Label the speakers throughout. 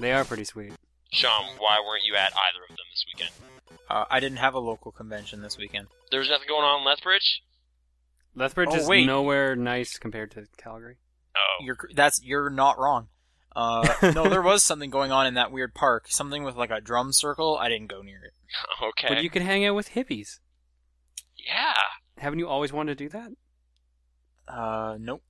Speaker 1: They are pretty sweet.
Speaker 2: Sean, why weren't you at either of them this weekend?
Speaker 3: Uh, I didn't have a local convention this weekend.
Speaker 2: There was nothing going on in Lethbridge?
Speaker 1: Lethbridge
Speaker 3: Oh,
Speaker 1: is
Speaker 3: wait.
Speaker 1: nowhere nice compared to Calgary.
Speaker 2: Oh.
Speaker 3: You're cr- that's you're not wrong. Uh, no, there was something going on in that weird park. Something with like a drum circle. I didn't go near it.
Speaker 2: Okay.
Speaker 1: But you can hang out with hippies.
Speaker 2: yeah.
Speaker 1: Haven't you always wanted to do that?
Speaker 3: Uh, nope,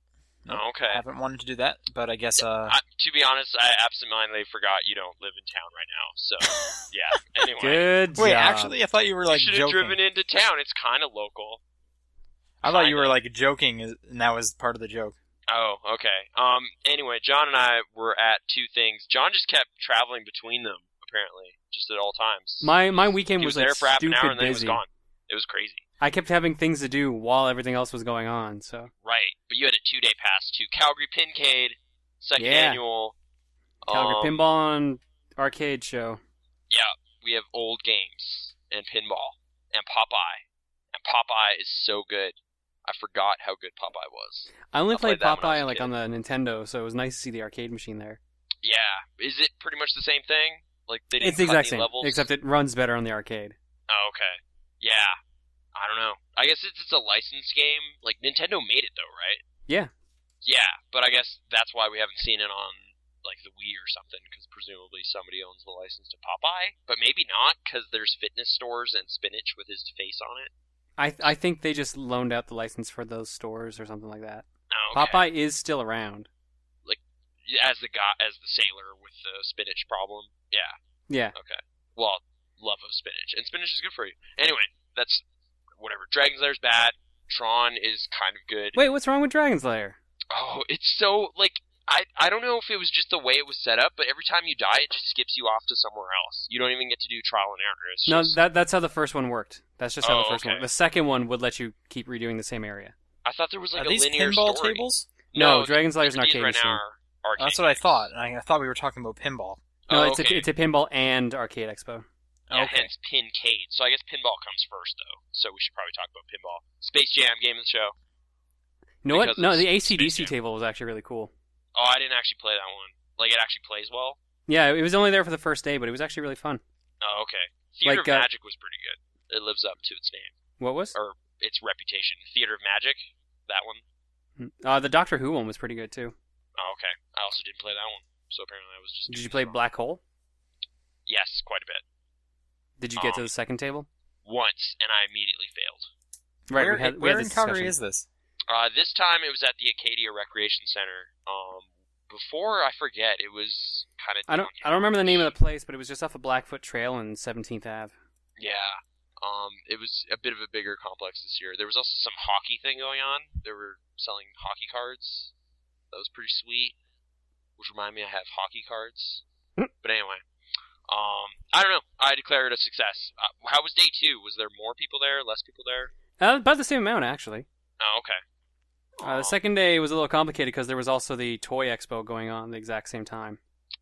Speaker 2: Oh, Okay.
Speaker 3: haven't wanted to do that. But I guess uh,
Speaker 2: I, to be honest, I absentmindedly forgot you don't live in town right now. So, yeah. Anyway.
Speaker 1: Good.
Speaker 3: wait,
Speaker 1: job.
Speaker 3: actually, I thought you were like
Speaker 2: you should have
Speaker 3: joking.
Speaker 2: driven into town. It's kind of local.
Speaker 3: I thought you
Speaker 2: kinda.
Speaker 3: were like joking, is- and that was part of the joke.
Speaker 2: Oh, okay. Um. Anyway, John and I were at two things. John just kept traveling between them, apparently, just at all times.
Speaker 1: my my weekend
Speaker 2: he
Speaker 1: was,
Speaker 2: was, there
Speaker 1: like
Speaker 2: for half an
Speaker 1: stupid
Speaker 2: hour and then he was
Speaker 1: busy.
Speaker 2: gone. It was crazy.
Speaker 1: I kept having things to do while everything else was going on. So
Speaker 2: Right. But you had a two-day pass to Calgary Pincade, second
Speaker 1: Yeah.
Speaker 2: annual.
Speaker 1: Calgary
Speaker 2: um,
Speaker 1: pinball and arcade show.
Speaker 2: Yeah, we have old games and pinball and Popeye, and Popeye is so good. I forgot how good Popeye was.
Speaker 1: I only
Speaker 2: I played
Speaker 1: played
Speaker 2: that when I was a
Speaker 1: Popeye like
Speaker 2: kid.
Speaker 1: on the Nintendo, so it was nice to see the arcade machine there.
Speaker 2: Yeah, is it pretty much the same thing? Like they didn't
Speaker 1: It's the
Speaker 2: cut
Speaker 1: exact
Speaker 2: any
Speaker 1: same,
Speaker 2: levels?
Speaker 1: except it runs better on the arcade.
Speaker 2: Oh, okay. Yeah. I don't know. I guess it's, it's a licensed game. Like Nintendo made it though, right?
Speaker 1: Yeah.
Speaker 2: Yeah, but I guess that's why we haven't seen it on like the Wii or something cuz presumably somebody owns the license to Popeye, but maybe not cuz there's fitness stores and spinach with his face on it.
Speaker 1: I I think they just loaned out the license for those stores or something like that.
Speaker 2: Oh, okay.
Speaker 1: Popeye is still around.
Speaker 2: as the guy as the sailor with the spinach problem. Yeah.
Speaker 1: Yeah,
Speaker 2: Well, love of spinach. And spinach is good for you. Anyway, that's whatever. Dragon's Lair's bad. Tron is kind of good.
Speaker 1: Wait, what's wrong with Dragon's Lair?
Speaker 2: Oh, it's so like I I don't know if it was just the way it was set up, but every time you die, it just skips you off to somewhere else. You don't even get to do trial and error. It's
Speaker 1: No,
Speaker 2: just,
Speaker 1: that that's how the first one worked. That's just how
Speaker 2: Oh,
Speaker 1: the first one.
Speaker 2: okay.
Speaker 1: The second one would let you keep redoing the same area.
Speaker 2: I thought there was like
Speaker 3: Are
Speaker 2: a
Speaker 3: these
Speaker 2: linear
Speaker 3: pinball
Speaker 2: story.
Speaker 3: tables?
Speaker 1: No,
Speaker 2: No,
Speaker 1: Dragon's Lair is an
Speaker 2: These
Speaker 1: arcade
Speaker 2: right
Speaker 1: machine.
Speaker 2: now are arcade.
Speaker 3: That's what I thought. I, I thought we were talking about pinball.
Speaker 1: No,
Speaker 2: Oh,
Speaker 1: it's
Speaker 2: okay.
Speaker 1: a, it's a pinball and arcade expo.
Speaker 2: Yeah,
Speaker 3: okay.
Speaker 2: hence Pincade. So I guess pinball comes first, though. So we should probably talk about pinball. Space Jam game of the show.
Speaker 1: You know what?
Speaker 2: Because
Speaker 1: No,
Speaker 2: it's
Speaker 1: the
Speaker 2: Space
Speaker 1: ACDC
Speaker 2: Jam.
Speaker 1: table was actually really cool.
Speaker 2: Oh, I didn't actually play that one. Like it actually plays well.
Speaker 1: Yeah, it was only there for the first day, but it was actually really fun.
Speaker 2: Oh, okay. Theater
Speaker 1: Like,
Speaker 2: of
Speaker 1: uh,
Speaker 2: Magic was pretty good. It lives up to its name,
Speaker 1: What was?
Speaker 2: or its reputation. Theater of Magic, that one.
Speaker 1: Uh, the Doctor Who one was pretty good too.
Speaker 2: Oh, okay. I also didn't play that one, so apparently I was just.
Speaker 1: Did
Speaker 2: doing
Speaker 1: you
Speaker 2: it
Speaker 1: play
Speaker 2: wrong.
Speaker 1: Black Hole?
Speaker 2: Yes, quite a bit.
Speaker 1: Did you get to
Speaker 2: Um,
Speaker 1: the second table?
Speaker 2: Once, and I immediately failed.
Speaker 1: Right.
Speaker 3: where
Speaker 1: we had, we
Speaker 3: where
Speaker 1: had
Speaker 3: in
Speaker 1: this
Speaker 3: Calgary
Speaker 1: discussion.
Speaker 3: is this?
Speaker 2: Uh, this time it was at the Acadia Recreation Center. Um, before I forget, it was kind of.
Speaker 1: I don't. I don't remember the name of the place, but it was just off of Blackfoot Trail and 17th Ave.
Speaker 2: Yeah. Um, it was a bit of a bigger complex this year. There was also some hockey thing going on. They were selling hockey cards. That was pretty sweet. Which remind me I have hockey cards.
Speaker 1: Hmm.
Speaker 2: but anyway. Um, I don't know. I declare it a success. Uh, how was day two? Was there more people there? Less people there?
Speaker 1: Uh, about the same amount actually.
Speaker 2: Oh, okay.
Speaker 1: Uh,
Speaker 2: Um,
Speaker 1: the second day was a little complicated because there was also the toy expo going on at the exact same time.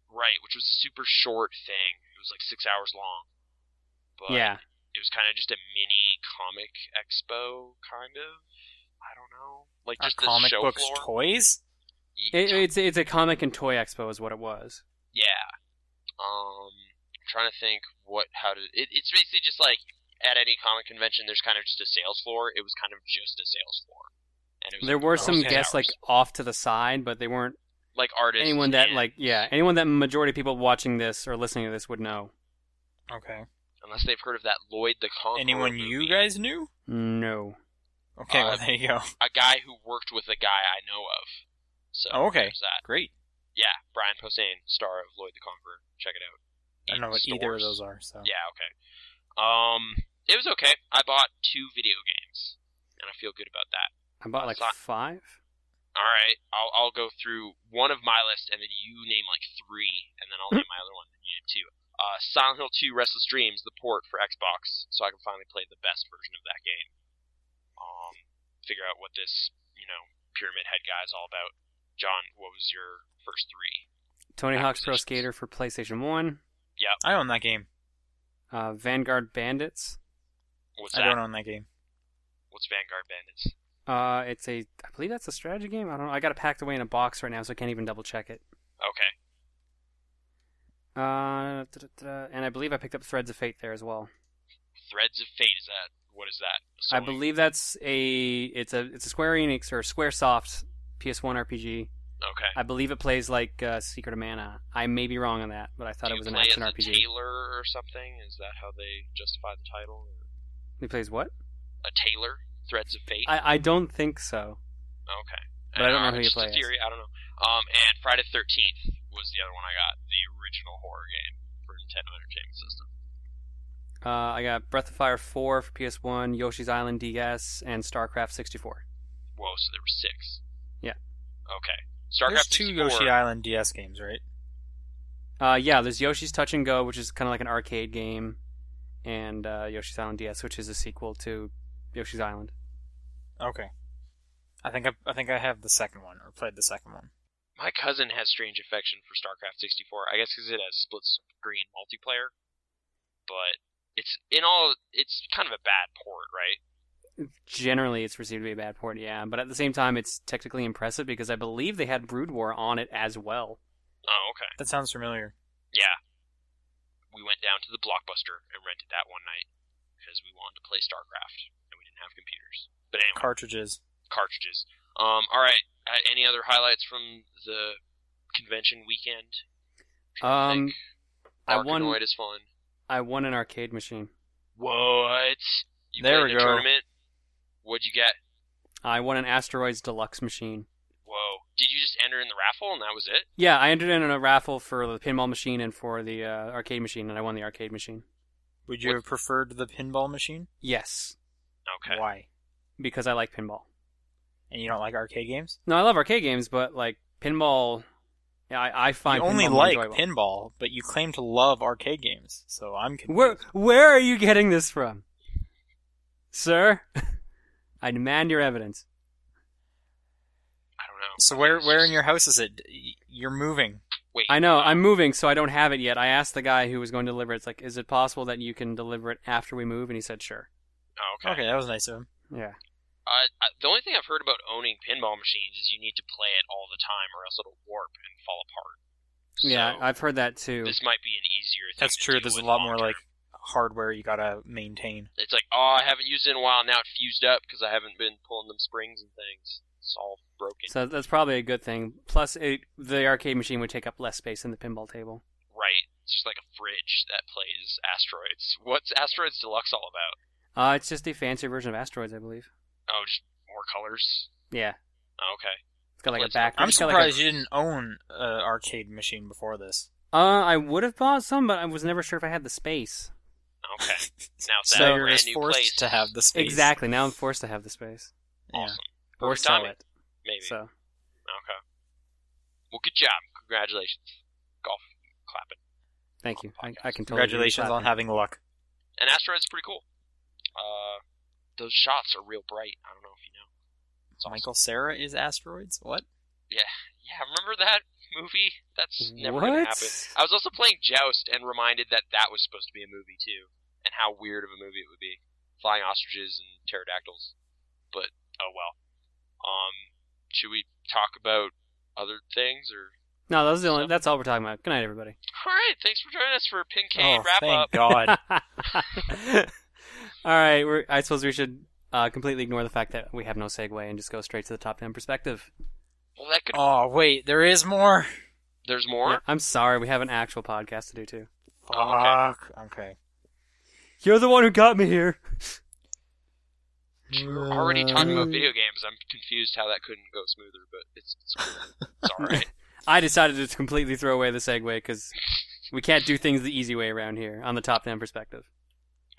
Speaker 2: Right, which was a super short thing. It was like six hours long. But
Speaker 1: yeah,
Speaker 2: it was kind of just a mini comic expo, kind of. I don't know. Like
Speaker 3: Are
Speaker 2: just the
Speaker 3: comic
Speaker 2: show
Speaker 3: books
Speaker 2: floor.
Speaker 3: toys?
Speaker 1: it, it's it's a comic and toy expo is what it was.
Speaker 2: Yeah. Um, I'm trying to think what how to. It, it's basically just like at any comic convention, there's kind of just a sales floor. It was kind of just a sales floor. And it was
Speaker 1: There
Speaker 2: like
Speaker 1: were
Speaker 2: for
Speaker 1: some
Speaker 2: six
Speaker 1: guests like
Speaker 2: hours.
Speaker 1: off to the side, but they weren't
Speaker 2: like artists.
Speaker 1: anyone that
Speaker 2: and-
Speaker 1: like yeah anyone that majority of people watching this or listening to this would know.
Speaker 3: Okay.
Speaker 2: unless they've heard of that Lloyd the Conqueror.
Speaker 3: Anyone you guys knew?
Speaker 1: No.
Speaker 3: Okay,
Speaker 2: Uh,
Speaker 3: well there you go.
Speaker 2: a guy who worked with a guy I know of. So
Speaker 3: Oh, okay.
Speaker 2: there's that.
Speaker 3: Great.
Speaker 2: Yeah, Brian Posehn, star of Lloyd the Conqueror. Check it out.
Speaker 3: I don't know what
Speaker 2: In
Speaker 3: either of
Speaker 2: stores.
Speaker 3: those are. So
Speaker 2: Yeah, okay. Um, it was okay. I bought two video games, and I feel good about that.
Speaker 1: I bought like
Speaker 2: That's not-
Speaker 1: five.
Speaker 2: All right, I'll I'll go through one of my list, and then you name like three, and then I'll name my other one, and you name two. Uh, Silent Hill 2: Restless Dreams, the port for Xbox, so I can finally play the best version of that game. Um, figure out what this you know pyramid head guy is all about. John, what was your first three?
Speaker 1: Tony Hawk's Pro
Speaker 2: Acquisitions.
Speaker 1: Skater for PlayStation One.
Speaker 3: I own that game.
Speaker 1: Uh, Vanguard Bandits.
Speaker 2: What's
Speaker 3: I
Speaker 2: that?
Speaker 3: don't own that game.
Speaker 2: What's Vanguard Bandits?
Speaker 1: Uh, it's a I believe that's a strategy game. I don't know. I got it packed away in a box right now, so I can't even double check it.
Speaker 2: Okay.
Speaker 1: Uh, da-da-da. and I believe I picked up Threads of Fate there as well.
Speaker 2: Threads of Fate is that? What is that?
Speaker 1: I
Speaker 2: Sony?
Speaker 1: believe that's a it's a it's a Square Enix or SquareSoft PS1 RPG.
Speaker 2: Okay.
Speaker 1: I believe it plays like uh, Secret of Mana. I may be wrong on that, but I thought
Speaker 2: Do
Speaker 1: it was
Speaker 2: you
Speaker 1: an
Speaker 2: play
Speaker 1: action
Speaker 2: as a
Speaker 1: RPG.
Speaker 2: tailor or something? Is that how they justify the title? Or
Speaker 1: He plays what?
Speaker 2: a tailor? Threads of Fate.
Speaker 1: I, I don't think so.
Speaker 2: Okay.
Speaker 1: But I don't know
Speaker 2: Uh,
Speaker 1: who you
Speaker 2: just a
Speaker 1: play as.
Speaker 2: Theory, I don't know. Um, and Friday the Thirteenth was the other one I got, the original horror game for Nintendo Entertainment System.
Speaker 1: Uh, I got Breath of Fire 4 for PS1, Yoshi's Island DS, and StarCraft 64.
Speaker 2: Whoa, so there were six.
Speaker 1: Yeah.
Speaker 2: Okay.
Speaker 3: There's
Speaker 2: StarCraft
Speaker 3: two
Speaker 2: 64,
Speaker 3: Yoshi Island DS games, right?
Speaker 1: Uh, yeah, there's Yoshi's Touch and Go, which is kind of like an arcade game, and uh, Yoshi's Island DS, which is a sequel to Yoshi's Island.
Speaker 3: Okay. I think I, I think I have the second one or played the second one.
Speaker 2: My cousin has strange affection for StarCraft 64. I guess because it has split screen multiplayer, but it's in all it's kind of a bad port, right?
Speaker 1: Generally, it's perceived to be a bad port, yeah, but at the same time, it's technically impressive because I believe they had Brood War on it as well.
Speaker 2: Oh, okay.
Speaker 3: That sounds familiar.
Speaker 2: Yeah. We went down to the Blockbuster and rented that one night because we wanted to play StarCraft and we didn't have computers. But anyway,
Speaker 3: Cartridges.
Speaker 2: cartridges. Um, all right. Uh, any other highlights from the convention weekend?
Speaker 1: Um, I
Speaker 2: Arkanoid
Speaker 1: won.
Speaker 2: is fun.
Speaker 1: I won an arcade machine.
Speaker 2: What? You played
Speaker 3: There we
Speaker 2: in a
Speaker 3: go.
Speaker 2: tournament? What'd you get?
Speaker 1: I won an Asteroids Deluxe machine.
Speaker 2: Whoa. Did you just enter in the raffle and that was it?
Speaker 1: Yeah, I entered in a raffle for the pinball machine and for the uh, arcade machine, and I won the arcade machine.
Speaker 3: Would you
Speaker 2: What-
Speaker 3: have preferred the pinball machine?
Speaker 1: Yes,
Speaker 2: Okay.
Speaker 3: Why?
Speaker 1: because I like pinball.
Speaker 3: And you don't like arcade games?
Speaker 1: No, I love arcade games, but like pinball, yeah, I, I find
Speaker 3: you only
Speaker 1: pinball more
Speaker 3: like
Speaker 1: enjoyable.
Speaker 3: pinball, but you claim to love arcade games. So I'm confused.
Speaker 1: Where where are you getting this from, sir? I demand your evidence.
Speaker 2: I don't know.
Speaker 3: so where where in your house is it? Y- You're moving.
Speaker 2: Wait.
Speaker 1: I know I'm moving, so I don't have it yet. I asked the guy who was going to deliver it. It's like, is it possible that you can deliver it after we move? And he said, sure.
Speaker 2: Oh, okay.
Speaker 3: Okay, that was nice of him.
Speaker 1: Yeah.
Speaker 2: Uh, uh, the only thing I've heard about owning pinball machines is you need to play it all the time, or else it'll warp and fall apart. So,
Speaker 1: yeah, I've heard that too.
Speaker 2: this might be an easier. Thing
Speaker 3: That's
Speaker 2: to
Speaker 3: true.
Speaker 2: deal
Speaker 3: There's
Speaker 2: with
Speaker 3: a lot
Speaker 2: long
Speaker 3: more
Speaker 2: term.
Speaker 3: like hardware you gotta maintain.
Speaker 2: it's like, oh, I haven't used it in a while. Now it fused up because I haven't been pulling them springs and things. It's all broken.
Speaker 1: So that's probably a good thing. Plus, it, the arcade machine would take up less space than the pinball table.
Speaker 2: right. It's just like a fridge that plays asteroids. What's asteroids deluxe all about?
Speaker 1: Uh, it's just a fancy version of asteroids, I believe.
Speaker 2: Oh, just more colors.
Speaker 1: Yeah,
Speaker 2: Oh, okay.
Speaker 1: it's got like
Speaker 2: Well,
Speaker 1: a
Speaker 2: it's-
Speaker 1: back.
Speaker 3: I'm
Speaker 1: it's got like a-
Speaker 3: surprised you didn't own an arcade machine before this.
Speaker 1: uh, I would have bought some, but I was never sure if I had the space.
Speaker 2: Okay. Now it's
Speaker 3: so
Speaker 2: at a
Speaker 3: you're
Speaker 2: brand
Speaker 3: just
Speaker 2: new
Speaker 3: forced
Speaker 2: place.
Speaker 3: to have the space.
Speaker 1: Exactly. Now I'm forced to have the space
Speaker 3: Yeah.
Speaker 2: Awesome.
Speaker 1: or
Speaker 2: Perfect
Speaker 1: sell
Speaker 2: timing,
Speaker 1: it.
Speaker 2: Maybe.
Speaker 1: So
Speaker 2: Okay. Well, good job. Congratulations. Golf clapping.
Speaker 1: thank you. I, I can totally
Speaker 3: Congratulations on having luck.
Speaker 2: And asteroids pretty cool. Uh, those shots are real bright. I don't know if you know. It's awesome.
Speaker 3: Michael Sarah is asteroids. What?
Speaker 2: Yeah, remember that movie? That's never
Speaker 1: What?
Speaker 2: gonna happen. I was also playing Joust and reminded that that was supposed to be a movie too, and how weird of a movie it would be, flying ostriches and pterodactyls. But oh well. Um, should we talk about other things or?
Speaker 1: No, that's the only. That's all we're talking about. Good night, everybody.
Speaker 2: All right, thanks for joining us for Pincade
Speaker 3: oh,
Speaker 2: wrap
Speaker 3: thank
Speaker 2: up.
Speaker 3: God.
Speaker 1: all right. We're, I suppose we should uh, completely ignore the fact that we have no segue and just go straight to the top ten perspective.
Speaker 2: Well, that could.
Speaker 3: oh wait, there is more.
Speaker 2: There's more.
Speaker 1: Yeah, I'm sorry, we have an actual podcast to do too.
Speaker 2: Oh,
Speaker 3: Fuck. Okay.
Speaker 1: You're the one who got me here.
Speaker 2: We're already talking
Speaker 1: Mm.
Speaker 2: about video games. I'm confused how that couldn't go smoother, but it's it's, cool. it's all right.
Speaker 1: I decided to completely throw away the segue because we can't do things the easy way around here on the top down perspective.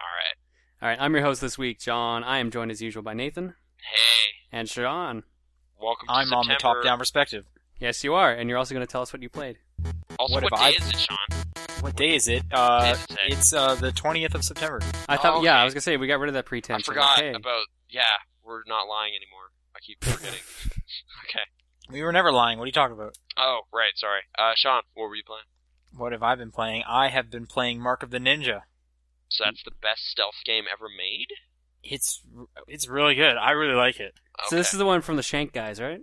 Speaker 2: All right.
Speaker 1: All right, I'm your host this week, John. I am joined as usual by Nathan
Speaker 2: Hey,
Speaker 1: and Sean.
Speaker 2: welcome.
Speaker 3: I'm
Speaker 2: to
Speaker 3: on the top
Speaker 2: September.
Speaker 3: down perspective.
Speaker 1: Yes, you are, and you're also going to tell us what you played.
Speaker 2: Also,
Speaker 3: What
Speaker 2: what,
Speaker 3: have
Speaker 2: day
Speaker 3: I-
Speaker 2: is it, Sean?
Speaker 3: What day is it? Uh,
Speaker 2: Day is today.
Speaker 3: it's uh, the 20th of September.
Speaker 1: I thought,
Speaker 2: Oh,
Speaker 1: yeah,
Speaker 2: okay.
Speaker 1: I was gonna say we got rid of that pretense.
Speaker 2: I forgot about. Yeah, we're not lying anymore. I keep forgetting. okay.
Speaker 3: We were never lying. What are you talking about?
Speaker 2: Oh, right. Sorry. Uh, Sean, what were you playing?
Speaker 3: What have I been playing? I have been playing Mark of the Ninja.
Speaker 2: So that's the best stealth game ever made.
Speaker 3: It's it's really good. I really like it.
Speaker 2: Okay.
Speaker 1: So this is the one from the Shank guys, right?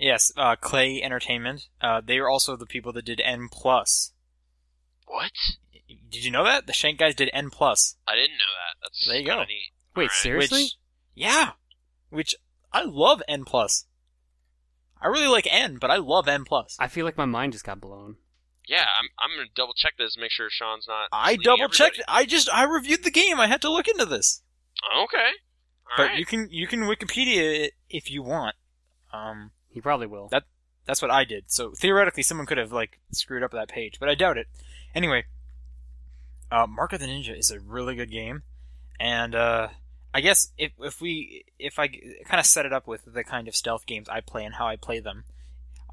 Speaker 3: Yes, uh, Clay Entertainment. Uh, they are also the people that did N Plus.
Speaker 2: What?
Speaker 3: Did you know that the Shank guys did N plus?
Speaker 2: I didn't know that. That's
Speaker 3: There you go.
Speaker 2: kinda neat.
Speaker 1: Wait,
Speaker 2: Alright.
Speaker 1: seriously?
Speaker 3: Which, yeah, which I love N plus. I really like N, but I love N plus.
Speaker 1: I feel like my mind just got blown.
Speaker 2: Yeah, I'm, I'm gonna double check this, make sure Sean's not.
Speaker 3: I
Speaker 2: misleading
Speaker 3: double checked.
Speaker 2: everybody.
Speaker 3: I just I reviewed the game. I had to look into this.
Speaker 2: Okay. All
Speaker 3: but
Speaker 2: right.
Speaker 3: you can you can Wikipedia it if you want. Um,
Speaker 1: He probably will.
Speaker 3: That- that's what I did. So theoretically, someone could have like screwed up that page, but I doubt it. Anyway, uh, Mark of the Ninja is a really good game, and uh, I guess if if we if I kind of set it up with the kind of stealth games I play and how I play them.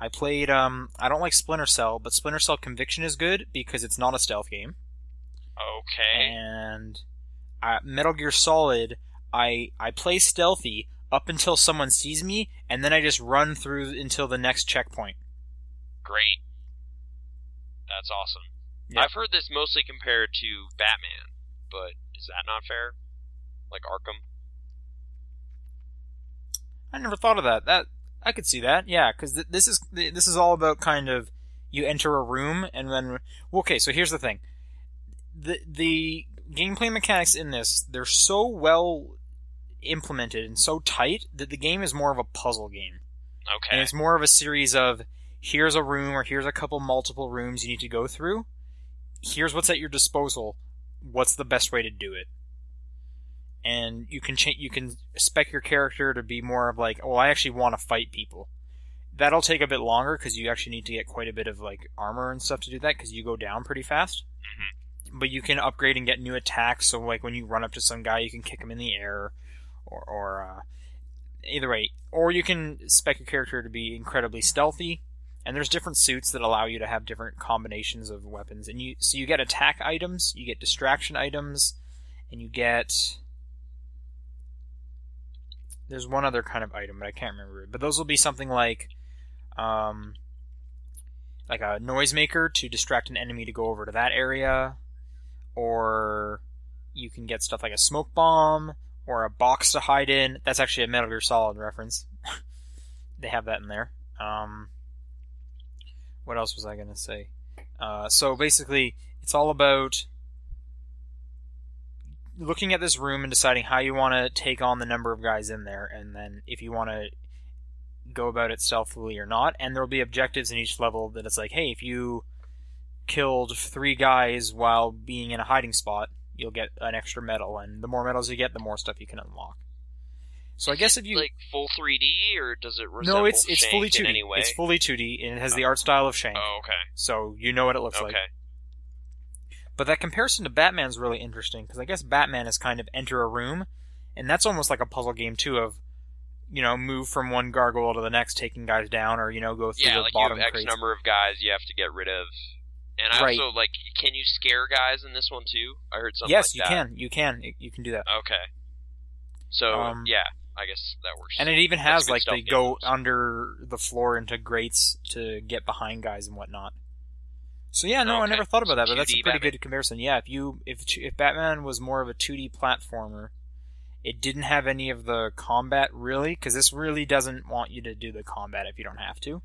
Speaker 3: I played. Um, I don't like Splinter Cell, but Splinter Cell Conviction is good because it's not a stealth game
Speaker 2: okay.
Speaker 3: and uh, Metal Gear Solid, I I play stealthy up until someone sees me, and then I just run through until the next checkpoint.
Speaker 2: Great. That's awesome.
Speaker 3: Yeah.
Speaker 2: I've heard this mostly compared to Batman, but is that not fair? Like Arkham?
Speaker 3: I never thought of that. That I could see that. Yeah, because th- this is th- this is all about kind of you enter a room and then well, okay. So here's the thing: the the gameplay mechanics in this they're so well implemented and so tight that the game is more of a puzzle game. And
Speaker 2: Okay.
Speaker 3: it's more of a series of here's a room or here's a couple multiple rooms you need to go through. Here's what's at your disposal. What's the best way to do it? And you can cha- you can spec your character to be more of like, oh, I actually want to fight people. That'll take a bit longer because you actually need to get quite a bit of like armor and stuff to do that because you go down pretty fast. But you can upgrade and get new attacks. So like when you run up to some guy, you can kick him in the air, or or uh, either way, or you can spec your character to be incredibly stealthy. And there's different suits that allow you to have different combinations of weapons, and you so you get attack items, you get distraction items, and you get there's one other kind of item, but I can't remember it. But those will be something like, um, like a noisemaker to distract an enemy to go over to that area, or you can get stuff like a smoke bomb or a box to hide in. That's actually a Metal Gear Solid reference. they have that in there. Um, what else was I gonna say? Uh, so basically, it's all about looking at this room and deciding how you want to take on the number of guys in there, and then if you want to go about it stealthily or not. And there'll be objectives in each level that it's like, hey, if you killed three guys while being in a hiding spot, you'll get an extra medal, and the more medals you get, the more stuff you can unlock. So I guess if you
Speaker 2: like full 3D, or does it resemble
Speaker 3: no, it's it's
Speaker 2: Shank
Speaker 3: fully
Speaker 2: in
Speaker 3: 2D.
Speaker 2: any way?
Speaker 3: It's fully 2D, and it has the art style of Shank,
Speaker 2: oh, okay.
Speaker 3: so you know what it looks like.
Speaker 2: okay.
Speaker 3: But that comparison to Batman's really interesting because I guess Batman is kind of enter a room, and that's almost like a puzzle game too. Of you know, move from one gargoyle to the next, taking guys down, or you know, go through
Speaker 2: Yeah,
Speaker 3: the
Speaker 2: like you
Speaker 3: bottom
Speaker 2: have X
Speaker 3: crates.
Speaker 2: number of guys you have to get rid of. And I
Speaker 3: Right.
Speaker 2: also like, can you scare guys in this one too? I heard something.
Speaker 3: yes,
Speaker 2: like
Speaker 3: you
Speaker 2: that.
Speaker 3: can, you can, you- you can do that.
Speaker 2: Okay. So
Speaker 3: Um,
Speaker 2: yeah, I guess that works.
Speaker 3: And it even
Speaker 2: That's
Speaker 3: has
Speaker 2: good
Speaker 3: like
Speaker 2: stuff,
Speaker 3: they
Speaker 2: yeah.
Speaker 3: go under the floor into grates to get behind guys and whatnot. So yeah, no, I
Speaker 2: Okay.
Speaker 3: never thought about that,
Speaker 2: So
Speaker 3: but that's a
Speaker 2: 2D
Speaker 3: pretty
Speaker 2: Batman.
Speaker 3: good comparison. Yeah, if you if if Batman was more of a 2D platformer, it didn't have any of the combat really, because this really doesn't want you to do the combat if you don't have to.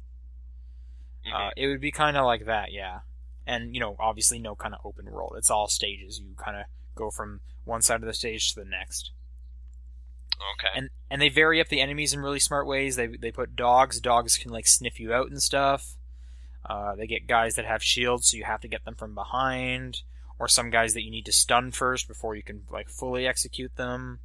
Speaker 3: Uh,
Speaker 2: Mhm.
Speaker 3: it would be kind of like that, yeah. And you know, obviously, no kind of open world. It's all stages. You kind of go from one side of the stage to the next
Speaker 2: okay.
Speaker 3: and and they vary up the enemies in really smart ways. They they put dogs. Dogs can like sniff you out and stuff. Uh, they get guys that have shields, so you have to get them from behind, or some guys that you need to stun first before you can like fully execute them.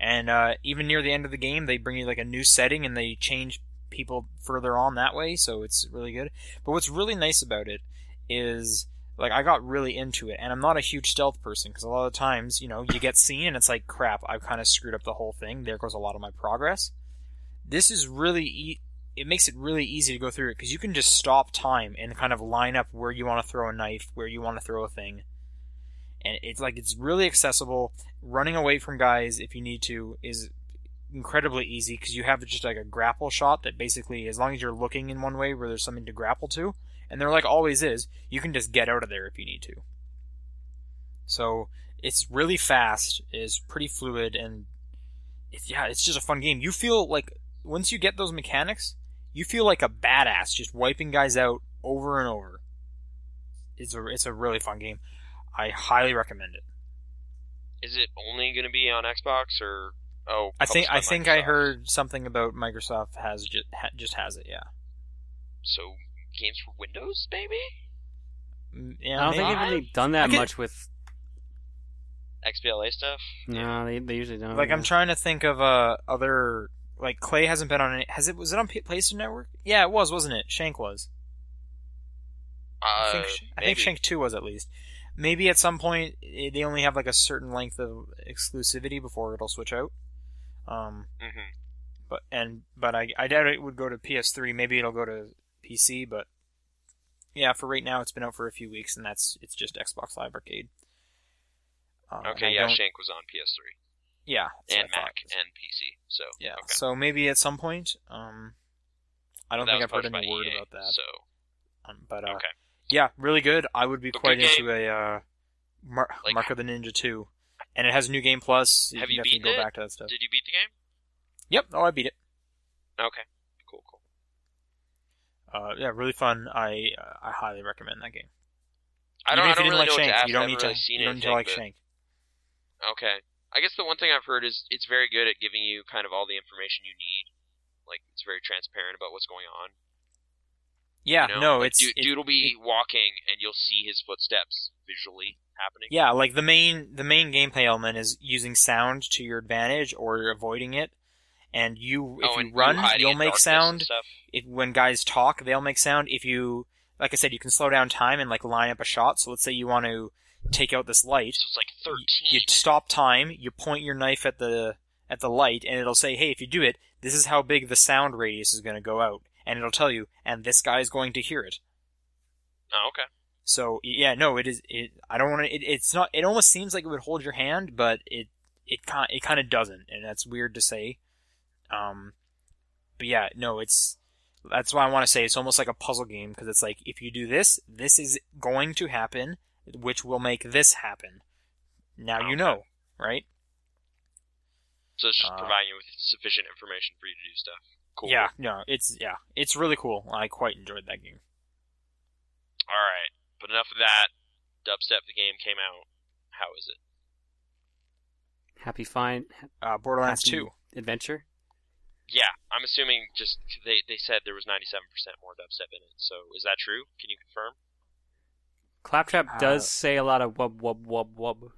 Speaker 3: And uh, even near the end of the game, they bring you like a new setting and they change people further on that way, so it's really good. But what's really nice about it is like I got really into it, and I'm not a huge stealth person because a lot of times, you know, you get seen and it's like, crap, I've kind of screwed up the whole thing. There goes a lot of my progress. This is really, e- it makes it really easy to go through it because you can just stop time and kind of line up where you want to throw a knife, where you want to throw a thing, and it's like it's really accessible. Running away from guys if you need to is incredibly easy because you have just like a grapple shot that basically, as long as you're looking in one way where there's something to grapple to, and there like always is, you can just get out of there if you need to. So it's really fast, is pretty fluid, and it's, yeah, it's just a fun game. You feel like once you get those mechanics, you feel like a badass just wiping guys out over and over. it's a it's a really fun game. I highly recommend it.
Speaker 2: Is it only going to be on Xbox or oh?
Speaker 3: I think I
Speaker 2: published by
Speaker 3: think I
Speaker 2: Microsoft?
Speaker 3: heard something about Microsoft has just ha, just has it. Yeah.
Speaker 2: So games for Windows, maybe
Speaker 3: Mm,
Speaker 1: I
Speaker 3: yeah
Speaker 1: don't think
Speaker 3: maybe.
Speaker 1: they've really done that
Speaker 3: I could-
Speaker 1: much with.
Speaker 2: XBLA stuff.
Speaker 1: No, they, they usually don't.
Speaker 3: like
Speaker 1: Oh, yeah.
Speaker 3: I'm trying to think of uh other like Clay hasn't been on any has it was it on P- PlayStation Network? Yeah, it was, wasn't it? Shank was. I
Speaker 2: Uh,
Speaker 3: think, Sh- I
Speaker 2: maybe.
Speaker 3: think Shank Two was at least. Maybe at some point eh, they only have like a certain length of exclusivity before it'll switch out. Um,
Speaker 2: Mhm.
Speaker 3: but and but I I doubt it would go to PS3. Maybe it'll go to PC, but yeah, for right now it's been out for a few weeks, and that's it's just Xbox Live Arcade. Um, and I
Speaker 2: Okay, yeah,
Speaker 3: don't-
Speaker 2: Shank was on PS3
Speaker 3: yeah, that's
Speaker 2: and
Speaker 3: what I
Speaker 2: Mac
Speaker 3: thought.
Speaker 2: and PC. So
Speaker 3: Yeah.
Speaker 2: okay.
Speaker 3: So maybe at some point, um, I don't
Speaker 2: That
Speaker 3: think
Speaker 2: was
Speaker 3: I've heard
Speaker 2: published by
Speaker 3: any word
Speaker 2: EA,
Speaker 3: about that.
Speaker 2: So
Speaker 3: um, but uh,
Speaker 2: okay,
Speaker 3: yeah, really good. I would be
Speaker 2: But
Speaker 3: quite
Speaker 2: good game.
Speaker 3: into a uh, Mar-
Speaker 2: Like-
Speaker 3: Mark of the Ninja two, and it has new game plus. You
Speaker 2: Have
Speaker 3: can
Speaker 2: you
Speaker 3: definitely
Speaker 2: beaten
Speaker 3: go
Speaker 2: it?
Speaker 3: back to that stuff.
Speaker 2: did you beat the game?
Speaker 3: Yep. Oh, I beat it.
Speaker 2: Okay, cool, cool.
Speaker 3: Uh, yeah, really fun. I uh, I highly recommend that game.
Speaker 2: I don't,
Speaker 3: Even
Speaker 2: I
Speaker 3: if
Speaker 2: don't
Speaker 3: you
Speaker 2: really know
Speaker 3: didn't like
Speaker 2: what to
Speaker 3: Shank,
Speaker 2: ask.
Speaker 3: you don't
Speaker 2: I haven't
Speaker 3: need
Speaker 2: really
Speaker 3: to.
Speaker 2: seen
Speaker 3: You don't need to
Speaker 2: anything,
Speaker 3: like
Speaker 2: but-
Speaker 3: Shank.
Speaker 2: Okay. I guess the one thing I've heard is it's very good at giving you kind of all the information you need. Like it's very transparent about what's going on.
Speaker 3: Yeah.
Speaker 2: you know?
Speaker 3: No,
Speaker 2: Like,
Speaker 3: it's
Speaker 2: dude,
Speaker 3: it-
Speaker 2: dude will be walking and you'll see his footsteps visually happening.
Speaker 3: Yeah, like the main the main gameplay element is using sound to your advantage or avoiding it. And you, if
Speaker 2: oh, and
Speaker 3: you run,
Speaker 2: hiding
Speaker 3: you'll
Speaker 2: in
Speaker 3: make
Speaker 2: darkness
Speaker 3: sound.
Speaker 2: And stuff.
Speaker 3: if when guys talk, they'll make sound. If you, like I said, you can slow down time and like line up a shot. So let's say you want to take out this light,
Speaker 2: So it's like
Speaker 3: y-
Speaker 2: thirteen.
Speaker 3: you stop time, you point your knife at the at the light, and it'll say, "Hey, if you do it, this is how big the sound radius is going to go out," and it'll tell you, and this guy is going to hear it.
Speaker 2: oh, okay.
Speaker 3: So y- yeah, no, it is. It I don't want to. It, it's not. It almost seems like it would hold your hand, but it it kind it kind of doesn't, and that's weird to say. Um, but yeah, no, it's that's why I want to say it's almost like a puzzle game because it's like if you do this, this is going to happen, which will make this happen. Now you
Speaker 2: Oh, Okay.
Speaker 3: know, right?
Speaker 2: So it's just
Speaker 3: Uh,
Speaker 2: providing you with sufficient information for you to do stuff. Cool.
Speaker 3: Yeah, no, it's yeah, it's really cool. I quite enjoyed that game.
Speaker 2: All right. But enough of that. Dubstep the game came out. How is it?
Speaker 1: Happy Fine
Speaker 3: Uh, Borderlands
Speaker 1: Happy-
Speaker 3: Two.
Speaker 1: Adventure.
Speaker 2: Yeah, I'm assuming just they they said there was 97% more dubstep in it. So is that true? Can you confirm?
Speaker 1: Claptrap
Speaker 3: Uh,
Speaker 1: does say a lot of wub wub wub wub.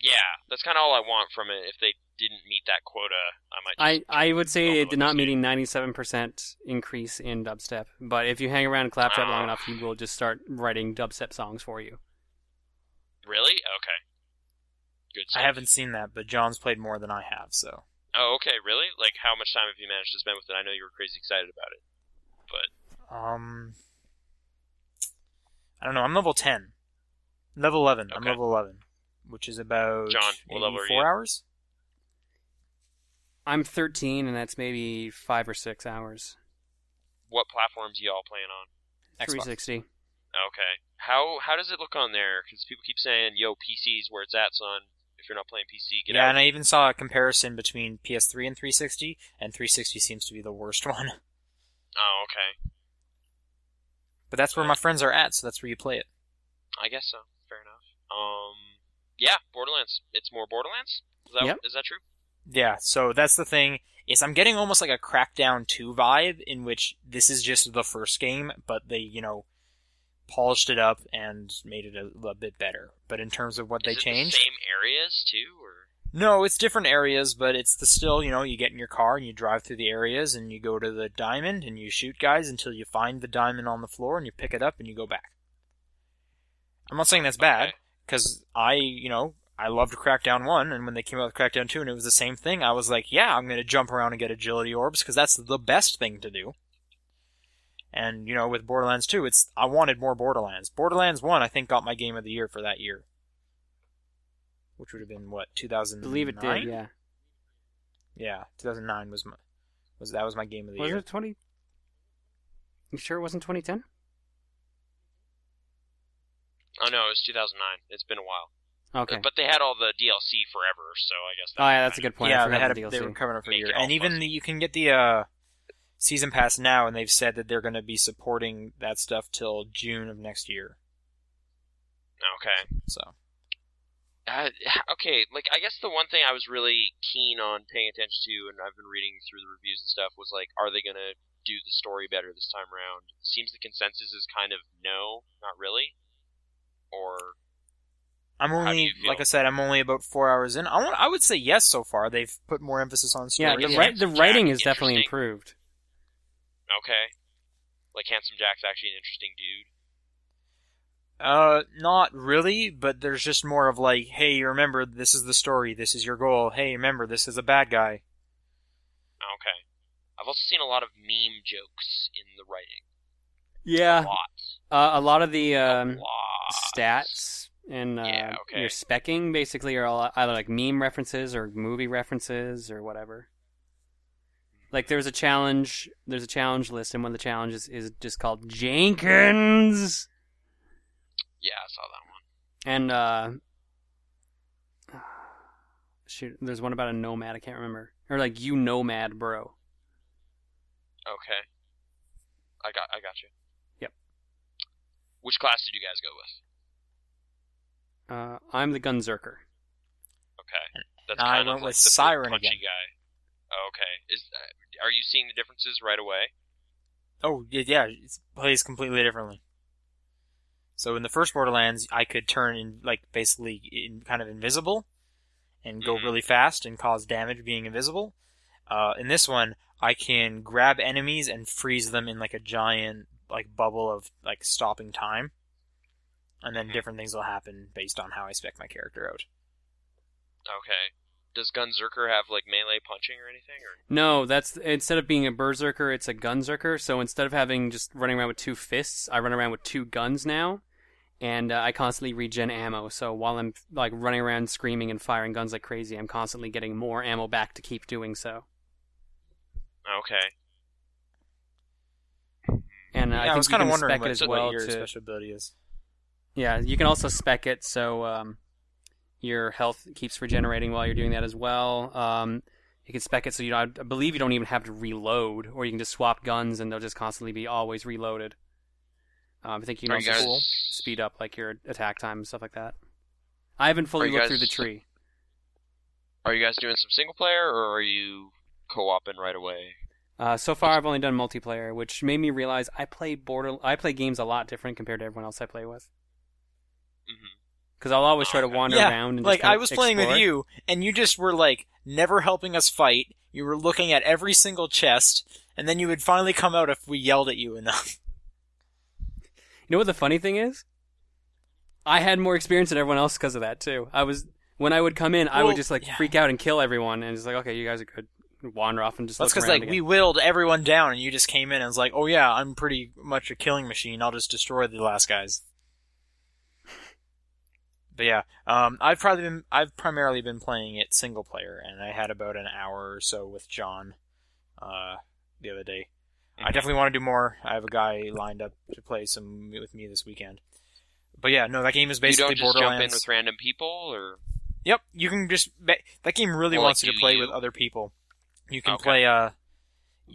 Speaker 2: Yeah, that's kind of all I want from it. If they didn't meet that quota, I might.
Speaker 1: I,
Speaker 2: Just
Speaker 1: I would say it did not meet
Speaker 2: meet.
Speaker 1: a 97% increase in dubstep, but if you hang around Claptrap long
Speaker 2: Ah.
Speaker 1: enough, he will just start writing dubstep songs for you.
Speaker 2: Really? Okay. Good.
Speaker 3: I
Speaker 2: Stuff.
Speaker 3: haven't seen that, but John's played more than I have, so.
Speaker 2: Oh, okay. Really? Like, how much time have you managed to spend with it? I know you were crazy excited about it.
Speaker 3: Um, I don't know. I'm level ten, level eleven. I'm
Speaker 2: Okay.
Speaker 3: level eleven, which is about
Speaker 2: John, what level are
Speaker 3: maybe four
Speaker 2: you?
Speaker 3: hours.
Speaker 1: I'm 13, and that's maybe five or six hours.
Speaker 2: What platforms y'all playing on?
Speaker 1: 360.
Speaker 2: Okay. How how does it look on there? Because people keep saying, "Yo, PC's where it's at, son." If you're not playing PC, get
Speaker 3: yeah,
Speaker 2: out.
Speaker 3: and I even saw a comparison between PS3 and 360, and 360 seems to be the worst one.
Speaker 2: Oh, okay.
Speaker 3: But that's where my friends are at, so that's where you play it.
Speaker 2: I guess so. Fair enough. Um, yeah, Borderlands. It's more Borderlands. Is that
Speaker 1: Yep.
Speaker 2: is that true?
Speaker 3: Yeah, so that's the thing is I'm getting almost like a Crackdown 2 vibe in which this is just the first game, but they you know polished it up and made it a, a bit better. But in terms of what they
Speaker 2: is it
Speaker 3: changed,
Speaker 2: The same areas too, or
Speaker 3: No, it's different areas, but it's the still, you know, you get in your car and you drive through the areas and you go to the diamond and you shoot guys until you find the diamond on the floor and you pick it up and you go back. I'm not saying that's bad,
Speaker 2: Okay.
Speaker 3: because I, you know, I loved Crackdown 1, and when they came out with Crackdown 2 and it was the same thing, I was like, yeah, I'm going to jump around and get agility orbs, because that's the best thing to do. And, you know, with Borderlands 2, it's, I wanted more Borderlands. Borderlands 1, I think, got my game of the year for that year. Which would have been, what, 2009?
Speaker 1: I believe it did, yeah.
Speaker 3: Yeah, 2009 was my was that was my game of the
Speaker 1: Was
Speaker 3: year.
Speaker 1: it 20? You sure it wasn't 2010?
Speaker 2: oh no, it was 2009. It's been a while. Uh,
Speaker 1: Okay.
Speaker 2: But they had all the DLC forever, so I guess.
Speaker 1: oh, yeah, that's a good point. I
Speaker 3: yeah, they
Speaker 1: forgot
Speaker 3: had a,
Speaker 1: the DLC.
Speaker 3: they were covering it for a
Speaker 2: Make
Speaker 3: year,
Speaker 2: it all
Speaker 3: and even
Speaker 2: fuzzy.
Speaker 3: the, you can get the uh, season pass now, and they've said that they're going to be supporting that stuff till June of next year.
Speaker 2: Okay.
Speaker 3: So
Speaker 2: Uh, okay, like I guess the one thing I was really keen on paying attention to, and I've been reading through the reviews and stuff, was like, are they gonna do the story better this time around? Seems the consensus is kind of no, not really, or
Speaker 3: I'm
Speaker 2: do
Speaker 3: only
Speaker 2: you feel?
Speaker 3: like I said, I'm only about four hours in. I want, I would say yes so far. They've put more emphasis on
Speaker 1: Yeah,
Speaker 3: story.
Speaker 1: the,
Speaker 2: Yeah,
Speaker 1: wri- the
Speaker 2: Handsome
Speaker 1: writing
Speaker 2: Jack,
Speaker 1: is definitely
Speaker 2: interesting.
Speaker 1: improved.
Speaker 2: okay, like Handsome Jack's actually an interesting dude.
Speaker 3: Uh, not really, but there's just more of like, hey, you remember this is the story, this is your goal. Hey, remember this is a bad guy.
Speaker 2: Okay, I've also seen a lot of meme jokes in the writing.
Speaker 1: Yeah,
Speaker 2: Lots,
Speaker 1: uh, a lot of the
Speaker 2: a
Speaker 1: um,
Speaker 2: lot.
Speaker 1: stats and uh,
Speaker 2: Yeah, okay.
Speaker 1: your specking basically are all either like meme references or movie references or whatever. Like there's a challenge, there's a challenge list, and one of the challenges is just called Jenkins,
Speaker 2: Yeah, I saw that one.
Speaker 1: and uh, shoot, there's one about a nomad. I can't remember, or like you nomad, bro.
Speaker 2: Okay, I got, I got you.
Speaker 1: Yep.
Speaker 2: Which class did you guys go with?
Speaker 1: Uh, I'm the Gunzerker.
Speaker 2: Okay. That's
Speaker 3: Uh, I
Speaker 2: kind
Speaker 3: went
Speaker 2: of like
Speaker 3: with
Speaker 2: the big
Speaker 3: Siren
Speaker 2: punchy
Speaker 3: again.
Speaker 2: guy. Okay. Is uh, are you seeing the differences right away?
Speaker 3: Oh, yeah, yeah, it plays completely differently. So in the first Borderlands, I could turn in like basically in kind of invisible, and go
Speaker 2: Mhm.
Speaker 3: really fast and cause damage being invisible. Uh, in this one, I can grab enemies and freeze them in like a giant like bubble of like stopping time, and then
Speaker 2: Mhm.
Speaker 3: different things will happen based on how I spec my character out.
Speaker 2: Okay. Does Gunzerker have like melee punching or anything? Or
Speaker 1: No, that's instead of being a berserker, it's a gunzerker. So instead of having just running around with two fists, I run around with two guns now, and uh, I constantly regen ammo. So while I'm like running around screaming and firing guns like crazy, I'm constantly getting more ammo back to keep doing so.
Speaker 2: okay.
Speaker 1: And uh,
Speaker 3: Yeah,
Speaker 1: I think
Speaker 3: was
Speaker 1: you
Speaker 3: kind of
Speaker 1: can
Speaker 3: wondering
Speaker 1: spec
Speaker 3: what,
Speaker 1: it as
Speaker 3: what
Speaker 1: well.
Speaker 3: your
Speaker 1: To,
Speaker 3: special ability is.
Speaker 1: Yeah, you can also spec it so um, your health keeps regenerating while you're doing that as well. Um, you can spec it so you don't, I believe you don't even have to reload, or you can just swap guns and they'll just constantly be always reloaded. Um, I think you can
Speaker 2: Are you
Speaker 1: also
Speaker 2: guys-
Speaker 1: speed up like your attack time and stuff like that. I haven't fully
Speaker 2: Are you
Speaker 1: looked
Speaker 2: guys-
Speaker 1: through the tree.
Speaker 2: Are you guys doing some single player or are you co-oping right away?
Speaker 1: Uh, so far, I've only done multiplayer, which made me realize I play border. I play games a lot different compared to everyone else I play with.
Speaker 2: Mm-hmm.
Speaker 1: Because I'll always try to wander
Speaker 3: Yeah,
Speaker 1: around and just
Speaker 3: like
Speaker 1: kind
Speaker 3: I
Speaker 1: of
Speaker 3: was playing with
Speaker 1: explore.
Speaker 3: you, and you just were like never helping us fight. You were looking at every single chest, and then you would finally come out if we yelled at you enough.
Speaker 1: You know what the funny thing is? I had more experience than everyone else because of that too. I was when I would come in, I
Speaker 3: Well,
Speaker 1: would just like
Speaker 3: yeah.
Speaker 1: freak out and kill everyone, and it's like, okay, you guys are good. Wander off and just
Speaker 3: That's
Speaker 1: look
Speaker 3: because
Speaker 1: around
Speaker 3: like we willed everyone down, and you just came in and was like, "Oh yeah, I'm pretty much a killing machine. I'll just destroy the last guys." But yeah, um, I've probably been I've primarily been playing it single player, and I had about an hour or so with John uh, the other day.
Speaker 2: Mm-hmm.
Speaker 3: I definitely want to do more. I have a guy lined up to play some with me this weekend. But yeah, no, that game is
Speaker 2: You
Speaker 3: basically
Speaker 2: don't just jump
Speaker 3: Borderlands.
Speaker 2: in with random people, or
Speaker 3: Yep, you can just ba- that game really
Speaker 2: Well,
Speaker 3: wants
Speaker 2: like,
Speaker 3: you to
Speaker 2: do
Speaker 3: play
Speaker 2: you?
Speaker 3: with other people. You can
Speaker 2: Okay.
Speaker 3: play uh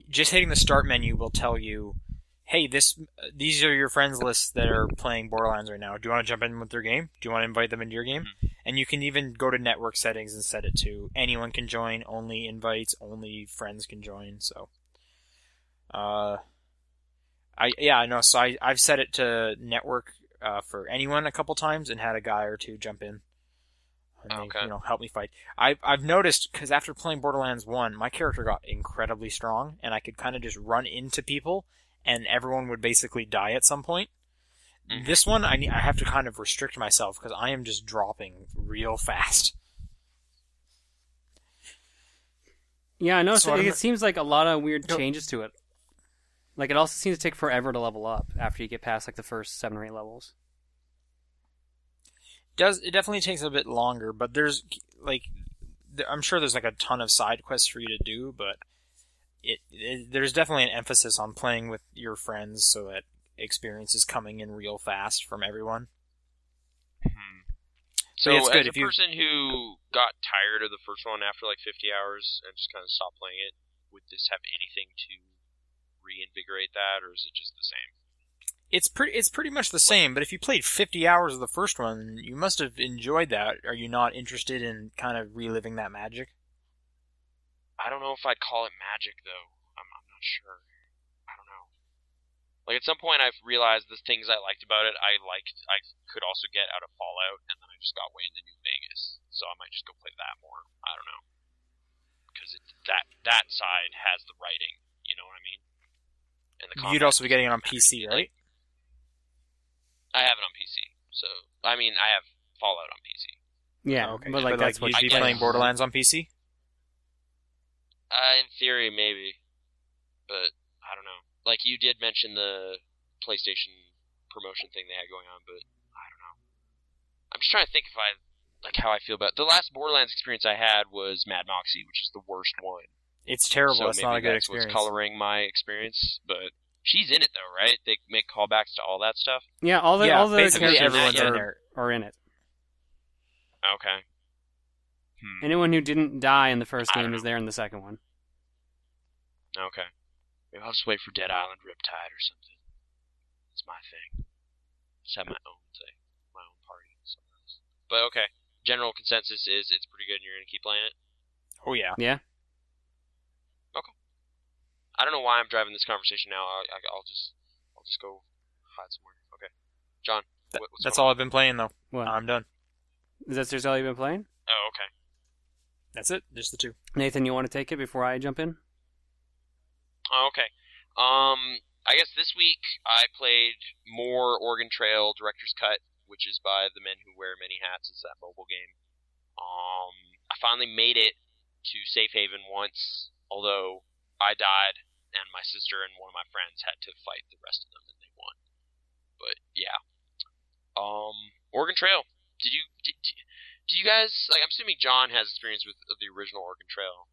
Speaker 3: just hitting the start menu will tell you, "Hey, this these are your friends lists that are playing Borderlands right now. Do you want to jump in with their game? Do you want to invite them into your game?"
Speaker 2: Mm-hmm.
Speaker 3: And you can even go to network settings and set it to anyone can join, only invites, only friends can join. So uh I yeah, I know. So I I've set it to network uh, for anyone a couple times and had a guy or two jump in. And they,
Speaker 2: Okay.
Speaker 3: You know, help me fight. I I've noticed because after playing Borderlands One, my character got incredibly strong, and I could kind of just run into people, and everyone would basically die at some point.
Speaker 2: Mhm.
Speaker 3: This one, I need, I have to kind of restrict myself because I am just dropping real fast.
Speaker 1: Yeah, I know.
Speaker 3: So I'm-
Speaker 1: it seems like a lot of weird
Speaker 3: Go-
Speaker 1: changes to it. Like it also seems to take forever to level up after you get past like the first seven or eight levels.
Speaker 3: does it definitely takes a bit longer but there's like th- i'm sure there's like a ton of side quests for you to do but it, it there's definitely an emphasis on playing with your friends so that experience is coming in real fast from everyone
Speaker 2: so
Speaker 3: it's
Speaker 2: as
Speaker 3: good if
Speaker 2: a
Speaker 3: you-
Speaker 2: person who got tired of the first one after like 50 hours and just kind of stopped playing it, would this have anything to reinvigorate that, or is it just the same?
Speaker 3: It's pretty it's pretty much the same, but if you played 50 hours of the first one, you must have enjoyed that. Are you not interested in kind of reliving that magic?
Speaker 2: I don't know if I'd call it magic though. I'm, I'm not sure. I don't know. Like at some point, I've realized the things I liked about it, I liked. I could also get out of Fallout, and then I just got way into New Vegas, so I might just go play that more. I don't know, because that that side has the writing. You know what I mean? And
Speaker 3: You'd
Speaker 2: combat
Speaker 3: also be getting it on
Speaker 2: doesn't
Speaker 3: PC,
Speaker 2: matter.
Speaker 3: right?
Speaker 2: I have it on PC, so I mean, I have Fallout on PC.
Speaker 1: Yeah,
Speaker 3: Oh, okay.
Speaker 1: but like that's
Speaker 3: you'd
Speaker 1: what
Speaker 3: be
Speaker 2: I-
Speaker 3: playing Borderlands on PC.
Speaker 2: Uh, in theory, maybe, but I don't know. Like you did mention the PlayStation promotion thing they had going on, but I don't know. I'm just trying to think if I like how I feel about the last Borderlands experience I had was Mad Moxie, which is the worst one.
Speaker 3: It's terrible.
Speaker 2: so
Speaker 3: it's
Speaker 2: maybe
Speaker 3: not a good
Speaker 2: that's
Speaker 3: experience.
Speaker 2: what's coloring my experience, but. She's in it though, right? They make callbacks to all that stuff.
Speaker 1: yeah, all the
Speaker 3: yeah,
Speaker 1: all the
Speaker 3: basically
Speaker 1: characters
Speaker 3: everyone's
Speaker 1: are,
Speaker 3: in there.
Speaker 1: are in it.
Speaker 2: Okay. Hmm.
Speaker 1: Anyone who didn't die in the first
Speaker 2: I don't
Speaker 1: game is there in the second one.
Speaker 2: Okay. Maybe I'll just wait for Dead Island Riptide or something. It's my thing. Just have my own thing, my own party, something else. But okay, general consensus is it's pretty good, and you're gonna keep playing it.
Speaker 3: Oh yeah.
Speaker 2: I don't know why I'm driving this conversation now. I, I, I'll just, I'll just go hide somewhere. Okay, John.
Speaker 3: That-
Speaker 2: what, what's
Speaker 3: that's
Speaker 2: going
Speaker 3: all I've been playing though.
Speaker 1: What is
Speaker 3: I'm done.
Speaker 1: that seriously all you've been playing?
Speaker 2: on? Oh, okay.
Speaker 3: That's it. Just the two.
Speaker 1: Nathan, you want to take it before I jump in?
Speaker 2: Oh, okay. Um, I guess this week I played more Oregon Trail Director's Cut, which is by the men who wear many hats. It's that mobile game. Um, I finally made it to Safe Haven once, although I died and my sister and one of my friends had to fight the rest of them, and they won. But yeah. Um, Oregon Trail. Did you did, did, do you guys like? I'm assuming John has experience with the original Oregon Trail.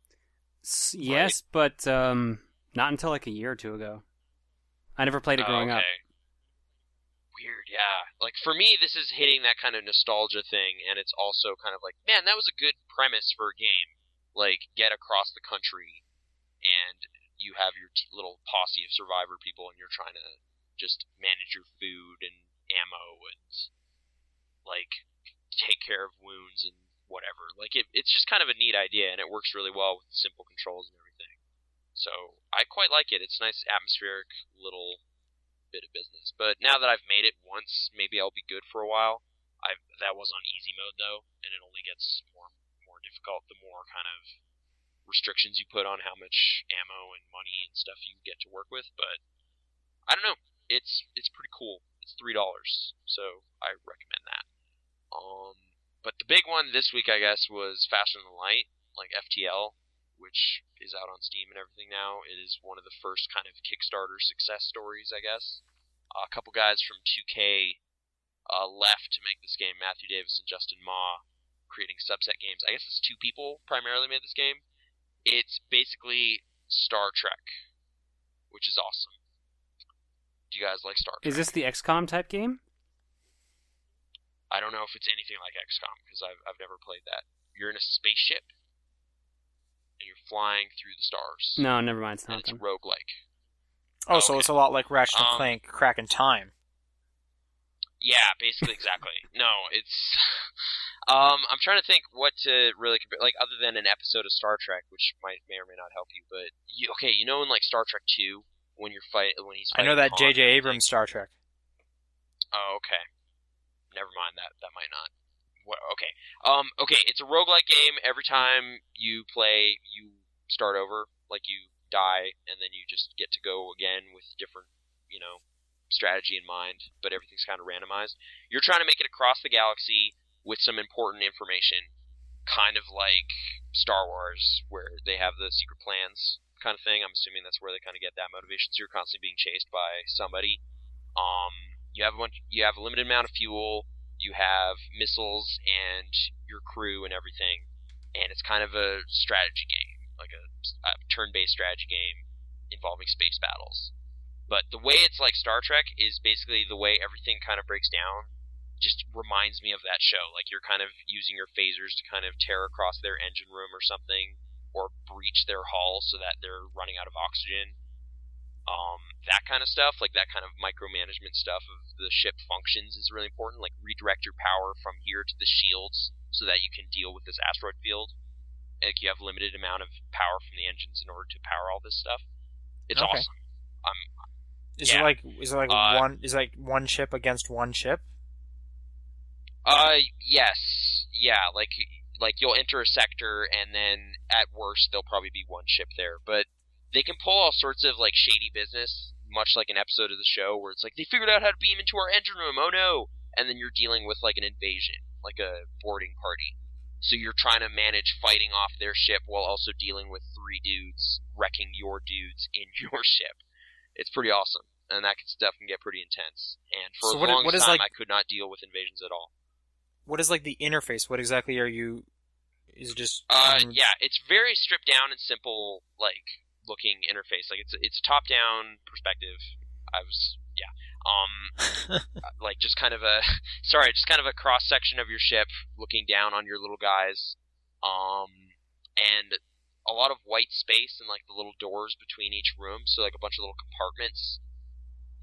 Speaker 1: S- yes, but um, not until like a year or two ago. I never played it
Speaker 2: Oh,
Speaker 1: growing up.
Speaker 2: Weird, yeah. Like for me, this is hitting that kind of nostalgia thing, and it's also kind of like, man, that was a good premise for a game. Like get across the country, and you have your t- little posse of survivor people, and you're trying to just manage your food and ammo and like take care of wounds and whatever. Like it, it's just kind of a neat idea, and it works really well with simple controls and everything. So I quite like it. It's a nice atmospheric little bit of business. But now that I've made it once, maybe I'll be good for a while. I that was on easy mode though, and it only gets more more difficult the more kind of restrictions you put on how much ammo and money and stuff you get to work with. But I don't know. It's it's pretty cool. It's three dollars, so I recommend that. Um, but the big one this week, I guess, was Faster Than Light, like FTL, which is out on Steam and everything now. It is one of the first kind of Kickstarter success stories, I guess. Uh, a couple guys from 2K uh, left to make this game. Matthew Davis and Justin Ma creating subset games. I guess it's two people primarily made this game. It's basically Star Trek, which is awesome. Do you guys like Star Trek?
Speaker 1: Is this the XCOM type game?
Speaker 2: I don't know if it's anything like XCOM because I've I've never played that. You're in a spaceship and you're flying through the stars.
Speaker 1: No, never mind. It's
Speaker 2: and
Speaker 1: not
Speaker 2: it's
Speaker 1: them.
Speaker 2: roguelike.
Speaker 3: Oh, so
Speaker 2: Okay.
Speaker 3: it's a lot like Ratchet and
Speaker 2: Um,
Speaker 3: Clank, Crack in Time.
Speaker 2: Yeah, basically, exactly. no, it's. Um, I'm trying to think what to really compare, like other than an episode of Star Trek, which might may or may not help you. But you, okay, you know in like Star Trek Two when you're fight when he's
Speaker 3: I know
Speaker 2: fighting
Speaker 3: that
Speaker 2: Khan
Speaker 3: J.J.
Speaker 2: and everything?
Speaker 3: Abrams Star Trek.
Speaker 2: Oh, okay. Never mind that. That might not. What, okay. Um. Okay. It's a roguelike game. Every time you play, you start over. Like you die, and then you just get to go again with different, you know, strategy in mind. But everything's kind of randomized. You're trying to make it across the galaxy with some important information, kind of like Star Wars, where they have the secret plans kind of thing. I'm assuming that's where they kind of get that motivation. So you're constantly being chased by somebody. Um, you have a bunch, you have a limited amount of fuel. You have missiles and your crew and everything, and it's kind of a strategy game, like a, a turn-based strategy game involving space battles. But the way it's like Star Trek is basically the way everything kind of breaks down. Just reminds me of that show. Like you're kind of using your phasers to kind of tear across their engine room or something, or breach their hull so that they're running out of oxygen um, that kind of stuff, like that kind of micromanagement stuff of the ship functions is really important. Like redirect your power from here to the shields so that you can deal with this asteroid field. Like you have limited amount of power from the engines in order to power all this stuff. It's
Speaker 3: Okay.
Speaker 2: awesome. Um,
Speaker 3: Is
Speaker 2: Yeah.
Speaker 3: it like is it like
Speaker 2: Uh,
Speaker 3: one is it like one ship against one ship?
Speaker 2: uh, yes, yeah, like like you'll enter a sector and then at worst there'll probably be one ship there, but they can pull all sorts of like shady business, much like an episode of the show where it's like they figured out how to beam into our engine room. Oh no! And then you're dealing with like an invasion, like a boarding party. So you're trying to manage fighting off their ship while also dealing with three dudes wrecking your dudes in your ship. It's pretty awesome, and that can- stuff can get pretty intense. And for
Speaker 3: So
Speaker 2: a
Speaker 3: what i-
Speaker 2: long
Speaker 3: what is,
Speaker 2: time, I
Speaker 3: like-
Speaker 2: could not deal with invasions at all.
Speaker 3: What is like the interface? What exactly are you? Is it just
Speaker 2: Uh,
Speaker 3: um,
Speaker 2: yeah, it's very stripped down and simple, like looking interface. Like it's it's a top down perspective. I was yeah, um, uh, like just kind of a sorry, just kind of a cross section of your ship looking down on your little guys, um, and a lot of white space and like the little doors between each room, so like a bunch of little compartments,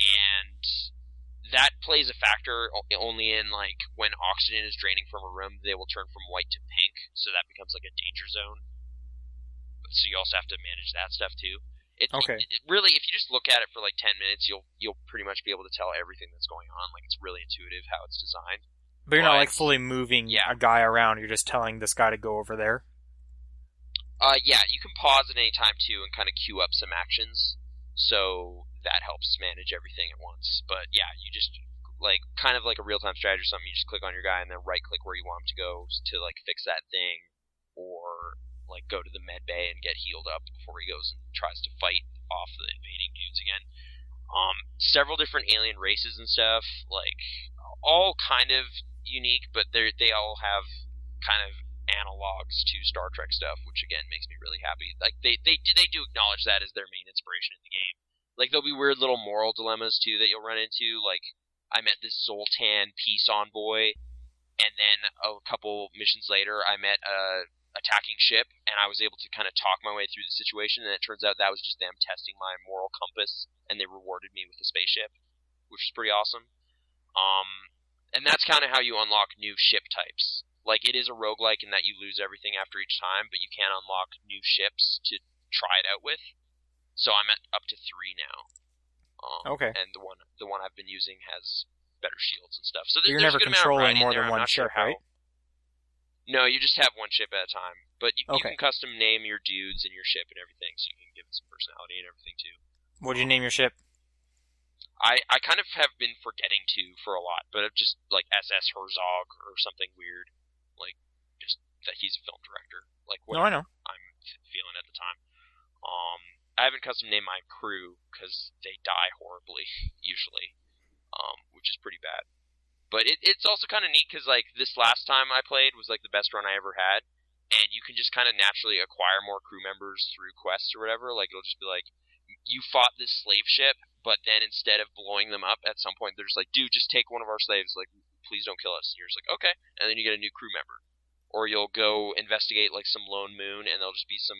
Speaker 2: and that plays a factor o- only in like when oxygen is draining from a room, they will turn from white to pink, so that becomes like a danger zone. So you also have to manage that stuff too. It,
Speaker 3: Okay.
Speaker 2: it- it- really, if you just look at it for like ten minutes, you'll you'll pretty much be able to tell everything that's going on. Like it's really intuitive how it's designed.
Speaker 3: But you're not like
Speaker 2: Like-
Speaker 3: fully moving
Speaker 2: Yeah.
Speaker 3: a guy around. You're just telling this guy to go over there.
Speaker 2: Uh, yeah, you can pause at any time too and kind of queue up some actions, so that helps manage everything at once. But yeah, you just like kind of like a real time strategy or something. You just click on your guy and then right click where you want him to go to like fix that thing, or like go to the med bay and get healed up before he goes and tries to fight off the invading dudes again. Um, several different alien races and stuff, like all kind of unique, but they they all have kind of analogs to Star Trek stuff, which again makes me really happy. Like they they do they do acknowledge that as their main inspiration in the game. Like there'll be weird little moral dilemmas too that you'll run into. Like I met this Zoltan peace envoy, and then a couple missions later I met a attacking ship, and I was able to kind of talk my way through the situation. And it turns out that was just them testing my moral compass, and they rewarded me with a spaceship, which is pretty awesome. Um, and that's kind of how you unlock new ship types. Like it is a roguelike in that you lose everything after each time, but you can unlock new ships to try it out with. So I'm at up to three now. Um,
Speaker 3: Okay.
Speaker 2: And the one the one I've been using has better shields and stuff. So
Speaker 3: But
Speaker 2: there,
Speaker 3: you're
Speaker 2: there's a
Speaker 3: never
Speaker 2: good amount of
Speaker 3: controlling
Speaker 2: variety
Speaker 3: more
Speaker 2: there.
Speaker 3: than
Speaker 2: I'm
Speaker 3: one
Speaker 2: not sure
Speaker 3: ship,
Speaker 2: how-
Speaker 3: right?
Speaker 2: No, you just have one ship at a time. But you, you can
Speaker 3: Okay.
Speaker 2: custom name your dudes and your ship and everything, so you can give it some personality and everything too.
Speaker 3: What do you name your ship?
Speaker 2: I, I kind of have been forgetting to for a lot, but I've just like SS Herzog or something weird, like just that he's a film director, like what
Speaker 3: No, I know.
Speaker 2: I'm f- feeling at the time. Um, I haven't custom named my crew because they die horribly usually, um, which is pretty bad. But it, it's also kind of neat because like this last time I played was like the best run I ever had, and you can just kind of naturally acquire more crew members through quests or whatever. Like it'll just be like you fought this slave ship, but then instead of blowing them up, at some point they're just like, dude, just take one of our slaves. Like please don't kill us. And you're just like okay, and then you get a new crew member or you'll go investigate like some lone moon and there'll just be some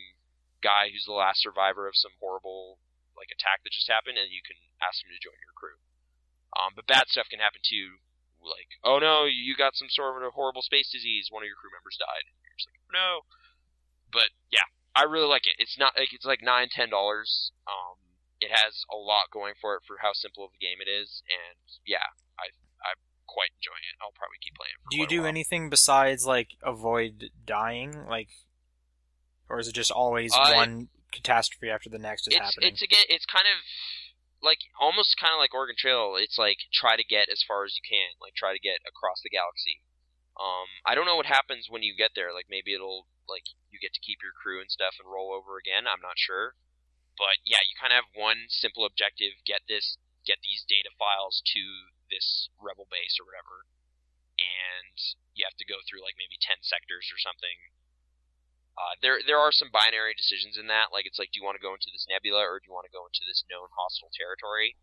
Speaker 2: guy who's the last survivor of some horrible like attack that just happened and you can ask him to join your crew um, but bad stuff can happen too like oh no you got some sort of horrible space disease one of your crew members died you're just like no but yeah i really like it it's not like it's like nine ten dollars um, it has a lot going for it for how simple of a game it is and yeah i i'm quite enjoying it i'll probably keep playing it for
Speaker 3: Do you
Speaker 2: quite a
Speaker 3: do
Speaker 2: while.
Speaker 3: anything besides like avoid dying, like, or is it just always
Speaker 2: I-
Speaker 3: one catastrophe after the next is
Speaker 2: it's
Speaker 3: happening?
Speaker 2: it's again it's kind of like almost kind of like Oregon Trail. It's like try to get as far as you can, like try to get across the galaxy. Um, I don't know what happens when you get there. Like maybe it'll like you get to keep your crew and stuff and roll over again. I'm not sure, but yeah, you kind of have one simple objective: get this, get these data files to this rebel base or whatever, and you have to go through like maybe ten sectors or something uh, there there are some binary decisions in that. Like it's like, do you want to go into this nebula or do you want to go into this known hostile territory?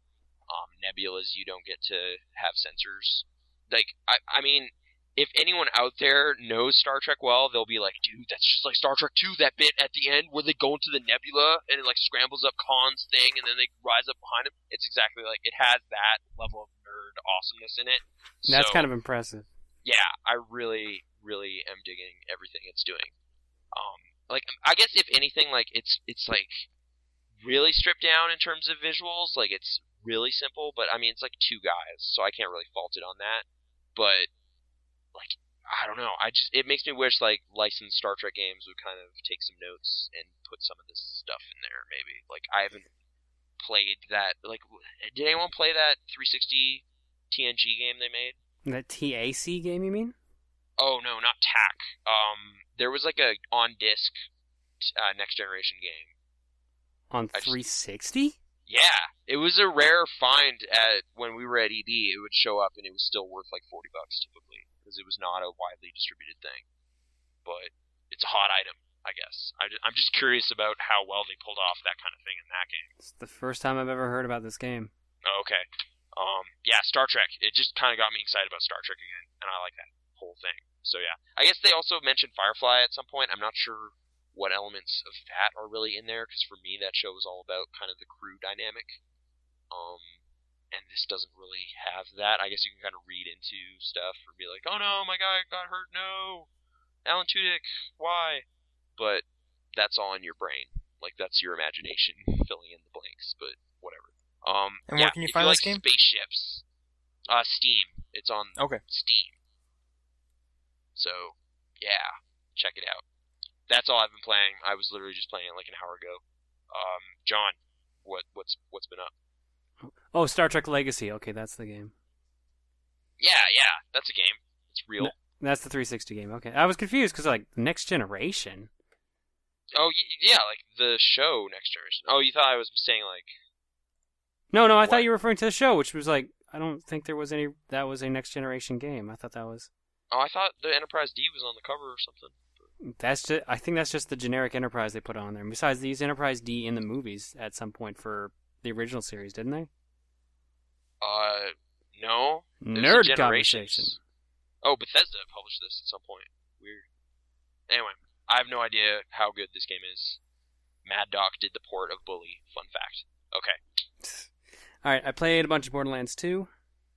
Speaker 2: Um, nebulas you don't get to have sensors. Like I I mean, if anyone out there knows Star Trek well, they'll be like, dude, that's just like Star Trek 2, that bit at the end where they go into the nebula and it like scrambles up Khan's thing and then they rise up behind him. It's exactly like it has that level of nerd awesomeness in it.
Speaker 1: That's
Speaker 2: so,
Speaker 1: kind of impressive.
Speaker 2: yeah, I really, really am digging everything it's doing. Um, like I guess if anything, like it's it's like really stripped down in terms of visuals. Like it's really simple, but I mean it's like two guys, so I can't really fault it on that. But like I don't know, I just it makes me wish like licensed Star Trek games would kind of take some notes and put some of this stuff in there. Maybe like I haven't played that. Like w- did anyone play that 360 TNG game they made?
Speaker 1: That TAC game, you mean?
Speaker 2: Oh no, not TAC. Um, there was like a on disc uh, next generation game.
Speaker 1: On
Speaker 2: I just-
Speaker 1: 360?
Speaker 2: Yeah, it was a rare find at when we were at ED. It would show up and it was still worth like forty bucks typically because it was not a widely distributed thing. But it's a hot item, I guess. I ju- I'm just curious about how well they pulled off that kind of thing in that game.
Speaker 1: It's the first time I've ever heard about this game.
Speaker 2: Oh, okay. Um, yeah, Star Trek. It just kind of got me excited about Star Trek again, and I like that whole thing. So yeah, I guess they also mentioned Firefly at some point. I'm not sure what elements of that are really in there because for me that show was all about kind of the crew dynamic. Um, and this doesn't really have that. I guess you can kind of read into stuff or be like, oh no, my guy got hurt. No, Alan Tudyk, why? But that's all in your brain. Like that's your imagination filling in the blanks. But whatever. Um,
Speaker 3: And where
Speaker 2: yeah,
Speaker 3: can you
Speaker 2: if
Speaker 3: find
Speaker 2: you
Speaker 3: this
Speaker 2: like
Speaker 3: game?
Speaker 2: Spaceships. Uh, Steam. It's on
Speaker 3: Okay.
Speaker 2: Steam. So, yeah, check it out. That's all I've been playing. I was literally just playing it like an hour ago. Um, John, what what's what's been up?
Speaker 1: Oh, Star Trek Legacy. Okay, that's the game.
Speaker 2: Yeah, yeah, that's a game. It's real.
Speaker 1: That's the 360 game. Okay. I was confused because, like, next generation.
Speaker 2: Oh y- yeah, like the show next generation. Oh, you thought I was saying like
Speaker 1: No, no, I
Speaker 2: What?
Speaker 1: thought you were referring to the show, which was like, I don't think there was any, that was a next generation game. I thought that was,
Speaker 2: oh, I thought the Enterprise D was on the cover or something.
Speaker 1: that's just, I think that's just the generic Enterprise they put on there. And besides, they used Enterprise D in the movies at some point for the original series, didn't they?
Speaker 2: Uh, no. It was
Speaker 1: Nerd
Speaker 2: the Generations.
Speaker 1: conversation.
Speaker 2: Oh, Bethesda published this at some point. Weird. Anyway, I have no idea how good this game is. Mad Doc did the port of Bully. Fun fact. Okay.
Speaker 1: All right, I played a bunch of Borderlands 2.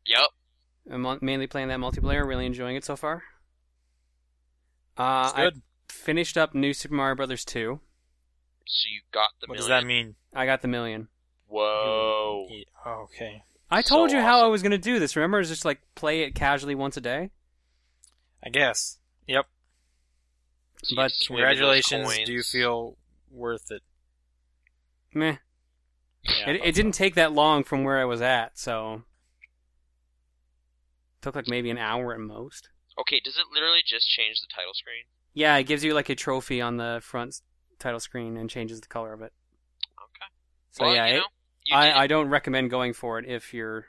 Speaker 2: Yep.
Speaker 1: I'm mon- mainly playing that multiplayer, really enjoying it so far. Uh,
Speaker 3: It's
Speaker 1: I
Speaker 3: good.
Speaker 1: finished up New Super Mario Brothers 2.
Speaker 2: So you got the
Speaker 3: What does
Speaker 2: million.
Speaker 3: that mean?
Speaker 1: I got the million.
Speaker 2: Whoa.
Speaker 3: Yeah, Okay.
Speaker 1: I told
Speaker 2: So
Speaker 1: you how I
Speaker 2: awesome.
Speaker 1: was going to do this. Remember, it's just like play it casually once a day.
Speaker 3: I guess. Yep.
Speaker 2: So you
Speaker 1: But
Speaker 2: swim in those
Speaker 3: Congratulations.
Speaker 2: coins.
Speaker 3: Do you feel worth it?
Speaker 1: Meh.
Speaker 3: Yeah,
Speaker 1: it it didn't take that long from where I was at, so took like maybe an hour at most.
Speaker 2: Okay, does it literally just change the title screen?
Speaker 1: Yeah, it gives you like a trophy on the front s- title screen and changes the color of it.
Speaker 2: Okay.
Speaker 1: So
Speaker 2: well,
Speaker 1: yeah,
Speaker 2: you
Speaker 1: it-
Speaker 2: know, you did it.
Speaker 1: I, I don't recommend going for it if you're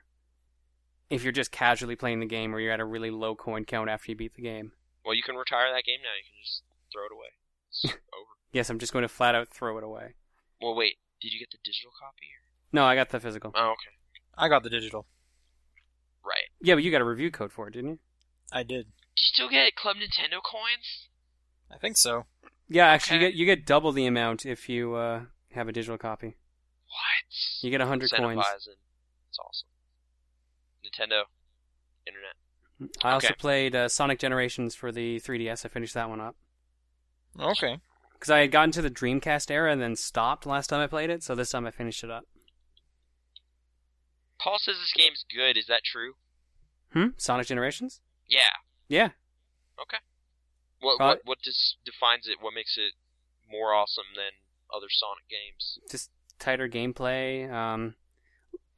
Speaker 1: if you're just casually playing the game or you're at a really low coin count after you beat the game.
Speaker 2: Well, you can retire that game now. You can just throw it away. It's over.
Speaker 1: Yes, I'm just going to flat out throw it away.
Speaker 2: Well, wait. Did you get the digital copy? Or...
Speaker 1: No, I got the physical.
Speaker 2: Oh, okay.
Speaker 3: I got the digital.
Speaker 2: Right.
Speaker 1: Yeah, but you got a review code for it, didn't you?
Speaker 3: I did.
Speaker 2: Do you still get Club Nintendo coins?
Speaker 3: I think so.
Speaker 1: Yeah, actually,
Speaker 2: Okay.
Speaker 1: you get you get double the amount if you uh, have a digital copy.
Speaker 2: What?
Speaker 1: You get 100 coins.
Speaker 2: Incentivizing. It's awesome. Nintendo, internet.
Speaker 1: I also
Speaker 2: Okay.
Speaker 1: played uh, Sonic Generations for the 3DS. I finished that one up
Speaker 3: Okay.
Speaker 1: because I had gotten to the Dreamcast era and then stopped last time I played it. So this time I finished it up.
Speaker 2: Paul says this game's good. Is that true?
Speaker 1: Hmm. Sonic Generations.
Speaker 2: Yeah.
Speaker 1: Yeah.
Speaker 2: What
Speaker 1: Uh,
Speaker 2: what what dis- defines it? What makes it more awesome than other Sonic games?
Speaker 1: just tighter gameplay. Um,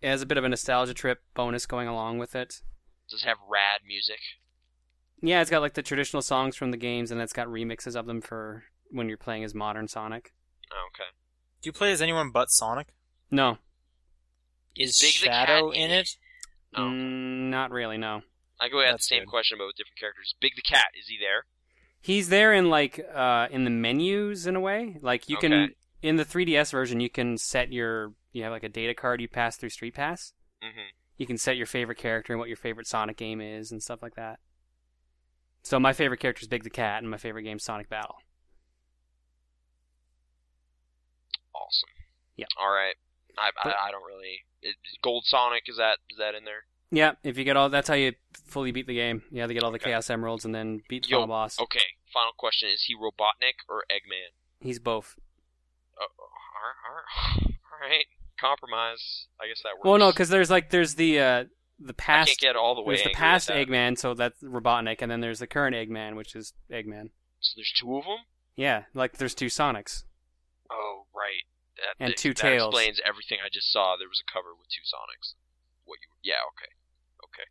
Speaker 1: it has a bit of a nostalgia trip bonus going along with it.
Speaker 2: Does it have rad music?
Speaker 1: Yeah, it's got like the traditional songs from the games, and it's got remixes of them for when you're playing as modern Sonic.
Speaker 2: Oh, okay.
Speaker 3: Do you play as anyone but Sonic?
Speaker 1: No,
Speaker 3: Is
Speaker 2: Big the Cat
Speaker 3: Shadow
Speaker 2: in
Speaker 3: in it?
Speaker 2: Oh.
Speaker 1: mm, not really. No,
Speaker 2: I go at the
Speaker 3: That's
Speaker 2: same
Speaker 3: good.
Speaker 2: question but with different characters. Big the Cat, is he there?
Speaker 1: he's there in like uh, in the menus in a way. Like you can
Speaker 2: Okay.
Speaker 1: in the 3DS version, you can set your you have like a data card you pass through Street Pass.
Speaker 2: Mm-hmm.
Speaker 1: You can set your favorite character and what your favorite Sonic game is and stuff like that. So my favorite character is Big the Cat, and my favorite game Sonic Battle.
Speaker 2: Awesome.
Speaker 1: Yep.
Speaker 2: All right. I,
Speaker 1: But-
Speaker 2: I, I don't really. Is Gold Sonic is that is that in there?
Speaker 1: Yeah, if you get all, that's how you fully beat the game. You have to get all the
Speaker 2: Okay. oh.
Speaker 1: Chaos Emeralds and then beat the
Speaker 2: Yo,
Speaker 1: final boss.
Speaker 2: Okay. Final question: Is he Robotnik or Eggman?
Speaker 1: He's both.
Speaker 2: Uh, all right. Compromise. I guess that works.
Speaker 1: Well, no, because there's like there's the uh, the
Speaker 2: I can't
Speaker 1: past
Speaker 2: get all the way.
Speaker 1: there's the
Speaker 2: angry at
Speaker 1: past
Speaker 2: that.
Speaker 1: Eggman, so that's Robotnik, and then there's the current Eggman, which is Eggman.
Speaker 2: So there's two of them.
Speaker 1: Yeah, like there's two Sonics.
Speaker 2: Oh, right. That,
Speaker 1: And
Speaker 2: that-
Speaker 1: two
Speaker 2: that
Speaker 1: tails.
Speaker 2: explains everything I just saw. There was a cover with two Sonics. What you? Yeah. Okay.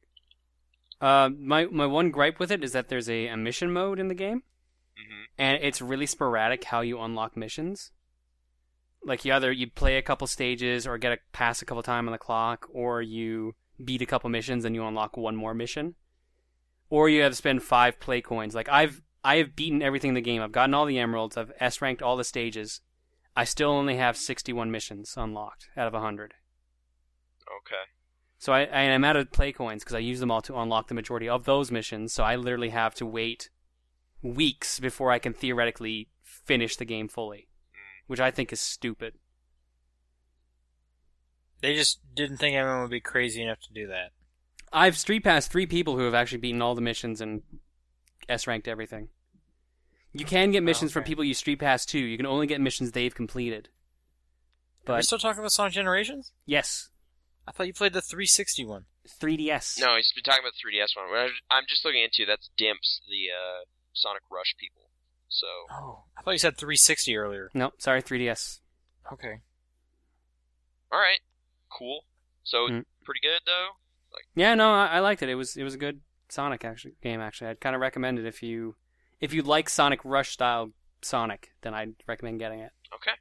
Speaker 2: Okay.
Speaker 1: Uh, my my one gripe with it is that there's a, a mission mode in the game,
Speaker 2: hmm
Speaker 1: and it's really sporadic how you unlock missions. Like you either you play a couple stages or get a pass a couple time on the clock, or you beat a couple missions and you unlock one more mission, or you have to spend five play coins. Like I've I have beaten everything in the game. I've gotten all the emeralds. I've S ranked all the stages. I still only have sixty one missions unlocked out of hundred.
Speaker 2: Okay.
Speaker 1: So I, I am out of play coins because I use them all to unlock the majority of those missions. So I literally have to wait weeks before I can theoretically finish the game fully, which I think is stupid.
Speaker 3: They just didn't think anyone would be crazy enough to do that.
Speaker 1: I've street passed three people who have actually beaten all the missions and S ranked everything. You can get missions from
Speaker 3: okay.
Speaker 1: people you street pass too. You can only get missions they've completed.
Speaker 3: Are we
Speaker 1: But
Speaker 3: still talking about Sonic Generations?
Speaker 1: yes,
Speaker 3: I thought you played the 360 one.
Speaker 1: 3DS.
Speaker 2: No, he's been talking about the 3DS one. What I- I'm just looking into that's Dimps, the uh, Sonic Rush people. So
Speaker 3: Oh, I thought you said 360 earlier.
Speaker 1: no, sorry, 3DS.
Speaker 3: Okay.
Speaker 2: all right, cool. So
Speaker 1: Mm.
Speaker 2: pretty good though.
Speaker 1: Yeah, no, I, I liked it. It was it was a good Sonic actually game. Actually, I'd kind of recommend it if you if you like Sonic Rush style Sonic, then I'd recommend getting it.
Speaker 2: Okay.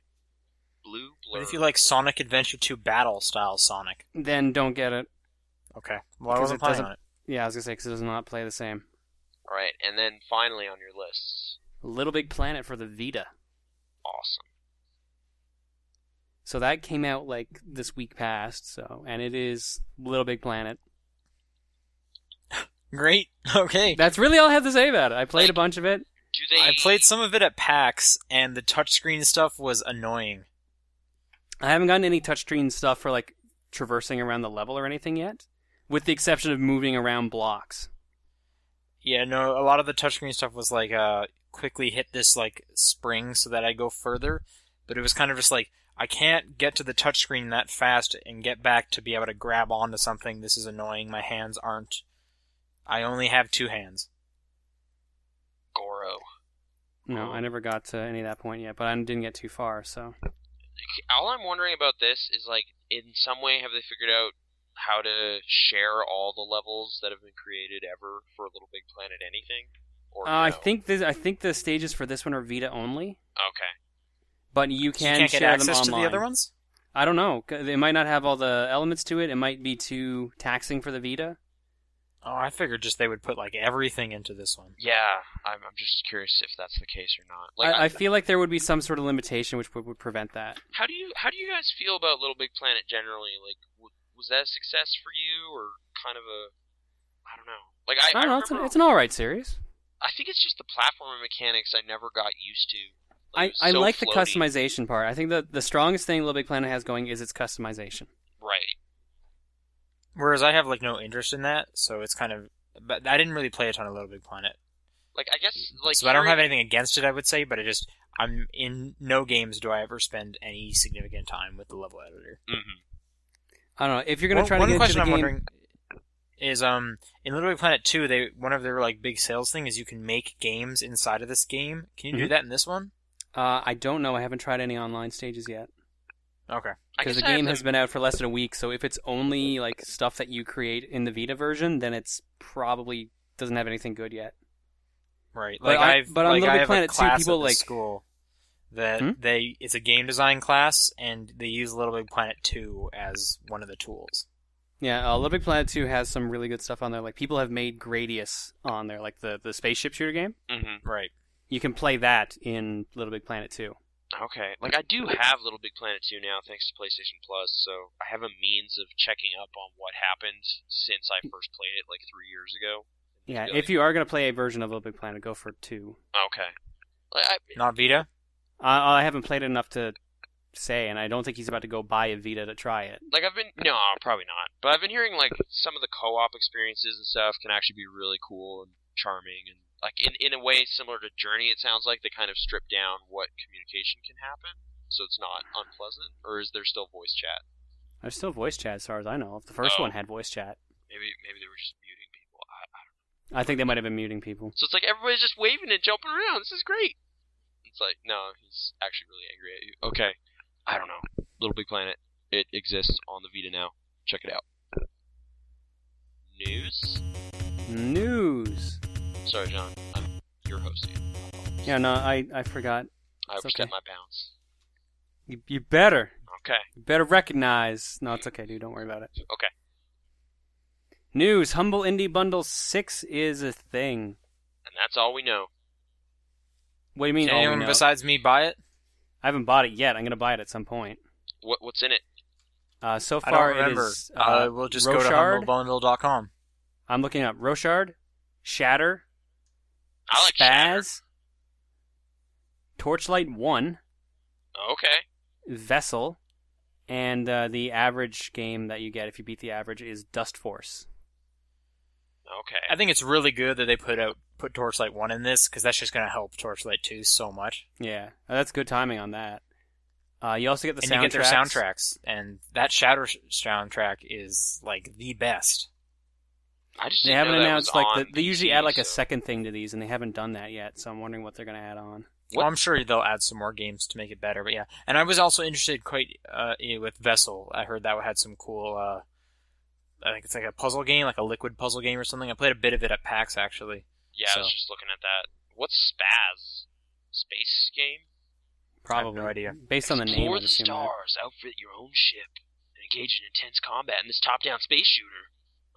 Speaker 2: Blue blur.
Speaker 3: What if you like Sonic Adventure 2 Battle style Sonic?
Speaker 1: Then don't get it.
Speaker 3: Okay. Well, I
Speaker 1: Because
Speaker 3: wasn't
Speaker 1: it
Speaker 3: playing
Speaker 1: doesn't-
Speaker 3: on it.
Speaker 1: Yeah, I was gonna say because it does not play the same.
Speaker 2: All right, and then finally on your list,
Speaker 1: Little Big Planet for the Vita.
Speaker 2: awesome.
Speaker 1: So that came out like this week past. So and it is Little Big Planet.
Speaker 3: Great. Okay.
Speaker 1: That's really all I have to say about it. I played a bunch of it.
Speaker 2: Do they?
Speaker 3: I played some of it at PAX, and the touchscreen stuff was annoying.
Speaker 1: I haven't gotten any touchscreen stuff for like traversing around the level or anything yet, with the exception of moving around blocks.
Speaker 3: Yeah, no, a lot of the touchscreen stuff was like, uh, quickly hit this, like, spring so that I go further. But it was kind of just like, I can't get to the touchscreen that fast and get back to be able to grab onto something. This is annoying. My hands aren't. I only have two hands.
Speaker 2: Goro.
Speaker 1: No,
Speaker 2: Oh.
Speaker 1: I never got to any of that point yet, but I didn't get too far. So
Speaker 2: all I'm wondering about this is like, in some way, have they figured out how to share all the levels that have been created ever for Little Big Planet anything? Or
Speaker 1: uh, I
Speaker 2: no?
Speaker 1: think this, I think the stages for this one are Vita only,
Speaker 2: okay,
Speaker 1: but you
Speaker 3: So you
Speaker 1: can
Speaker 3: can't
Speaker 1: share
Speaker 3: get access
Speaker 1: them
Speaker 3: to
Speaker 1: online.
Speaker 3: the other ones?
Speaker 1: I don't know. 'cause It might not have all the elements to it. It might be too taxing for the Vita.
Speaker 3: Oh, I figured just they would put like everything into this one.
Speaker 2: yeah, I'm, I'm just curious if that's the case or not. Like,
Speaker 1: I, I feel like there would be some sort of limitation which would, would prevent that.
Speaker 2: how do you how do you guys feel about Little Big Planet generally? Like, w- was that a success for you, or kind of a I don't know. Like, I,
Speaker 1: I don't know. It's an,
Speaker 2: remember,
Speaker 1: it's an all right series.
Speaker 2: I think it's just the platforming mechanics I never got used to.
Speaker 1: I,
Speaker 2: Like, it was
Speaker 1: I
Speaker 2: so
Speaker 1: like the
Speaker 2: floaty.
Speaker 1: customization part. I think the the strongest thing Little Big Planet has going is its customization.
Speaker 2: Right.
Speaker 3: Whereas I have like no interest in that, so it's kind of. But I didn't really play a ton of Little Big Planet,
Speaker 2: Like, I guess
Speaker 1: Mm-hmm.
Speaker 2: like
Speaker 3: so I don't
Speaker 2: hearing-
Speaker 3: have anything against it. I would say, but I just I'm in no games do I ever spend any significant time with the level editor.
Speaker 2: Mhm.
Speaker 1: I don't know if you're gonna
Speaker 3: one,
Speaker 1: try to
Speaker 3: one
Speaker 1: get
Speaker 3: question
Speaker 1: into the
Speaker 3: I'm
Speaker 1: game.
Speaker 3: wondering is um in Little Big Planet two they one of their like big sales thing is you can make games inside of this game. Can you do
Speaker 1: Mhm.
Speaker 3: that in this one?
Speaker 1: Uh, I don't know. I haven't tried any online stages yet.
Speaker 3: Okay.
Speaker 2: I
Speaker 1: because
Speaker 2: guess
Speaker 1: the
Speaker 2: I have
Speaker 1: game
Speaker 2: the-
Speaker 1: has been out for less than a week. So if it's only like stuff that you create in the Vita version, then it's probably doesn't have anything good yet.
Speaker 3: Right.
Speaker 1: But
Speaker 3: Like
Speaker 1: I-
Speaker 3: I've
Speaker 1: but on
Speaker 3: like
Speaker 1: Little
Speaker 3: I
Speaker 1: Big
Speaker 3: have
Speaker 1: Planet
Speaker 3: a
Speaker 1: 2,
Speaker 3: class
Speaker 1: people,
Speaker 3: at the
Speaker 1: like-
Speaker 3: school that
Speaker 1: Hmm?
Speaker 3: they it's a game design class and they use Little Big Planet 2 as one of the tools.
Speaker 1: Yeah, uh, Little Big Planet Two has some really good stuff on there. Like people have made Gradius on there, like the the spaceship shooter game.
Speaker 2: Mhm.
Speaker 3: Right.
Speaker 1: You can play that in Little Big Planet Two.
Speaker 2: Okay. Like I do have Little Big Planet 2 now thanks to PlayStation Plus, so
Speaker 1: Mm-hmm.
Speaker 2: I have a means of checking up on what happened since I first played it like 3 years ago.
Speaker 1: Yeah,
Speaker 2: Really?
Speaker 1: if you are gonna play a version of Little Big Planet, go for two.
Speaker 2: Okay. Like, I,
Speaker 3: Not Vita.
Speaker 1: I, I haven't played it enough to say, and I don't think he's about to go buy a Vita to try it.
Speaker 2: like I've been no, probably not. But I've been hearing like some of the co-op experiences and stuff can actually be really cool and charming and like in in a way similar to Journey. It sounds like they kind of strip down what communication can happen, so it's not unpleasant. Or is there still voice chat?
Speaker 1: There's still voice chat, as far as I know. The first
Speaker 2: Oh.
Speaker 1: one had voice chat.
Speaker 2: Maybe maybe they were just muting people. I, I don't
Speaker 1: I think they might have been muting
Speaker 2: know.
Speaker 1: people.
Speaker 2: So it's like everybody's just waving and jumping around. This is great. It's like no, he's actually really angry at you. Okay, I don't know. Little Big Planet. It exists on the Vita now. Check it out. News.
Speaker 1: News.
Speaker 2: Sorry, John. I'm your host. Ian.
Speaker 1: Yeah, no, I, I forgot.
Speaker 2: I
Speaker 1: It's
Speaker 2: overstepped
Speaker 1: okay.
Speaker 2: my bounds.
Speaker 1: You, you better.
Speaker 2: Okay.
Speaker 1: You better recognize. No, it's okay, dude. Don't worry about it.
Speaker 2: Okay.
Speaker 1: News Humble Indie Bundle 6 is a thing.
Speaker 2: And that's all we know.
Speaker 1: What do you mean? oh,
Speaker 3: Did
Speaker 1: all we
Speaker 3: anyone
Speaker 1: know?
Speaker 3: besides me buy it?
Speaker 1: I haven't bought it yet. I'm going to buy it at some point.
Speaker 2: What what's in it?
Speaker 1: Uh, so
Speaker 3: I
Speaker 1: far,
Speaker 3: don't remember.
Speaker 1: it is.
Speaker 3: Uh, we'll just go to
Speaker 1: Roshard.
Speaker 3: humblebundle.com.
Speaker 1: I'm looking up Roshard, Shatter,
Speaker 2: I like Shatter.
Speaker 1: Spaz, Torchlight 1,
Speaker 2: Okay.
Speaker 1: Vessel, and uh, the average game that you get if you beat the average is Dust Force.
Speaker 2: Okay.
Speaker 3: I think it's really good that they put out put Torchlight One in this because that's just going to help Torchlight Two so much.
Speaker 1: Yeah, uh, that's good timing on that. Uh, you also get the
Speaker 3: and
Speaker 1: soundtracks.
Speaker 3: you get their soundtracks, and that Shatter sh- soundtrack is like the best.
Speaker 2: I just
Speaker 1: They
Speaker 2: didn't
Speaker 1: haven't
Speaker 2: know that
Speaker 1: announced
Speaker 2: was
Speaker 1: like the,
Speaker 2: on
Speaker 1: they usually
Speaker 2: PC,
Speaker 1: add like a
Speaker 2: so-
Speaker 1: second thing to these, and they haven't done that yet. So I'm wondering what they're gonna add on.
Speaker 3: Well, I'm sure they'll add some more games to make it better, but yeah. And I was also interested quite uh, in- with Vessel. I heard that had some cool. Uh, I think it's like a puzzle game, like a liquid puzzle game or something. I played a bit of it at PAX actually.
Speaker 2: Yeah, I was
Speaker 3: so.
Speaker 2: just looking at that. What's Spaz? Space game?
Speaker 1: Probably
Speaker 3: no idea.
Speaker 1: based on the name.
Speaker 2: Explore
Speaker 1: I'd
Speaker 2: the
Speaker 1: assume that-
Speaker 2: stars, outfit your own ship, and engage in intense combat in this top-down space shooter.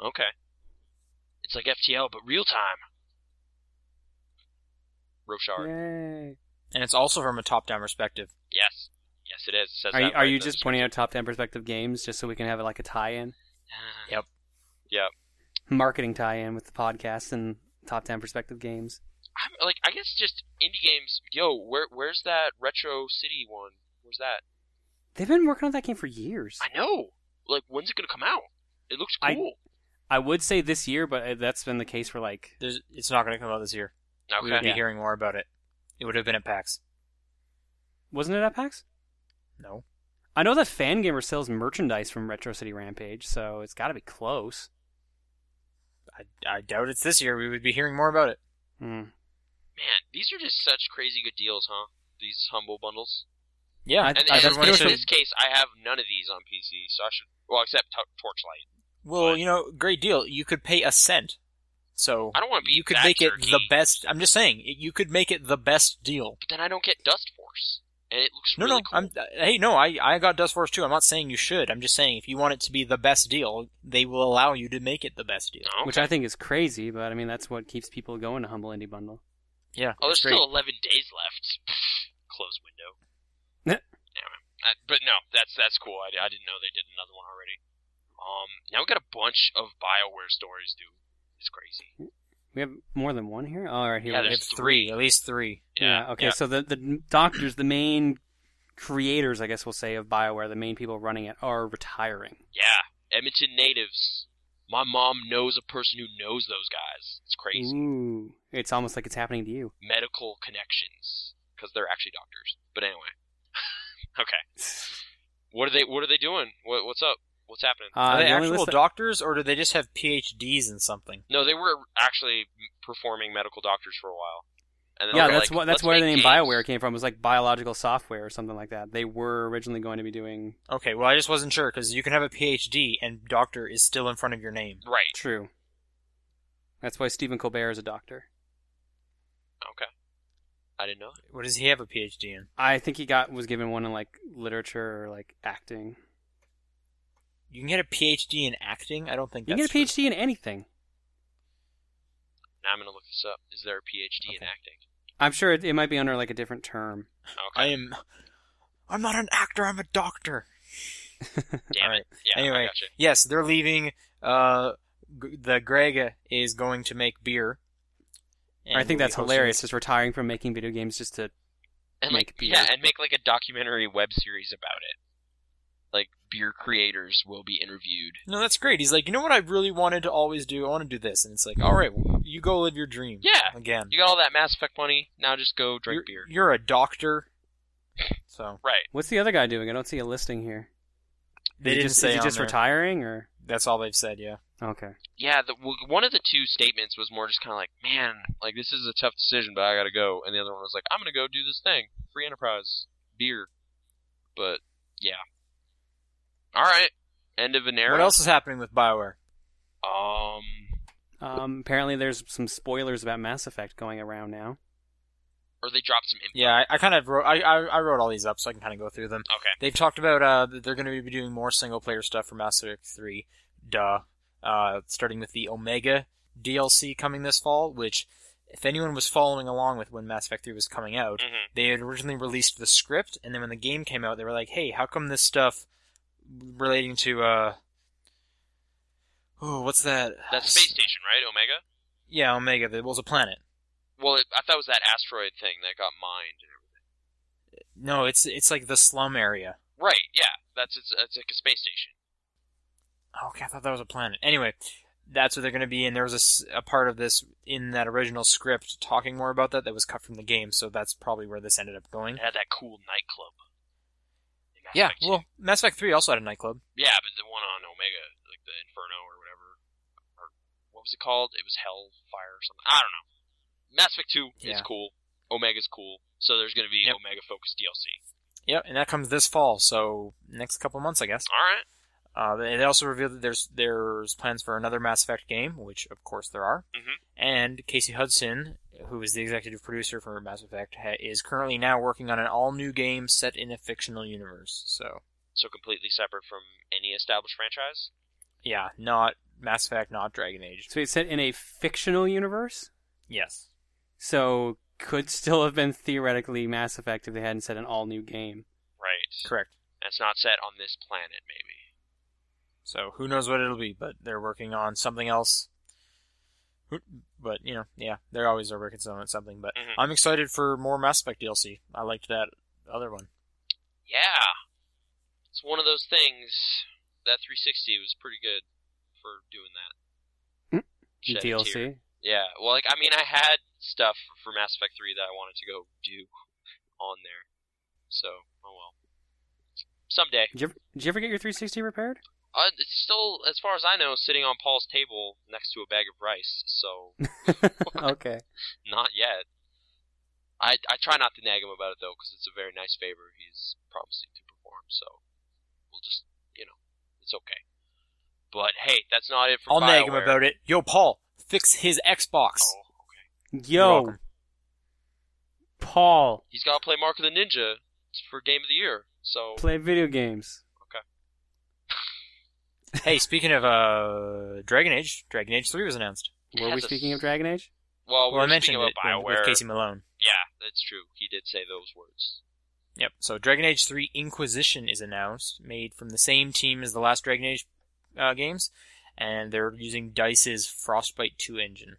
Speaker 2: Okay. It's like FTL but real time. Roshard.
Speaker 1: Yay.
Speaker 3: And it's also from a top-down perspective.
Speaker 2: Yes. Yes, it is. It says
Speaker 1: Are you,
Speaker 2: that
Speaker 1: are
Speaker 2: right
Speaker 1: you
Speaker 2: in the
Speaker 1: just pointing out top ten perspective games just so we can have like a tie-in,
Speaker 2: description.
Speaker 3: Yep.
Speaker 1: marketing tie-in with the podcast and top ten perspective games?
Speaker 2: I'm like I guess just indie games. Yo, where where's that Retro City one? Where's that?
Speaker 1: They've been working on that game for years.
Speaker 2: I know. Like when's it gonna come out? It looks
Speaker 1: I-
Speaker 2: cool.
Speaker 1: I would say this year, but uh, that's been the case for like
Speaker 3: There's, it's not going to come out this year. We would
Speaker 2: okay.
Speaker 3: be
Speaker 1: Yeah.
Speaker 3: hearing more about it. It would have been at PAX.
Speaker 1: wasn't it at PAX?
Speaker 3: No.
Speaker 1: I know that Fangamer sells merchandise from Retro City Rampage, so it's got to be close.
Speaker 3: I, I doubt it's this year. We would be hearing more about it.
Speaker 1: Hmm.
Speaker 2: Man, these are just such crazy good deals, huh? These humble bundles.
Speaker 3: Yeah,
Speaker 1: I-
Speaker 2: And,
Speaker 1: I-
Speaker 2: and
Speaker 1: that's
Speaker 2: in
Speaker 1: pretty much-
Speaker 2: this case, I have none of these on PC, so I should. Well, except Tor- Torchlight.
Speaker 3: Well, you know, great deal. You could pay a cent. So
Speaker 2: I don't want to be.
Speaker 3: you could
Speaker 2: that
Speaker 3: make it the
Speaker 2: jerky,
Speaker 3: best. I'm just saying, it- you could make it the best deal.
Speaker 2: But then I don't get Dust Force, and it looks
Speaker 3: No,
Speaker 2: really
Speaker 3: no.
Speaker 2: cool.
Speaker 3: I'm, uh, hey, no, I, I got Dust Force too. I'm not saying you should. I'm just saying if you want it to be the best deal, they will allow you to make it the best deal.
Speaker 2: Okay.
Speaker 1: Which I think is crazy, but I mean that's what keeps people going to Humble Indie Bundle.
Speaker 3: Yeah.
Speaker 2: Oh, there's
Speaker 3: it's great.
Speaker 2: still 11 days left. Pfft, Close window.
Speaker 1: Yeah.
Speaker 2: Anyway, uh, but no, that's that's cool. I, I didn't know they did another one already. Um, now we got a bunch of Bioware stories, dude. It's crazy.
Speaker 1: We have more than one here. All right, here
Speaker 2: Yeah,
Speaker 1: we go.
Speaker 3: We have
Speaker 2: there's
Speaker 3: three, at least three.
Speaker 1: Yeah. okay. So the the doctors, the main creators, I guess we'll say, of Bioware, the main people running it, are retiring.
Speaker 2: Yeah, Edmonton natives. My mom knows a person who knows those guys. It's crazy.
Speaker 1: Ooh, it's almost like it's happening to you.
Speaker 2: Medical connections, because they're actually doctors. But anyway, okay. What are they? What are they doing? What, what's up? What's happening?
Speaker 1: Uh,
Speaker 3: Are they
Speaker 1: the only
Speaker 3: actual
Speaker 1: list that-
Speaker 3: doctors, or do they just have PhDs in something?
Speaker 2: No, they were actually performing medical doctors for a while. And then they
Speaker 1: yeah,
Speaker 2: were
Speaker 1: that's
Speaker 2: like,
Speaker 1: what that's
Speaker 2: "Let's
Speaker 1: where the
Speaker 2: make
Speaker 1: name
Speaker 2: games."
Speaker 1: Bioware came from. It was like biological software or something like that. They were originally going to be doing
Speaker 3: Okay, well, I just wasn't sure because you can have a PhD and doctor is still in front of your name.
Speaker 2: Right.
Speaker 1: True. That's why Stephen Colbert is a doctor.
Speaker 2: Okay. I didn't know.
Speaker 3: What does he have a PhD in?
Speaker 1: I think he got was given one in like literature or like acting.
Speaker 3: You can get a PhD in acting. I don't think
Speaker 1: You can
Speaker 3: that's
Speaker 1: get a PhD in anything.
Speaker 2: Now I'm gonna look this up. Is there a PhD in
Speaker 1: Okay.
Speaker 2: acting?
Speaker 1: I'm sure it, it might be under like a different term.
Speaker 3: True. I
Speaker 2: Okay.
Speaker 3: am. I'm not an actor. I'm a doctor.
Speaker 2: Damn
Speaker 3: All
Speaker 2: it. Yeah.
Speaker 3: anyway,
Speaker 2: I gotcha.
Speaker 3: yes, they're leaving. Uh, G- the Greg is going to make beer.
Speaker 1: I think
Speaker 3: we'll
Speaker 1: that's
Speaker 3: be hosting-
Speaker 1: hilarious. Is retiring from making video games just to
Speaker 2: and
Speaker 1: make
Speaker 2: like
Speaker 1: beer.
Speaker 2: yeah, and make like a documentary web series about it. Like beer creators will be interviewed.
Speaker 3: No, that's great. He's like, you know what I really wanted to always do? I want to do this, and it's like, all right, well, you go live your dream.
Speaker 2: Yeah.
Speaker 3: Again,
Speaker 2: You got all that Mass Effect money. Now just go drink
Speaker 3: Um,
Speaker 2: beer.
Speaker 3: you're, You're a doctor, so
Speaker 2: Right.
Speaker 1: What's the other guy doing? I don't see a listing here.
Speaker 3: they
Speaker 1: is he
Speaker 3: didn't
Speaker 1: just,
Speaker 3: say
Speaker 1: is he
Speaker 3: on
Speaker 1: just
Speaker 3: there.
Speaker 1: retiring or
Speaker 3: That's all they've said. Yeah.
Speaker 1: okay?
Speaker 2: Yeah. The, w- one of the two statements was more just kind of like, man, like this is a tough decision, but I gotta go. And the other one was like, I'm gonna go do this thing, free enterprise, beer. But yeah. All right. End of an era.
Speaker 3: What else is happening with Bioware?
Speaker 2: Um.
Speaker 1: Um, apparently, there's some spoilers about Mass Effect going around now.
Speaker 2: Or they dropped some. Info.
Speaker 3: Yeah, I, I kind of wrote. I, I I wrote all these up so I can kind of go through them.
Speaker 2: Okay.
Speaker 3: They've talked about uh, that they're going to be doing more single player stuff for Mass Effect 3. Duh. Uh, starting with the Omega DLC coming this fall, which, if anyone was following along with when Mass Effect 3 was coming out,
Speaker 2: Mm-hmm.
Speaker 3: they had originally released the script, and then when the game came out, they were like, hey, how come this stuff relating to, uh, oh, what's that?
Speaker 2: That space station, right? Omega.
Speaker 3: Yeah, Omega, that was a planet.
Speaker 2: Well, it, I thought it was that asteroid thing that got mined. and everything.
Speaker 3: No, it's it's like the slum area.
Speaker 2: Right. Yeah. That's it's, it's like a space station.
Speaker 3: Okay, Oh, I thought that was a planet. Anyway, that's what they're going to be. And there was a s- a, part of this in that original script talking more about that that was cut from the game, so that's probably where this ended up going.
Speaker 2: It had that cool nightclub. in Mass
Speaker 3: Yeah,
Speaker 2: Effect 2.
Speaker 3: well, Mass Effect 3 also had a nightclub.
Speaker 2: Yeah, but the one on Omega, like the Inferno or whatever, or what was it called? It was Hellfire or something. I don't know. Mass Effect Two
Speaker 3: Yeah.
Speaker 2: is cool. Omega's cool. So there's going to be
Speaker 3: Yep.
Speaker 2: Omega focused DLC.
Speaker 3: Yep, and that comes this fall, so next couple months, I guess.
Speaker 2: All right.
Speaker 3: Uh, they they also revealed that there's there's plans for another Mass Effect game, which of course there are.
Speaker 2: Mhm.
Speaker 3: And Casey Hudson, who is the executive producer for Mass Effect, ha- is currently now working on an all new game set in a fictional universe. So
Speaker 2: So completely separate from any established franchise.
Speaker 3: yeah, not Mass Effect, not Dragon Age.
Speaker 1: So it's set in a fictional universe,
Speaker 3: Yes.
Speaker 1: so could still have been theoretically Mass Effect if they hadn't said an all new game.
Speaker 2: Right.
Speaker 3: Correct.
Speaker 2: That's not set on this planet, maybe.
Speaker 3: So who knows what it'll be, but they're working on something else. Who- But you know, yeah, they always are working on something. But
Speaker 2: Mhm.
Speaker 3: I'm excited for more Mass Effect DLC. I liked that other one.
Speaker 2: Yeah. It's one of those things. That 360 was pretty good for doing that.
Speaker 1: Mm.
Speaker 2: Shed a
Speaker 1: DLC.
Speaker 2: tear. Yeah. Well, like I mean, I had stuff for Mass Effect Three that I wanted to go do on there. So, oh well. Someday.
Speaker 1: Did you, ever, did you ever get your 360 repaired?
Speaker 2: Uh, it's still, as far as I know, sitting on Paul's table next to a bag of rice. So,
Speaker 1: okay.
Speaker 2: not yet. I I try not to nag him about it though, because it's a very nice favor he's promising to perform. So, we'll just, you know, it's okay. But hey, that's not it for
Speaker 3: I'll nag him
Speaker 2: BioWare.
Speaker 3: about it. Yo, Paul, fix his Xbox.
Speaker 2: Oh,
Speaker 3: You're
Speaker 1: Yo,
Speaker 3: welcome.
Speaker 1: Paul,
Speaker 2: he's got to play Mark of the Ninja for Game of the Year. So,
Speaker 1: play video games.
Speaker 3: hey, speaking of uh, Dragon Age, Dragon Age Three was announced.
Speaker 1: Were we
Speaker 2: Yes.
Speaker 1: speaking of Dragon Age?
Speaker 2: Well, we
Speaker 3: well, I
Speaker 2: were speaking
Speaker 3: mentioned it
Speaker 2: about
Speaker 1: um,
Speaker 3: when-
Speaker 2: Bioware.
Speaker 3: with Casey Malone.
Speaker 2: Yeah, that's true. He did say those words.
Speaker 3: Yep. So Dragon Age 3 Inquisition is announced, made from the same team as the last Dragon Age uh, games, and they're using Dice's Frostbite 2 engine.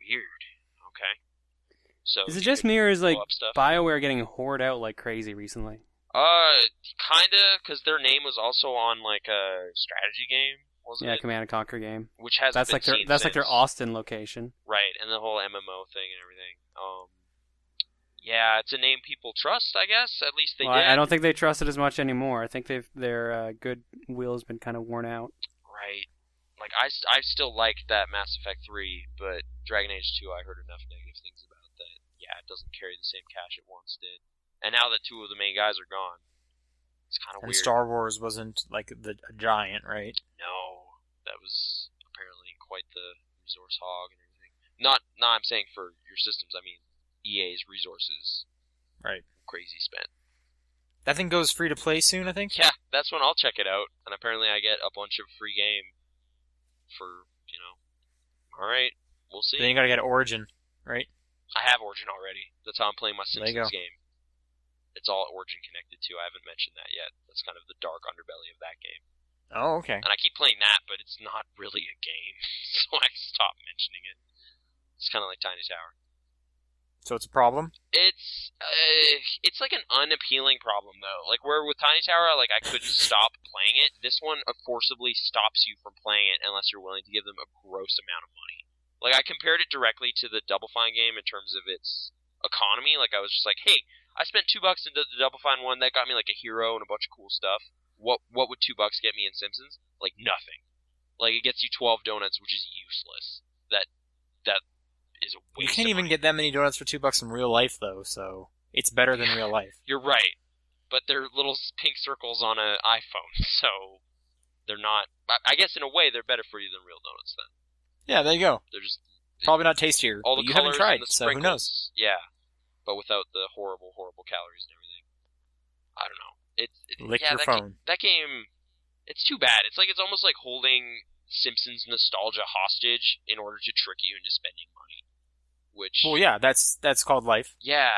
Speaker 2: Weird. Okay. So
Speaker 1: Is
Speaker 2: you
Speaker 1: it just
Speaker 2: could
Speaker 1: me or is
Speaker 2: blow
Speaker 1: like
Speaker 2: up stuff?
Speaker 1: Bioware getting hoard out like crazy recently?
Speaker 2: uh, kinda, because their name was also on like a strategy game, wasn't
Speaker 1: Yeah,
Speaker 2: it?
Speaker 1: Command and Conquer game.
Speaker 2: Which has
Speaker 1: That's like their that's like their Austin location.
Speaker 2: right, and the whole MMO thing and everything. Um, yeah, it's a name people trust, I guess. At least they
Speaker 1: Well,
Speaker 2: did.
Speaker 1: I, I don't think they trust it as much anymore. I think they've their uh, good will's been kind of worn out.
Speaker 2: Right. Like I, s- I still liked that Mass Effect three, but Dragon Age two, I heard enough negative things about that. Yeah, it doesn't carry the same cash it once did, and now that two of the main guys are gone, it's kind of
Speaker 3: And
Speaker 2: weird.
Speaker 3: Star Wars wasn't like the a giant, right?
Speaker 2: no, that was apparently quite the resource hog and everything. Not, no, I'm saying for your systems, I mean EA's resources,
Speaker 3: Right.
Speaker 2: crazy spent.
Speaker 3: That thing goes free to play soon, I think.
Speaker 2: Yeah, that's when I'll check it out, and apparently I get a bunch of free game for you know. All right, we'll see.
Speaker 3: Then you gotta get Origin, right?
Speaker 2: I have Origin already. That's how I'm playing my
Speaker 3: There you
Speaker 2: Simpsons
Speaker 3: go.
Speaker 2: game. It's all Origin connected to. I haven't mentioned that yet. That's kind of the dark underbelly of that game.
Speaker 3: Oh, okay.
Speaker 2: And I keep playing that, but it's not really a game, so I stopped mentioning it. It's kind of like Tiny Tower.
Speaker 3: So it's a problem.
Speaker 2: It's uh, it's like an unappealing problem though. Like where with Tiny Tower, like I couldn't stop playing it. This one uh, forcibly stops you from playing it unless you're willing to give them a gross amount of money. Like I compared it directly to the Double Fine game in terms of its economy. Like I was just like, hey, I spent two bucks into the Double Fine one that got me like a hero and a bunch of cool stuff. What what would two bucks get me in Simpsons? Like nothing. Like it gets you twelve donuts, which is useless. That that is a
Speaker 3: You
Speaker 2: waste.
Speaker 3: can't
Speaker 2: of
Speaker 3: even
Speaker 2: money.
Speaker 3: get that many donuts for two bucks in real life, though. So it's better than real life.
Speaker 2: You're right, but they're little s- pink circles on an iPhone, so they're not. I I guess in a way they're better for you than real donuts. Then
Speaker 3: Yeah, there you go.
Speaker 2: they're just
Speaker 3: Probably not tastier.
Speaker 2: all
Speaker 3: but
Speaker 2: the
Speaker 3: you haven't
Speaker 2: colors and
Speaker 3: tried,
Speaker 2: the
Speaker 3: so who knows?
Speaker 2: sprinkles. Yeah, but without the horrible, horrible calories and everything. I don't know. It, it
Speaker 3: Lick
Speaker 2: yeah,
Speaker 3: your
Speaker 2: that ga-
Speaker 3: phone.
Speaker 2: that game, it's too bad. It's like it's almost like holding Simpsons nostalgia hostage in order to trick you into spending money. Which
Speaker 3: Well, yeah, that's that's called life.
Speaker 2: Yeah,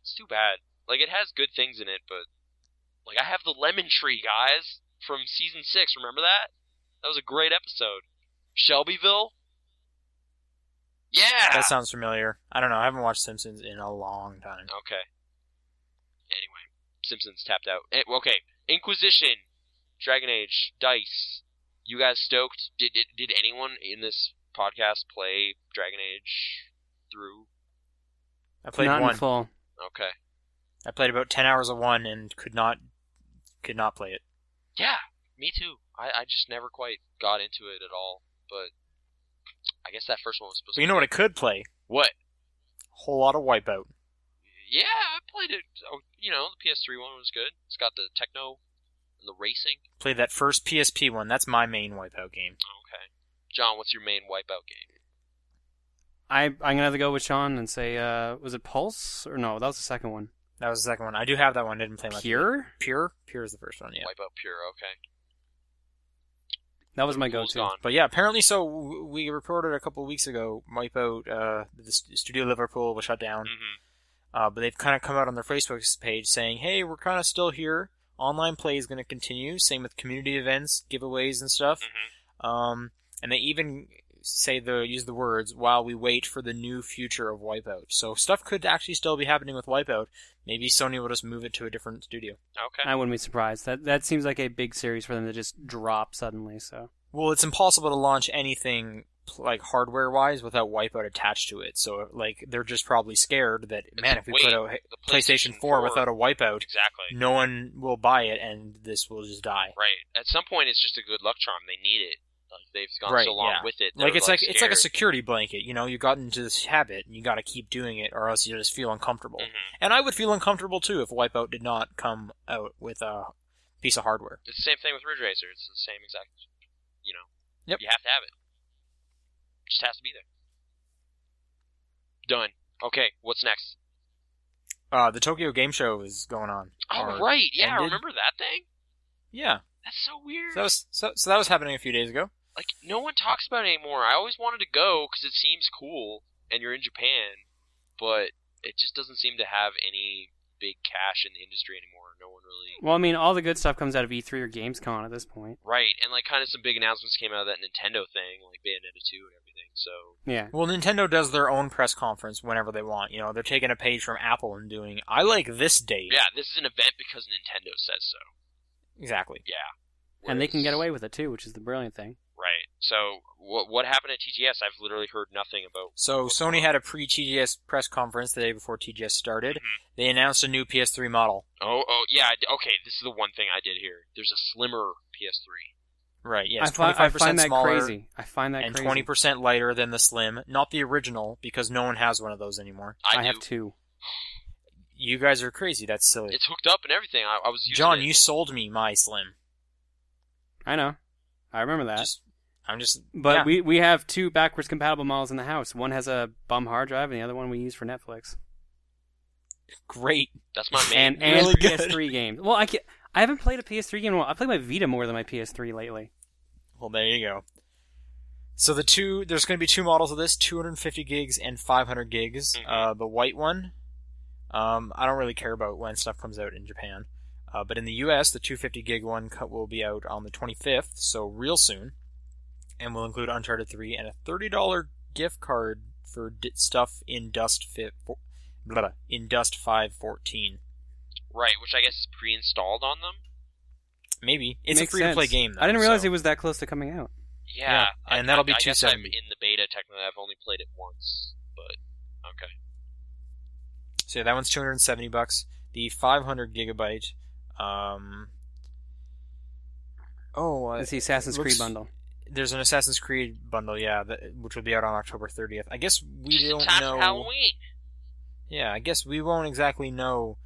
Speaker 2: it's too bad. Like it has good things in it, but like I have the lemon tree guys from season six. Remember that? That was a great episode. Shelbyville. Yeah.
Speaker 3: That sounds familiar. I don't know. I haven't watched Simpsons in a long time.
Speaker 2: okay. Anyway, Simpsons tapped out. Eh, Okay, Inquisition, Dragon Age, Dice. You guys stoked? Did did, did anyone in this podcast play Dragon Age through?
Speaker 3: I played
Speaker 1: Not
Speaker 3: one.
Speaker 1: in full.
Speaker 2: Okay.
Speaker 3: I played about ten hours of one and could not could not play it.
Speaker 2: Yeah, me too. I, I just never quite got into it at all, but I guess that first one was supposed
Speaker 3: But you
Speaker 2: to
Speaker 3: know what? I could play
Speaker 2: what?
Speaker 3: whole lot of Wipeout.
Speaker 2: Yeah, I played it. Oh, you know, the PS3 one was good. It's got the techno and the racing.
Speaker 3: Played that first PSP one. That's my main Wipeout game.
Speaker 2: Okay. John, what's your main wipeout game?
Speaker 1: I I'm gonna have to go with Sean and say, uh, was it Pulse or no? That was the second one.
Speaker 3: That was the second one. I do have that one. I didn't play much.
Speaker 1: Pure.
Speaker 3: Pure. Pure is the first one. Yeah.
Speaker 2: Wipeout Pure, okay.
Speaker 1: That was my
Speaker 2: Cool's
Speaker 1: go-to.
Speaker 2: gone.
Speaker 3: But yeah, apparently so. w- We reported a couple of weeks ago, Wipeout, uh, the st- studio Liverpool was shut down.
Speaker 2: Mm-hmm.
Speaker 3: Uh, but they've kind of come out on their Facebook page saying, hey, we're kind of still here. Online play is going to continue. Same with community events, giveaways, and stuff.
Speaker 2: Mhm.
Speaker 3: Um, and they even say the use the words while we wait for the new future of Wipeout. So stuff could actually still be happening with Wipeout. Maybe Sony will just move it to a different studio.
Speaker 2: Okay.
Speaker 1: I wouldn't be surprised. That that seems like a big series for them to just drop suddenly. So
Speaker 3: Well, it's impossible to launch anything pl- like hardware wise without Wipeout attached to it. So like they're just probably scared that man, if we put out
Speaker 2: the
Speaker 3: PlayStation 4 without a Wipeout,
Speaker 2: Exactly.
Speaker 3: no one will buy it and this will just die.
Speaker 2: Right. At some point, it's just a good luck charm. They need it. Like they've gone
Speaker 3: Right,
Speaker 2: so long
Speaker 3: yeah.
Speaker 2: with it.
Speaker 3: Like
Speaker 2: they're,
Speaker 3: it's like, it's like a
Speaker 2: scared.
Speaker 3: security blanket, you know, you got into this habit and you got to keep doing it or else you just feel uncomfortable.
Speaker 2: Mhm.
Speaker 3: And I would feel uncomfortable too if Wipeout did not come out with a piece of hardware.
Speaker 2: It's the same thing with Ridge Racer. It's the same exact, you know.
Speaker 3: Yep.
Speaker 2: You have to have it. Just has to be there. Done. Okay. What's next?
Speaker 3: Uh, the Tokyo Game Show is going on.
Speaker 2: Oh
Speaker 3: Or-
Speaker 2: right. Yeah.
Speaker 3: ended.
Speaker 2: Remember that thing?
Speaker 3: Yeah.
Speaker 2: That's so weird.
Speaker 3: So that was so, so that was happening a few days ago.
Speaker 2: like no one talks about it anymore. I always wanted to go because it seems cool, and you're in Japan, but it just doesn't seem to have any big cash in the industry anymore. No one really.
Speaker 1: well, I mean, all the good stuff comes out of E3 or GamesCon at this point.
Speaker 2: Right, and like kind of some big announcements came out of that Nintendo thing, like Bayonetta 2 and everything. So
Speaker 1: Yeah.
Speaker 3: Well, Nintendo does their own press conference whenever they want. You know, they're taking a page from Apple and doing, I like this date.
Speaker 2: yeah, this is an event because Nintendo says so.
Speaker 3: Exactly.
Speaker 2: Yeah.
Speaker 1: And they can get
Speaker 2: Whereas-
Speaker 1: away with it too, which is the brilliant thing.
Speaker 2: Right. So what what happened at TGS? I've literally heard nothing about.
Speaker 3: So Sony had a pre-TGS press conference the day before TGS started. They announced a new PS3 model.
Speaker 2: Oh, oh, yeah. I d- Okay, this is the one thing I did hear. There's a slimmer PS3.
Speaker 3: Right, yes.
Speaker 1: I, fi- I
Speaker 3: 25%
Speaker 1: find that
Speaker 3: smaller
Speaker 1: crazy. I find that
Speaker 3: and
Speaker 1: crazy.
Speaker 3: 20% lighter than the Slim. Not the original, because no one has one of those anymore.
Speaker 1: I,
Speaker 2: I, do.
Speaker 1: have two.
Speaker 3: You guys are crazy. That's silly.
Speaker 2: It's hooked up and everything. I, I was using
Speaker 3: John,
Speaker 2: it.
Speaker 3: you sold me my Slim.
Speaker 1: I know. I remember that.
Speaker 3: Just, I'm just...
Speaker 1: but
Speaker 3: yeah.
Speaker 1: we we have two backwards compatible models in the house. One has a bum hard drive, and the other one we use for Netflix
Speaker 3: Great.
Speaker 2: That's my main.
Speaker 1: and and
Speaker 3: Really good.
Speaker 1: PS3 games. Well, I can't, I haven't played a PS3 game. in a while. I played my Vita more than my PS3 lately.
Speaker 3: Well, there you go. So the two, there's going to be two models of this: 250 gigs and 500 gigs.
Speaker 2: Mhm.
Speaker 3: Uh, the white one, um, I don't really care about when stuff comes out in Japan. Uh, but in the US, the 250 gig one cut will be out on the 25th, so real soon, and will include Uncharted 3 and a $30 gift card for d- stuff in Dust fi- fo- blah, blah, in Dust 514.
Speaker 2: Right, which I guess is pre-installed on them.
Speaker 3: Maybe it's
Speaker 1: Makes
Speaker 3: a free to play
Speaker 1: sense.
Speaker 3: game. Though,
Speaker 1: I didn't realize
Speaker 3: so-
Speaker 1: it was that close to coming out.
Speaker 2: Yeah,
Speaker 3: Yeah, and that'll be
Speaker 2: I guess I'm
Speaker 3: 270.
Speaker 2: in the beta technically. I've only played it once, but okay.
Speaker 3: So yeah, that one's 270 bucks. The 500 gigabyte. Um, oh, uh,
Speaker 1: It's the Assassin's
Speaker 3: looks-
Speaker 1: Creed bundle.
Speaker 3: there's an Assassin's Creed bundle, yeah, that, which will be out on October 30th. I guess we
Speaker 2: Just in
Speaker 3: don't
Speaker 2: time
Speaker 3: know.
Speaker 2: for Halloween.
Speaker 3: Yeah, I guess we won't exactly know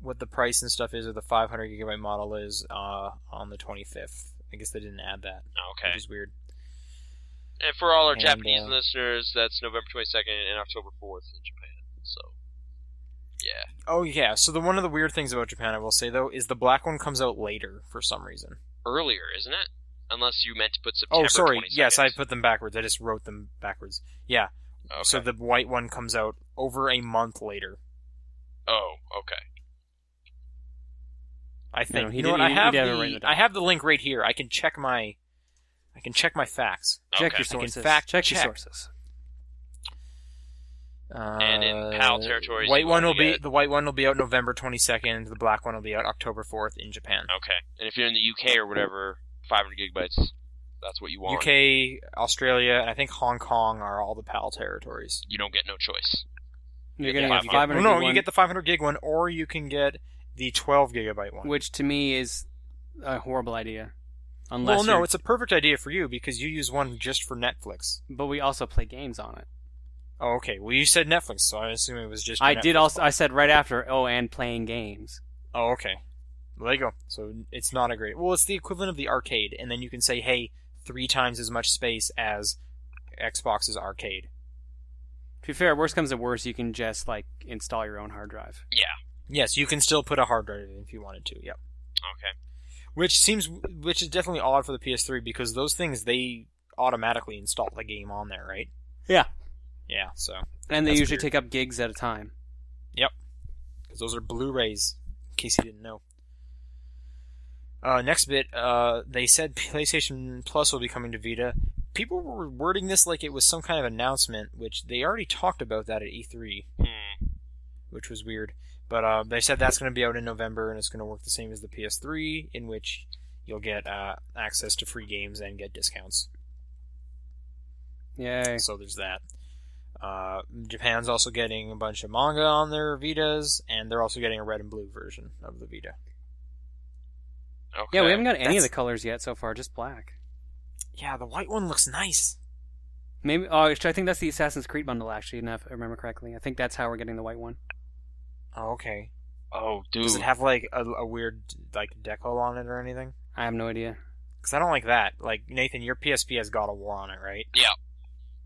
Speaker 3: what the price and stuff is of the 500 gigabyte model is uh, on the 25th. I guess they didn't add that,
Speaker 2: Oh, Okay.
Speaker 3: which is weird.
Speaker 2: And for all our
Speaker 3: And,
Speaker 2: Japanese
Speaker 3: uh,
Speaker 2: listeners, that's November 22nd and October 4th in Japan. So, yeah.
Speaker 3: Oh yeah, so the one of the weird things about Japan, I will say though, is the black one comes out later for some reason.
Speaker 2: Earlier, isn't it? Unless you meant to put September
Speaker 3: Oh, sorry.
Speaker 2: 22nd.
Speaker 3: Yes, I put them backwards. I just wrote them backwards. Yeah.
Speaker 2: Okay.
Speaker 3: So the white one comes out over a month later.
Speaker 2: oh, okay.
Speaker 3: I think.
Speaker 1: he
Speaker 3: you know what?
Speaker 1: didn't-
Speaker 3: I
Speaker 1: he- he
Speaker 3: have
Speaker 1: didn't
Speaker 3: the,
Speaker 1: write it down.
Speaker 3: I have the link right here. I can check my I can check my facts.
Speaker 1: Check
Speaker 2: okay.
Speaker 1: your
Speaker 3: I can
Speaker 1: sources.
Speaker 3: fact
Speaker 1: check, your
Speaker 3: check.
Speaker 1: sources.
Speaker 3: Uh,
Speaker 2: And in PAL territories,
Speaker 3: white
Speaker 2: you
Speaker 3: one will
Speaker 2: only
Speaker 3: be
Speaker 2: get-
Speaker 3: the white one will be out November 22nd. The black one will be out October 4th in Japan.
Speaker 2: Okay. And if you're in the UK or whatever, 500 gigabytes, that's what you want.
Speaker 3: UK, Australia, and I think Hong Kong are all the PAL territories.
Speaker 2: You don't get no choice.
Speaker 1: You're
Speaker 2: get
Speaker 1: getting
Speaker 2: the
Speaker 1: a
Speaker 2: 500
Speaker 1: 500
Speaker 3: no,
Speaker 1: gig
Speaker 3: you
Speaker 1: one,
Speaker 3: get the 500 gig one, or you can get the 12 gigabyte one.
Speaker 1: which to me is a horrible idea. Unless
Speaker 3: Well, no,
Speaker 1: you're-
Speaker 3: it's a perfect idea for you because you use one just for Netflix.
Speaker 1: but we also play games on it.
Speaker 3: Oh, okay. Well, you said Netflix, so I assume it was just. your
Speaker 1: I did
Speaker 3: Netflix
Speaker 1: also.
Speaker 3: one.
Speaker 1: I said right after. Oh, and playing games.
Speaker 3: Oh, okay. Well, there you go. So it's not a great. Well, it's the equivalent of the arcade, and then you can say, "Hey, three times as much space as Xbox's arcade."
Speaker 1: To be fair, worst comes to worst, you can just like install your own hard drive.
Speaker 3: Yes, you can still put a hard drive in if you wanted to. Yep.
Speaker 2: Okay.
Speaker 3: Which seems, which is definitely odd for the PS3 because those things they automatically install the game on there, right?
Speaker 1: Yeah,
Speaker 3: Yeah. So
Speaker 1: and they
Speaker 3: That's
Speaker 1: usually
Speaker 3: weird.
Speaker 1: take up gigs at a time.
Speaker 3: because those are Blu-rays. In case you didn't know. Uh, next bit, uh, they said PlayStation Plus will be coming to Vita. People were wording this like it was some kind of announcement, which they already talked about that at E3,
Speaker 2: Hmm.
Speaker 3: which was weird. But uh, they said that's going to be out in November, and it's going to work the same as the PS3, in which you'll get uh, access to free games and get discounts.
Speaker 1: Yay!
Speaker 3: So there's that. Uh, Japan's also getting a bunch of manga on their Vitas, and they're also getting a red and blue version of the Vita.
Speaker 2: Okay.
Speaker 1: Yeah, we haven't got any of
Speaker 3: That's-
Speaker 1: the colors yet so far. Just black.
Speaker 3: Yeah, the white one looks nice.
Speaker 1: Maybe. Oh, actually, I think that's the Assassin's Creed bundle. Actually, now if I remember correctly, I think that's how we're getting the white one.
Speaker 3: Oh, okay.
Speaker 2: Oh, dude.
Speaker 3: Does it have like a, a weird like deco on it or anything?
Speaker 1: I have no idea.
Speaker 3: Because I don't like that. Like Nathan, your PSP has God of War on it, right?
Speaker 2: Yeah.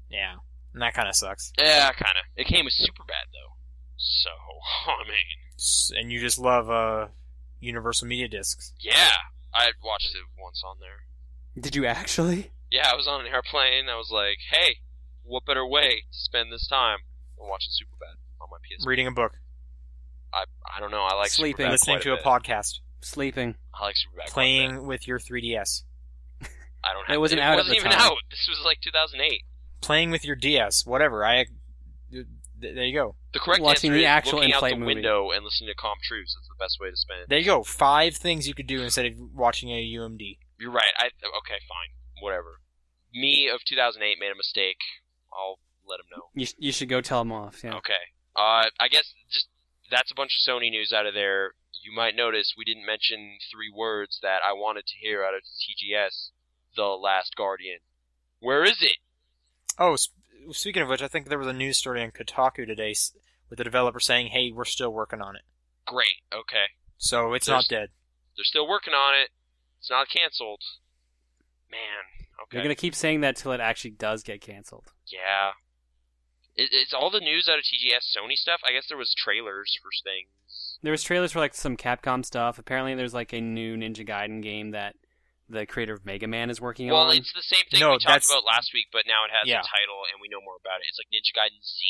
Speaker 3: Yeah, and that kind of sucks.
Speaker 2: yeah, kind of. It came with Superbad, though. So, I mean,
Speaker 3: S- And you just love uh, Universal Media Discs.
Speaker 2: yeah. I watched it once on there.
Speaker 1: Did you actually?
Speaker 2: yeah, I was on an airplane. I was like, hey, what better way to spend this time than watching Superbad on my PS?
Speaker 3: Reading a book,
Speaker 2: I I don't know. I like
Speaker 1: Sleeping.
Speaker 2: Superbad
Speaker 3: listening
Speaker 2: quite
Speaker 3: to a,
Speaker 2: bit.
Speaker 3: podcast,
Speaker 1: Sleeping.
Speaker 2: I like Superbad. Quite a bit.
Speaker 3: playing with your 3DS,
Speaker 2: I don't.
Speaker 1: It
Speaker 2: Have,
Speaker 1: wasn't out at
Speaker 2: wasn't
Speaker 1: the
Speaker 2: even
Speaker 1: time.
Speaker 2: out. This was like 2008.
Speaker 3: playing with your DS, whatever. I. th- There you go.
Speaker 2: The correct
Speaker 1: Watching
Speaker 2: answer
Speaker 1: the
Speaker 2: is
Speaker 1: actual
Speaker 2: looking out
Speaker 1: in-flight
Speaker 2: the
Speaker 1: movie.
Speaker 2: window and listening to calm truths. That's the best way to spend it.
Speaker 3: There you go. Five things you could do instead of watching a UMD.
Speaker 2: You're right. I okay, fine, whatever. Me of 2008 made a mistake. I'll let him know.
Speaker 1: You, sh- you should go tell them off. Yeah.
Speaker 2: Okay. Uh, I guess just that's a bunch of Sony news out of there. You might notice we didn't mention three words that I wanted to hear out of TGS: The Last Guardian. Where is it?
Speaker 3: Oh, sp- speaking of which, I think there was a news story on Kotaku today s- with the developer saying, "Hey, we're still working on it."
Speaker 2: Great. Okay.
Speaker 3: So it's
Speaker 2: There's-
Speaker 3: not dead.
Speaker 2: They're still working on it. It's not canceled. Man. Okay.
Speaker 1: You're gonna keep saying that till it actually does get canceled.
Speaker 2: Yeah. It, it's all the news out of TGS Sony stuff. I guess there was trailers for things.
Speaker 1: There was trailers for like some Capcom stuff. Apparently, there's like a new Ninja Gaiden game that the creator of Mega Man is working
Speaker 2: Well,
Speaker 1: on.
Speaker 2: it's the same thing
Speaker 3: No,
Speaker 2: we talked
Speaker 3: that's-
Speaker 2: about last week, but now it has
Speaker 3: Yeah.
Speaker 2: a title and we know more about it. It's like Ninja Gaiden Z.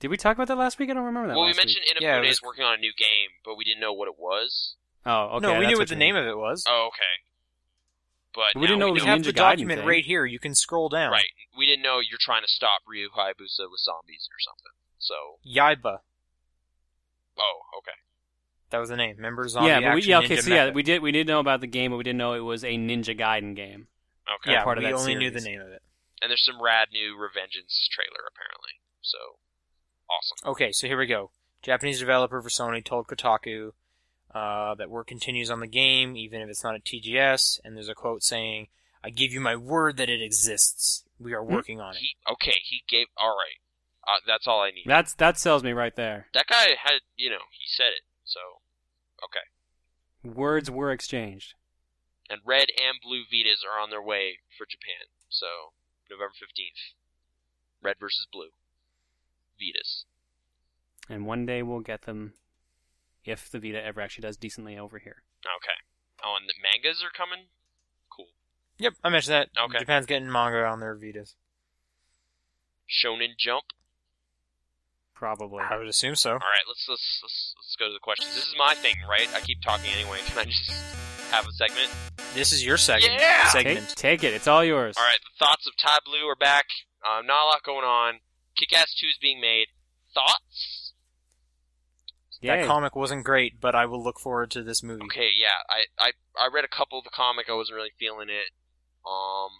Speaker 1: Did we talk about that last week? I don't remember that.
Speaker 2: Well, we
Speaker 1: last week.
Speaker 2: mentioned Inafune
Speaker 3: Yeah, it
Speaker 2: is
Speaker 3: was-
Speaker 2: working on a new game, but we didn't know what it was.
Speaker 1: Oh, okay.
Speaker 3: no, we
Speaker 1: that's
Speaker 3: knew what the
Speaker 1: you
Speaker 3: name
Speaker 1: mean.
Speaker 3: of it was.
Speaker 2: Oh, okay. But
Speaker 1: We
Speaker 2: now
Speaker 1: didn't know it
Speaker 2: we
Speaker 1: was
Speaker 3: we have
Speaker 1: Ninja
Speaker 3: the
Speaker 1: Gaiden
Speaker 3: document
Speaker 1: thing.
Speaker 3: right here. You can scroll down.
Speaker 2: Right. We didn't know you're trying to stop Ryu Hayabusa with zombies or something. So,
Speaker 3: Yaiba.
Speaker 2: oh, okay.
Speaker 3: That was the name. Remember zombie
Speaker 1: yeah, but we
Speaker 3: action
Speaker 1: yeah, okay,
Speaker 3: ninja
Speaker 1: so yeah,
Speaker 3: method.
Speaker 1: we did we did know about the game, but we didn't know it was a Ninja Gaiden game.
Speaker 2: Okay.
Speaker 3: yeah,
Speaker 1: part of
Speaker 3: we
Speaker 1: that
Speaker 3: only knew the
Speaker 1: series.
Speaker 3: name of it.
Speaker 2: And there's some rad new Revengeance trailer apparently. So, awesome.
Speaker 3: Okay, so here we go. Japanese developer for Sony told Kotaku uh, that work continues on the game, even if it's not a TGS. And there's a quote saying, "I give you my word that it exists. We are
Speaker 1: Hmm?
Speaker 3: working on it."
Speaker 2: He okay, he gave all right. Uh, that's all I need.
Speaker 1: That's that sells me right there.
Speaker 2: That guy had, you know, he said it. So, okay.
Speaker 1: Words were exchanged.
Speaker 2: And red and blue Vitas are on their way for Japan. So, November 15th. Red versus blue. Vitas.
Speaker 1: And one day we'll get them if the Vita ever actually does decently over here.
Speaker 2: Okay. Oh, and the mangas are coming? Cool.
Speaker 3: Yep, I mentioned that.
Speaker 2: Okay.
Speaker 3: Japan's getting manga on their Vitas.
Speaker 2: Shonen Jump.
Speaker 1: Probably.
Speaker 3: I would assume so.
Speaker 2: All right, let's let's let's, let's go to the questions. This is my thing, right? I keep talking anyway. Can I just have a segment?
Speaker 3: This is your second
Speaker 2: Yeah!
Speaker 1: Take,
Speaker 3: segment.
Speaker 1: take it. It's all yours.
Speaker 2: All right, the thoughts of Ty Blue are back. Uh, not a lot going on. Kick-Ass Two is being made. Thoughts?
Speaker 1: Yay.
Speaker 3: That comic wasn't great, but I will look forward to this movie.
Speaker 2: Okay, yeah. I, I I read a couple of the comic. I wasn't really feeling it. Um.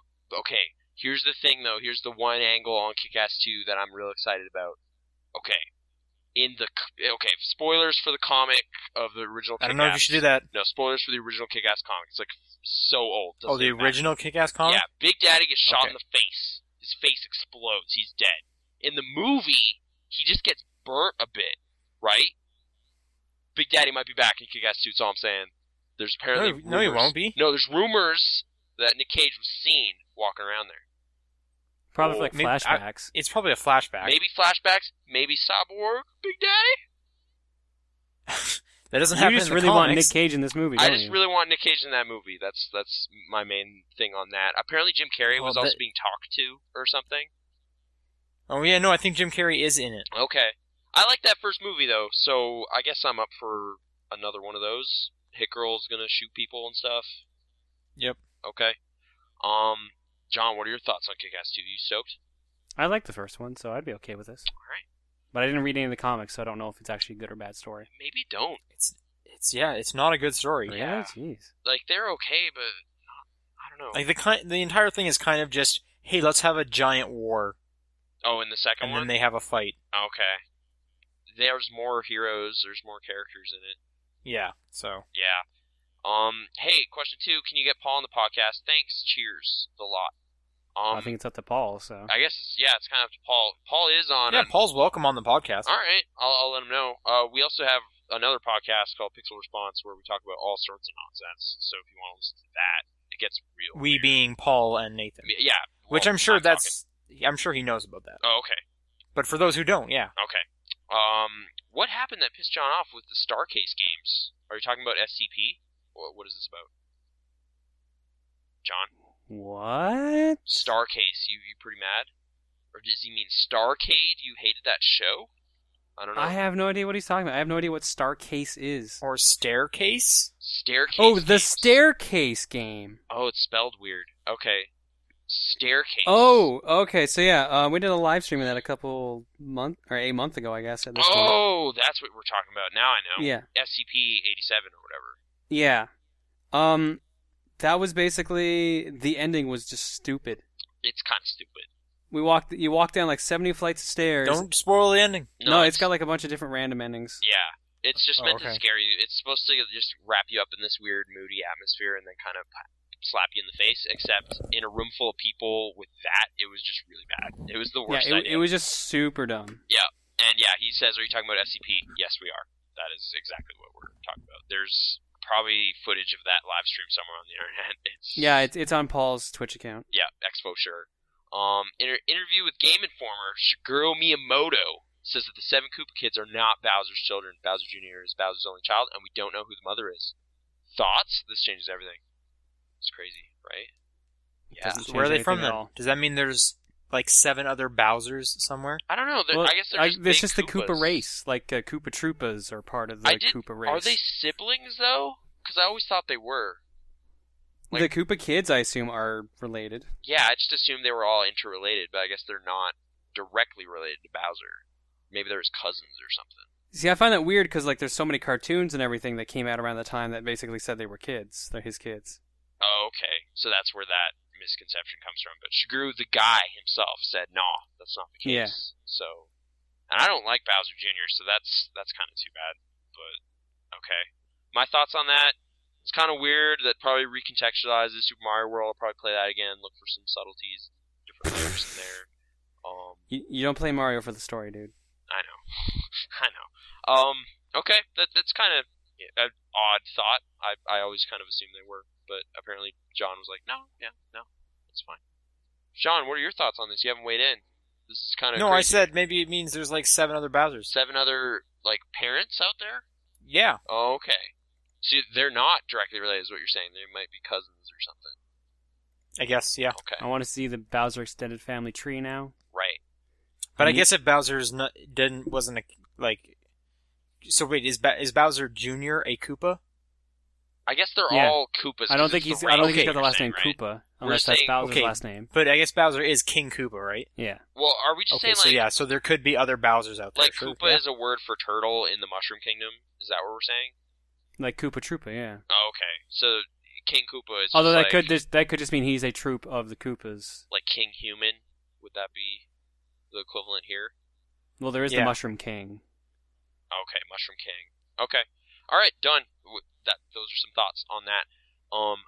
Speaker 2: Okay. Here's the thing, though. Here's the one angle on Kick-Ass Two that I'm real excited about. Okay. In the c- okay spoilers for the comic of the original.
Speaker 3: I don't know if you
Speaker 2: Kick-Ass.
Speaker 3: should do that.
Speaker 2: No spoilers for the original Kick-Ass comic. It's like so old.
Speaker 3: Oh,
Speaker 2: Doesn't
Speaker 3: the
Speaker 2: even matter.
Speaker 3: original Kick-Ass comic.
Speaker 2: Yeah, Big Daddy gets shot
Speaker 3: Okay.
Speaker 2: in the face. His face explodes. He's dead. In the movie, he just gets burnt a bit, right? Big Daddy might be back in Kick-Ass 2, that's all I'm saying. There's apparently
Speaker 3: No, he- no, he
Speaker 2: rumors-
Speaker 3: won't be.
Speaker 2: No, there's rumors that Nick Cage was seen walking around there.
Speaker 1: Probably
Speaker 2: Oh,
Speaker 1: like
Speaker 3: maybe- I-
Speaker 1: flashbacks.
Speaker 3: It's probably a flashback.
Speaker 2: Maybe flashbacks. Maybe Cyborg. Big Daddy.
Speaker 3: That doesn't
Speaker 1: you
Speaker 3: happen
Speaker 1: just
Speaker 3: in the
Speaker 1: really want Nick
Speaker 3: comics.
Speaker 1: Cage in this movie,
Speaker 2: I
Speaker 1: don't
Speaker 2: just
Speaker 1: you?
Speaker 2: really want Nick Cage in that movie. That's that's my main thing on that. Apparently, Jim Carrey
Speaker 3: Well,
Speaker 2: was also
Speaker 3: that-
Speaker 2: being talked to or something.
Speaker 3: oh yeah, no, I think Jim Carrey is in it.
Speaker 2: Okay. I like that first movie though, so I guess I'm up for another one of those. Hit Girl's gonna shoot people and stuff.
Speaker 3: Yep.
Speaker 2: Okay. Um, John, what are your thoughts on Kick-Ass 2? You stoked?
Speaker 1: I like the first one, so I'd be okay with this.
Speaker 2: Alright.
Speaker 1: But I didn't read any of the comics, so I don't know if it's actually a good or bad story.
Speaker 2: Maybe don't.
Speaker 3: It's it's yeah, it's not a good story.
Speaker 1: Really?
Speaker 2: Yeah.
Speaker 1: Jeez.
Speaker 2: Like they're okay, but not, I don't know.
Speaker 3: Like the kind, the entire thing is kind of just hey, let's have a giant war,
Speaker 2: oh, in the second
Speaker 3: and then
Speaker 2: one.
Speaker 3: they have a fight.
Speaker 2: okay. There's more heroes. There's more characters in it.
Speaker 3: Yeah. So
Speaker 2: Yeah. Um. Hey, question two. Can you get Paul on the podcast? Thanks. Cheers. The lot. Um.
Speaker 1: I think it's up to Paul, so.
Speaker 2: I guess it's yeah. It's kind of up to Paul. Paul is on. on-
Speaker 3: yeah, Paul's welcome on the podcast.
Speaker 2: All right, I'll, I'll let him know. Uh, we also have another podcast called Pixel Response where we talk about all sorts of nonsense. So if you want to listen to that, it gets real.
Speaker 3: We being Paul and Nathan,
Speaker 2: Yeah, well,
Speaker 3: which I'm sure
Speaker 2: not
Speaker 3: that's I'm sure he knows about that.
Speaker 2: talking- Oh, okay,
Speaker 3: But for those who don't, yeah,
Speaker 2: okay. Um, what happened that pissed John off with the Starcase games? Are you talking about SCP? What, what is this about? John,
Speaker 1: What?
Speaker 2: Starcase, you you pretty mad? Or does he mean Starcade? You hated that show? I don't know.
Speaker 1: I have no idea what he's talking about. I have no idea what Starcase is.
Speaker 3: or staircase.
Speaker 2: Staircase.
Speaker 1: Oh, the
Speaker 2: games.
Speaker 1: staircase game.
Speaker 2: Oh, it's spelled weird. Okay. Staircase.
Speaker 1: Oh, okay. So yeah, uh, we did a live stream of that a couple month or a month ago, I guess. At this point.
Speaker 2: Oh, that's what we're talking about. Now I know.
Speaker 1: Yeah,
Speaker 2: SCP-87 or whatever.
Speaker 1: yeah. Um, that was basically the ending was just stupid.
Speaker 2: It's kind of stupid.
Speaker 1: We walked. You walk down like seventy flights of stairs.
Speaker 3: Don't spoil the ending.
Speaker 1: no, it's got like a bunch of different random endings.
Speaker 2: Yeah. It's just
Speaker 3: Oh,
Speaker 2: meant to
Speaker 3: okay.
Speaker 2: scare you. It's supposed to just wrap you up in this weird, moody atmosphere and then kind of slap you in the face, except in a room full of people with that, it was just really bad. It was the
Speaker 1: Yeah,
Speaker 2: worst
Speaker 1: it,
Speaker 2: idea.
Speaker 1: it was just super dumb.
Speaker 2: And yeah, he says, "Are you talking about SCP?" Yes, we are. That is exactly what we're talking about. There's probably footage of that live stream somewhere on the internet. It's
Speaker 1: Yeah, it's it's on Paul's Twitch account.
Speaker 2: yeah, Expo sure. Um, inter- interview with Game Informer Shigeru Miyamoto says that the seven Koopa kids are not Bowser's children. Bowser Jr. is Bowser's only child, and we don't know who the mother is. Thoughts? This changes everything. It's crazy, right? Yeah.
Speaker 1: Doesn't change
Speaker 3: Where are they
Speaker 1: anything
Speaker 3: from
Speaker 1: at
Speaker 3: then?
Speaker 1: all.
Speaker 3: Does that mean there's like seven other Bowser's somewhere?
Speaker 2: I don't know. They're-
Speaker 1: Well,
Speaker 2: I guess they're just
Speaker 1: it's
Speaker 2: big
Speaker 1: just the Koopa
Speaker 2: Koopas.
Speaker 1: race, like uh, Koopa Troopas are part of the
Speaker 2: I did-
Speaker 1: Koopa race.
Speaker 2: Are they siblings though? because I always thought they were.
Speaker 1: the Koopa kids, I assume, are related.
Speaker 2: Yeah, I just assumed they were all interrelated, but I guess they're not directly related to Bowser. Maybe they're his cousins or something.
Speaker 1: See, I find that weird because like there's so many cartoons and everything that came out around the time that basically said they were kids. They're his kids.
Speaker 2: Oh, okay. So that's where that misconception comes from. But Shigeru, the guy himself, said, "No, that's not the case."
Speaker 1: Yeah.
Speaker 2: So, and I don't like Bowser Jr., so that's that's kind of too bad. But okay, my thoughts on that. It's kind of weird. That probably recontextualizes Super Mario World. I'll probably play that again. Look for some subtleties, different layers in there. Um,
Speaker 1: You, you don't play Mario for the story, dude.
Speaker 2: I know. I know. Um, okay, that that's kind of an odd thought. I I always kind of assumed they were, but apparently John was like, no, yeah, no, it's fine. John, what are your thoughts on this? You haven't weighed in. This is kind of
Speaker 3: No, I said maybe it means there's like seven other Bowsers.
Speaker 2: seven other like parents out there.
Speaker 3: Yeah.
Speaker 2: Oh, okay. So they're not directly related, is what you're saying. They might be cousins or something.
Speaker 3: I guess, yeah.
Speaker 2: Okay,
Speaker 1: I want to see the Bowser extended family tree now.
Speaker 2: right.
Speaker 3: But I
Speaker 1: Mhm.
Speaker 3: guess if Bowser's not, didn't wasn't a, like, so wait, is ba- is Bowser Junior a Koopa?
Speaker 2: I guess they're
Speaker 1: Yeah.
Speaker 2: all Koopas.
Speaker 1: I don't think he's. I don't think he's got the last name
Speaker 2: Koopa.
Speaker 1: Koopa,
Speaker 2: We're
Speaker 1: unless that's
Speaker 2: saying-
Speaker 1: Bowser's
Speaker 3: okay.
Speaker 1: last name.
Speaker 3: But I guess Bowser is King Koopa, right?
Speaker 1: Yeah.
Speaker 2: Well, are we just saying
Speaker 3: Okay, so
Speaker 2: like
Speaker 3: yeah, so there could be other Bowser's out there.
Speaker 2: like
Speaker 3: sure,
Speaker 2: Koopa
Speaker 3: yeah.
Speaker 2: is a word for turtle in the Mushroom Kingdom? Is that what we're saying?
Speaker 1: Like Koopa Troopa, yeah.
Speaker 2: Oh, okay. So King Koopa is
Speaker 1: Although that
Speaker 2: just like,
Speaker 1: could just, that could just mean he's a troop of the Koopas.
Speaker 2: like King Human. Would that be the equivalent here?
Speaker 1: Well, there is
Speaker 3: Yeah.
Speaker 1: the Mushroom King.
Speaker 2: Okay, Mushroom King. Okay. All right, done. W- That those are some thoughts on that. Um,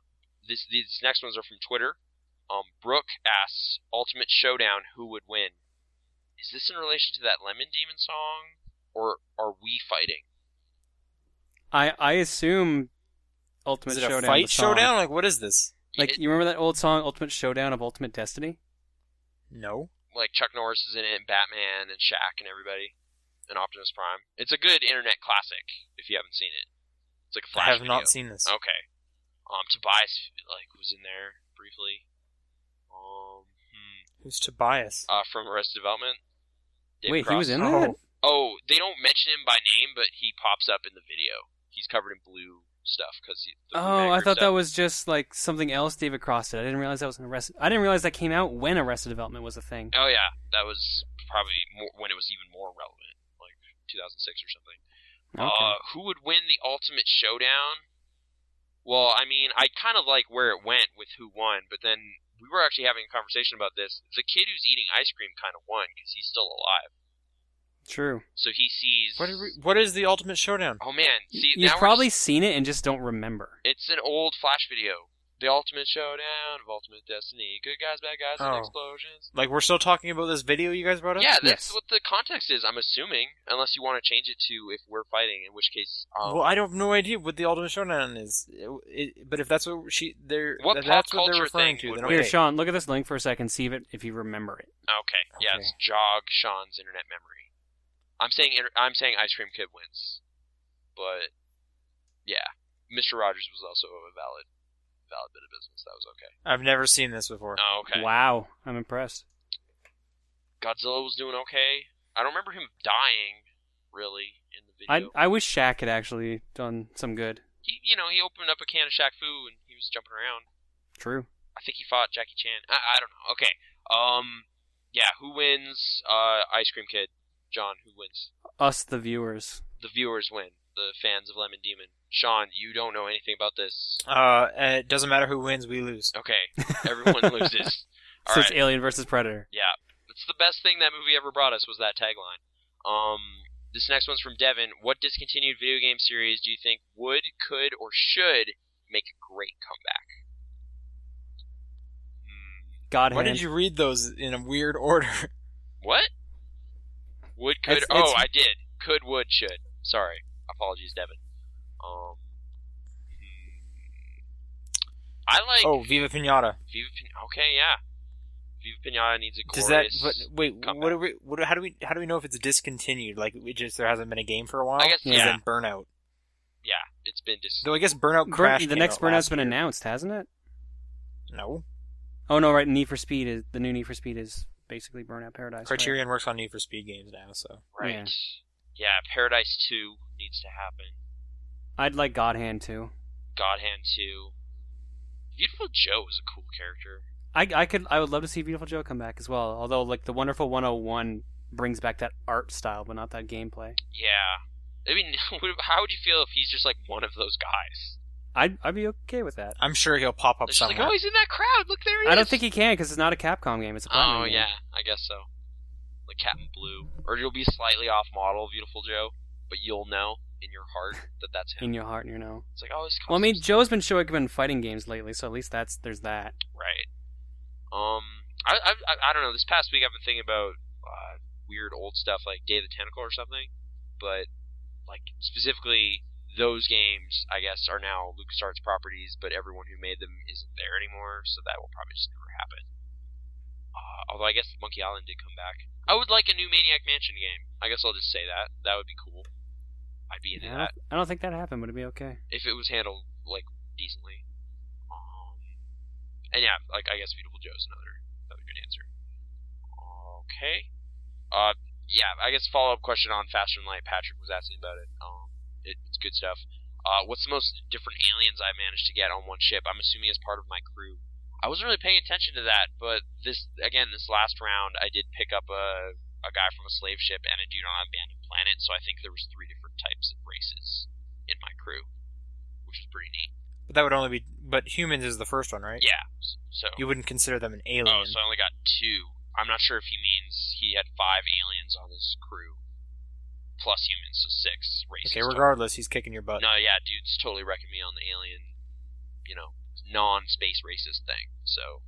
Speaker 2: this these next ones are from Twitter. Um, Brooke asks Ultimate Showdown, who would win? Is this in relation to that Lemon Demon song, or are we fighting?
Speaker 1: I I assume Ultimate
Speaker 3: Is it
Speaker 1: Showdown.
Speaker 3: a
Speaker 1: the
Speaker 3: fight
Speaker 1: song-
Speaker 3: showdown? Like, what is this?
Speaker 1: Like
Speaker 2: It-
Speaker 1: you remember that old song, Ultimate Showdown of Ultimate Destiny?
Speaker 3: No.
Speaker 2: like Chuck Norris is in it, and Batman, and Shaq, and everybody, and Optimus Prime. It's a good internet classic if you haven't seen it. It's like a flash
Speaker 3: I have
Speaker 2: video.
Speaker 3: not seen this.
Speaker 2: Okay. Um, Tobias like was in there briefly. Um, hmm.
Speaker 3: Who's Tobias?
Speaker 2: uh, from Arrested Development. Dave
Speaker 1: Wait, he
Speaker 2: Cross.
Speaker 1: was in
Speaker 3: Oh.
Speaker 1: that.
Speaker 2: Oh, they don't mention him by name, but he pops up in the video. He's covered in blue stuff because
Speaker 1: Oh, I thought that was just like something else David Cross did. I didn't realize that was an Arrested. I didn't realize that came out when Arrested Development was a thing.
Speaker 2: Oh yeah, that was probably more, when it was even more relevant, like 2006 or something.
Speaker 1: Okay.
Speaker 2: Uh, who would win the ultimate showdown? Well, I mean, I kind of like where it went with who won, but then we were actually having a conversation about this. The kid who's eating ice cream kind of won because he's still alive,
Speaker 1: True.
Speaker 2: so he sees.
Speaker 3: What, are we, what is the Ultimate Showdown?
Speaker 2: Oh man, see,
Speaker 1: You've
Speaker 2: now we're
Speaker 1: probably
Speaker 2: just-
Speaker 1: seen it and just don't remember.
Speaker 2: it's an old Flash video. The ultimate showdown of ultimate destiny. Good guys, bad guys,
Speaker 3: Oh.
Speaker 2: and explosions.
Speaker 3: Like, we're still talking about this video you guys brought up?
Speaker 2: Yeah, that's
Speaker 1: Yes.
Speaker 2: what the context is. I'm assuming, unless you want to change it to if we're fighting, in which case, um,
Speaker 3: Well, I don't have no idea what the Ultimate Showdown is, It- it- but if that's what she they're
Speaker 2: What
Speaker 3: that-
Speaker 2: pop
Speaker 3: that's what they're
Speaker 2: culture
Speaker 3: referring
Speaker 2: thing
Speaker 3: to,
Speaker 2: would
Speaker 3: then
Speaker 2: we-
Speaker 3: okay.
Speaker 1: Here, Sean, look at this link for a second. See if it, if you remember it.
Speaker 2: Okay. Yeah, it's jog Sean's internet memory. I'm saying inter- I'm saying Ice Cream Kid wins, but yeah, Mr. Rogers was also a valid valid bit of business. That was okay.
Speaker 3: I've never seen this before.
Speaker 2: Oh, okay.
Speaker 1: Wow, I'm impressed.
Speaker 2: Godzilla was doing okay. I don't remember him dying really in the
Speaker 1: I
Speaker 2: video.
Speaker 1: I wish Shaq had actually done some good.
Speaker 2: He, you know, he opened up a can of Shaq Fu and he was jumping around.
Speaker 1: True.
Speaker 2: I think he fought Jackie Chan. I, I don't know. Okay. Um. Yeah. Who wins? Uh, Ice Cream Kid. John. Who wins?
Speaker 1: Us, the viewers.
Speaker 2: the viewers win, the fans of Lemon Demon. Sean, you don't know anything about this.
Speaker 3: Uh, and it doesn't matter who wins, we lose.
Speaker 2: Okay, everyone loses. All
Speaker 1: Since
Speaker 2: right.
Speaker 1: Alien versus Predator.
Speaker 2: Yeah, it's the best thing that movie ever brought us was that tagline. Um, this next one's from Devin. What discontinued video game series do you think would, could, or should make a great comeback? Hmm.
Speaker 1: God
Speaker 3: Why
Speaker 1: hand.
Speaker 3: did you read those in a weird order?
Speaker 2: What? Would could
Speaker 1: It's-
Speaker 2: oh
Speaker 1: it's-
Speaker 2: I did could would should sorry apologies Devin. Um, hmm. I like
Speaker 3: oh, Viva Pinata.
Speaker 2: Viva Pin- okay, yeah. Viva Pinata needs a
Speaker 3: Does that?
Speaker 2: glorious.
Speaker 3: But wait,
Speaker 2: comeback.
Speaker 3: what do we? What, do- how do we? How do we know if it's discontinued? Like, we just there hasn't been a game for a while.
Speaker 2: I guess-
Speaker 3: 'Cause
Speaker 2: yeah.
Speaker 3: Then burnout.
Speaker 2: yeah, it's been dis.
Speaker 3: Though I guess burnout
Speaker 1: Burn-
Speaker 3: crash.
Speaker 1: the
Speaker 3: came
Speaker 1: next
Speaker 3: out last
Speaker 1: burnout's been
Speaker 3: year.
Speaker 1: announced, hasn't it?
Speaker 3: No,
Speaker 1: Oh no, right. Need for Speed is the new Need for Speed is basically Burnout Paradise. right?
Speaker 3: Criterion works on Need for Speed games now, so
Speaker 2: right. Yeah. Paradise Two needs to happen.
Speaker 1: I'd like God Hand too.
Speaker 2: God Hand 2. Beautiful Joe is a cool character.
Speaker 1: I, I could I would love to see Beautiful Joe come back as well. Although like the Wonderful 101 brings back that art style, but not that gameplay.
Speaker 2: Yeah. I mean, would- how would you feel if he's just like one of those guys?
Speaker 1: I'd I'd be okay with that.
Speaker 3: I'm sure he'll pop up
Speaker 2: They're just like,
Speaker 3: somewhere.
Speaker 2: oh, he's in that crowd. Look, there he is.
Speaker 1: I don't think he can because it's not a Capcom game. It's a Platinum
Speaker 2: Oh
Speaker 1: game.
Speaker 2: yeah, I guess so. Like Captain Blue, or you'll be slightly off model, Beautiful Joe, but you'll know in your heart that that's him.
Speaker 1: In your heart, you know.
Speaker 2: It's like, oh, his
Speaker 1: Well, I mean,
Speaker 2: costume's
Speaker 1: Joe's been showing up in fighting games lately, so at least that's there's that.
Speaker 2: right. Um, I, I I I don't know. This past week, I've been thinking about uh, weird old stuff like Day of the Tentacle or something, but like specifically those games, I guess, are now LucasArts properties, but everyone who made them isn't there anymore, so that will probably just never happen. Uh, although I guess Monkey Island did come back. I would like a new Maniac Mansion game. I guess I'll just say that. That would be cool. I'd be into
Speaker 1: Yeah, I,
Speaker 2: that
Speaker 1: don't, I don't think that happened, but it'd be okay.
Speaker 2: if it was handled like decently. Um, and yeah, like I guess Beautiful Joe's another another good answer. Okay. Uh, yeah, I guess follow up question on Faster Than Light. Patrick was asking about it. Um, it, it's good stuff. Uh, what's the most different aliens I managed to get on one ship? I'm assuming as part of my crew. I wasn't really paying attention to that, but this again, this last round, I did pick up a a guy from a slave ship and a dude on an abandoned planet. So I think there was three different types of races in my crew, which is pretty neat.
Speaker 3: But that would only be. But humans is the first one, right?
Speaker 2: Yeah. s- So
Speaker 3: You wouldn't consider them an alien.
Speaker 2: oh, so I only got two. I'm not sure if he means he had five aliens on his crew, plus humans, so six races.
Speaker 3: okay,
Speaker 2: total.
Speaker 3: regardless, he's kicking your butt.
Speaker 2: No, yeah, dude's totally wrecking me on the alien, you know, non-space racist thing. So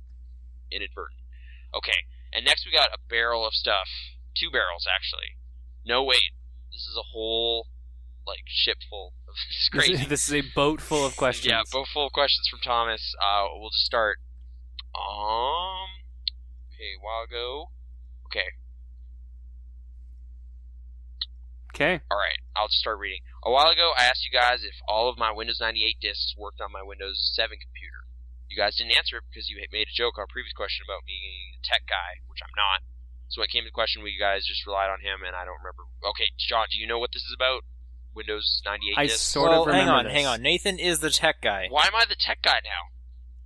Speaker 2: inadvertent. Okay, and next we got a barrel of stuff. Two barrels actually. No wait, this is a whole like ship full of this is
Speaker 1: This
Speaker 2: crazy.
Speaker 1: is, this is a boat full of questions.
Speaker 2: Yeah, both full of questions from Thomas. Uh, we'll just start. Um, okay, Wago. Okay,
Speaker 1: Okay.
Speaker 2: all right. I'll just start reading. A while ago, I asked you guys if all of my Windows 98 discs worked on my Windows 7 computer. You guys didn't answer it because you had made a joke on a previous question about me being a tech guy, which I'm not. So when it came to the question, we guys just relied on him, and I don't remember. Okay, John, do you know what this is about? Windows 98
Speaker 1: I
Speaker 2: discs.
Speaker 1: sort
Speaker 3: well,
Speaker 1: of
Speaker 3: hang
Speaker 1: remember
Speaker 3: on,
Speaker 1: this.
Speaker 3: hang on. Nathan is the tech guy.
Speaker 2: Why am I the tech guy now?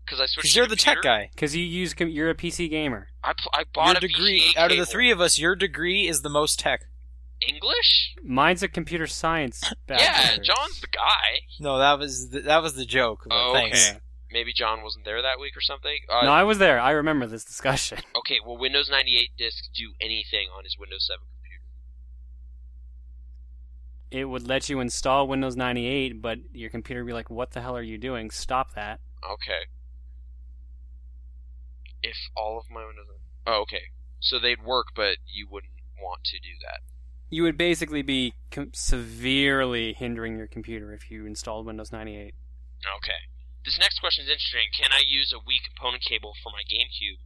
Speaker 2: Because I switched.
Speaker 3: Because
Speaker 2: to
Speaker 3: you're the tech
Speaker 2: computer?
Speaker 3: guy.
Speaker 1: Because you use com- you're a PC gamer.
Speaker 2: I, pl- I bought a
Speaker 3: Your degree,
Speaker 2: VGA
Speaker 3: out of the
Speaker 2: cable.
Speaker 3: three of us, your degree is the most tech.
Speaker 2: English?
Speaker 1: Mine's a computer science.
Speaker 2: Yeah,
Speaker 1: bachelor's.
Speaker 2: John's the guy.
Speaker 3: No, that was the, that was the joke. but
Speaker 2: Oh,
Speaker 3: thanks.
Speaker 2: okay. Maybe John wasn't there that week or something. Uh,
Speaker 1: No, I was there. I remember this discussion.
Speaker 2: Okay, will Windows 98 disks do anything on his Windows 7 computer?
Speaker 1: It would let you install Windows 98, but your computer would be like, "What the hell are you doing? Stop that!"
Speaker 2: Okay. If all of my Windows. Oh, okay. So they'd work, but you wouldn't want to do that.
Speaker 1: You would basically be com- severely hindering your computer if you installed Windows 98.
Speaker 2: Okay. This next question is interesting. Can I use a Wii component cable for my GameCube?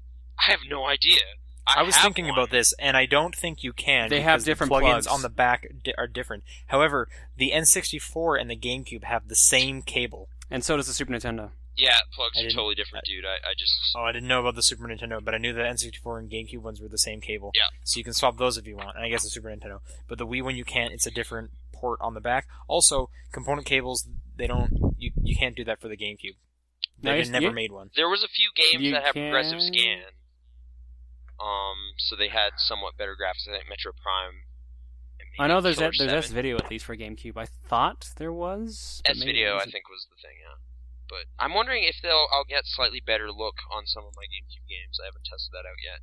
Speaker 2: I have no idea. I,
Speaker 3: I was
Speaker 2: have
Speaker 3: thinking
Speaker 2: one.
Speaker 3: about this, and I don't think you can.
Speaker 1: They have
Speaker 3: because
Speaker 1: different
Speaker 3: the plugins
Speaker 1: plugs.
Speaker 3: on the back di- are different. However, the N64 and the GameCube have the same cable.
Speaker 1: And so does the Super Nintendo.
Speaker 2: Yeah, plugs
Speaker 3: I
Speaker 2: are
Speaker 3: didn't-
Speaker 2: totally different, dude. I, I just.
Speaker 3: Oh, I didn't know about the Super Nintendo, but I knew the N64 and GameCube ones were the same cable.
Speaker 2: Yeah.
Speaker 3: So you can swap those if you want, and I guess the Super Nintendo. But the Wii one you can't. It's a different port on the back. Also, component cables they don't. You you can't do that for the GameCube.
Speaker 1: No,
Speaker 3: They
Speaker 1: you-
Speaker 3: just never
Speaker 1: you-
Speaker 3: made one.
Speaker 2: there was a few games
Speaker 1: You
Speaker 2: that had progressive
Speaker 1: can-
Speaker 2: scan. Um, so they had somewhat better graphics. I think Metro Prime. and
Speaker 1: I
Speaker 2: maybe
Speaker 1: know there's
Speaker 2: Killer
Speaker 1: that, there's S
Speaker 2: 7.
Speaker 1: video at least for GameCube. I thought there was but
Speaker 2: S
Speaker 1: maybe it
Speaker 2: video, I
Speaker 1: wasn't.
Speaker 2: think, was the thing. Yeah, but I'm wondering if they'll I'll get slightly better look on some of my GameCube games. I haven't tested that out yet.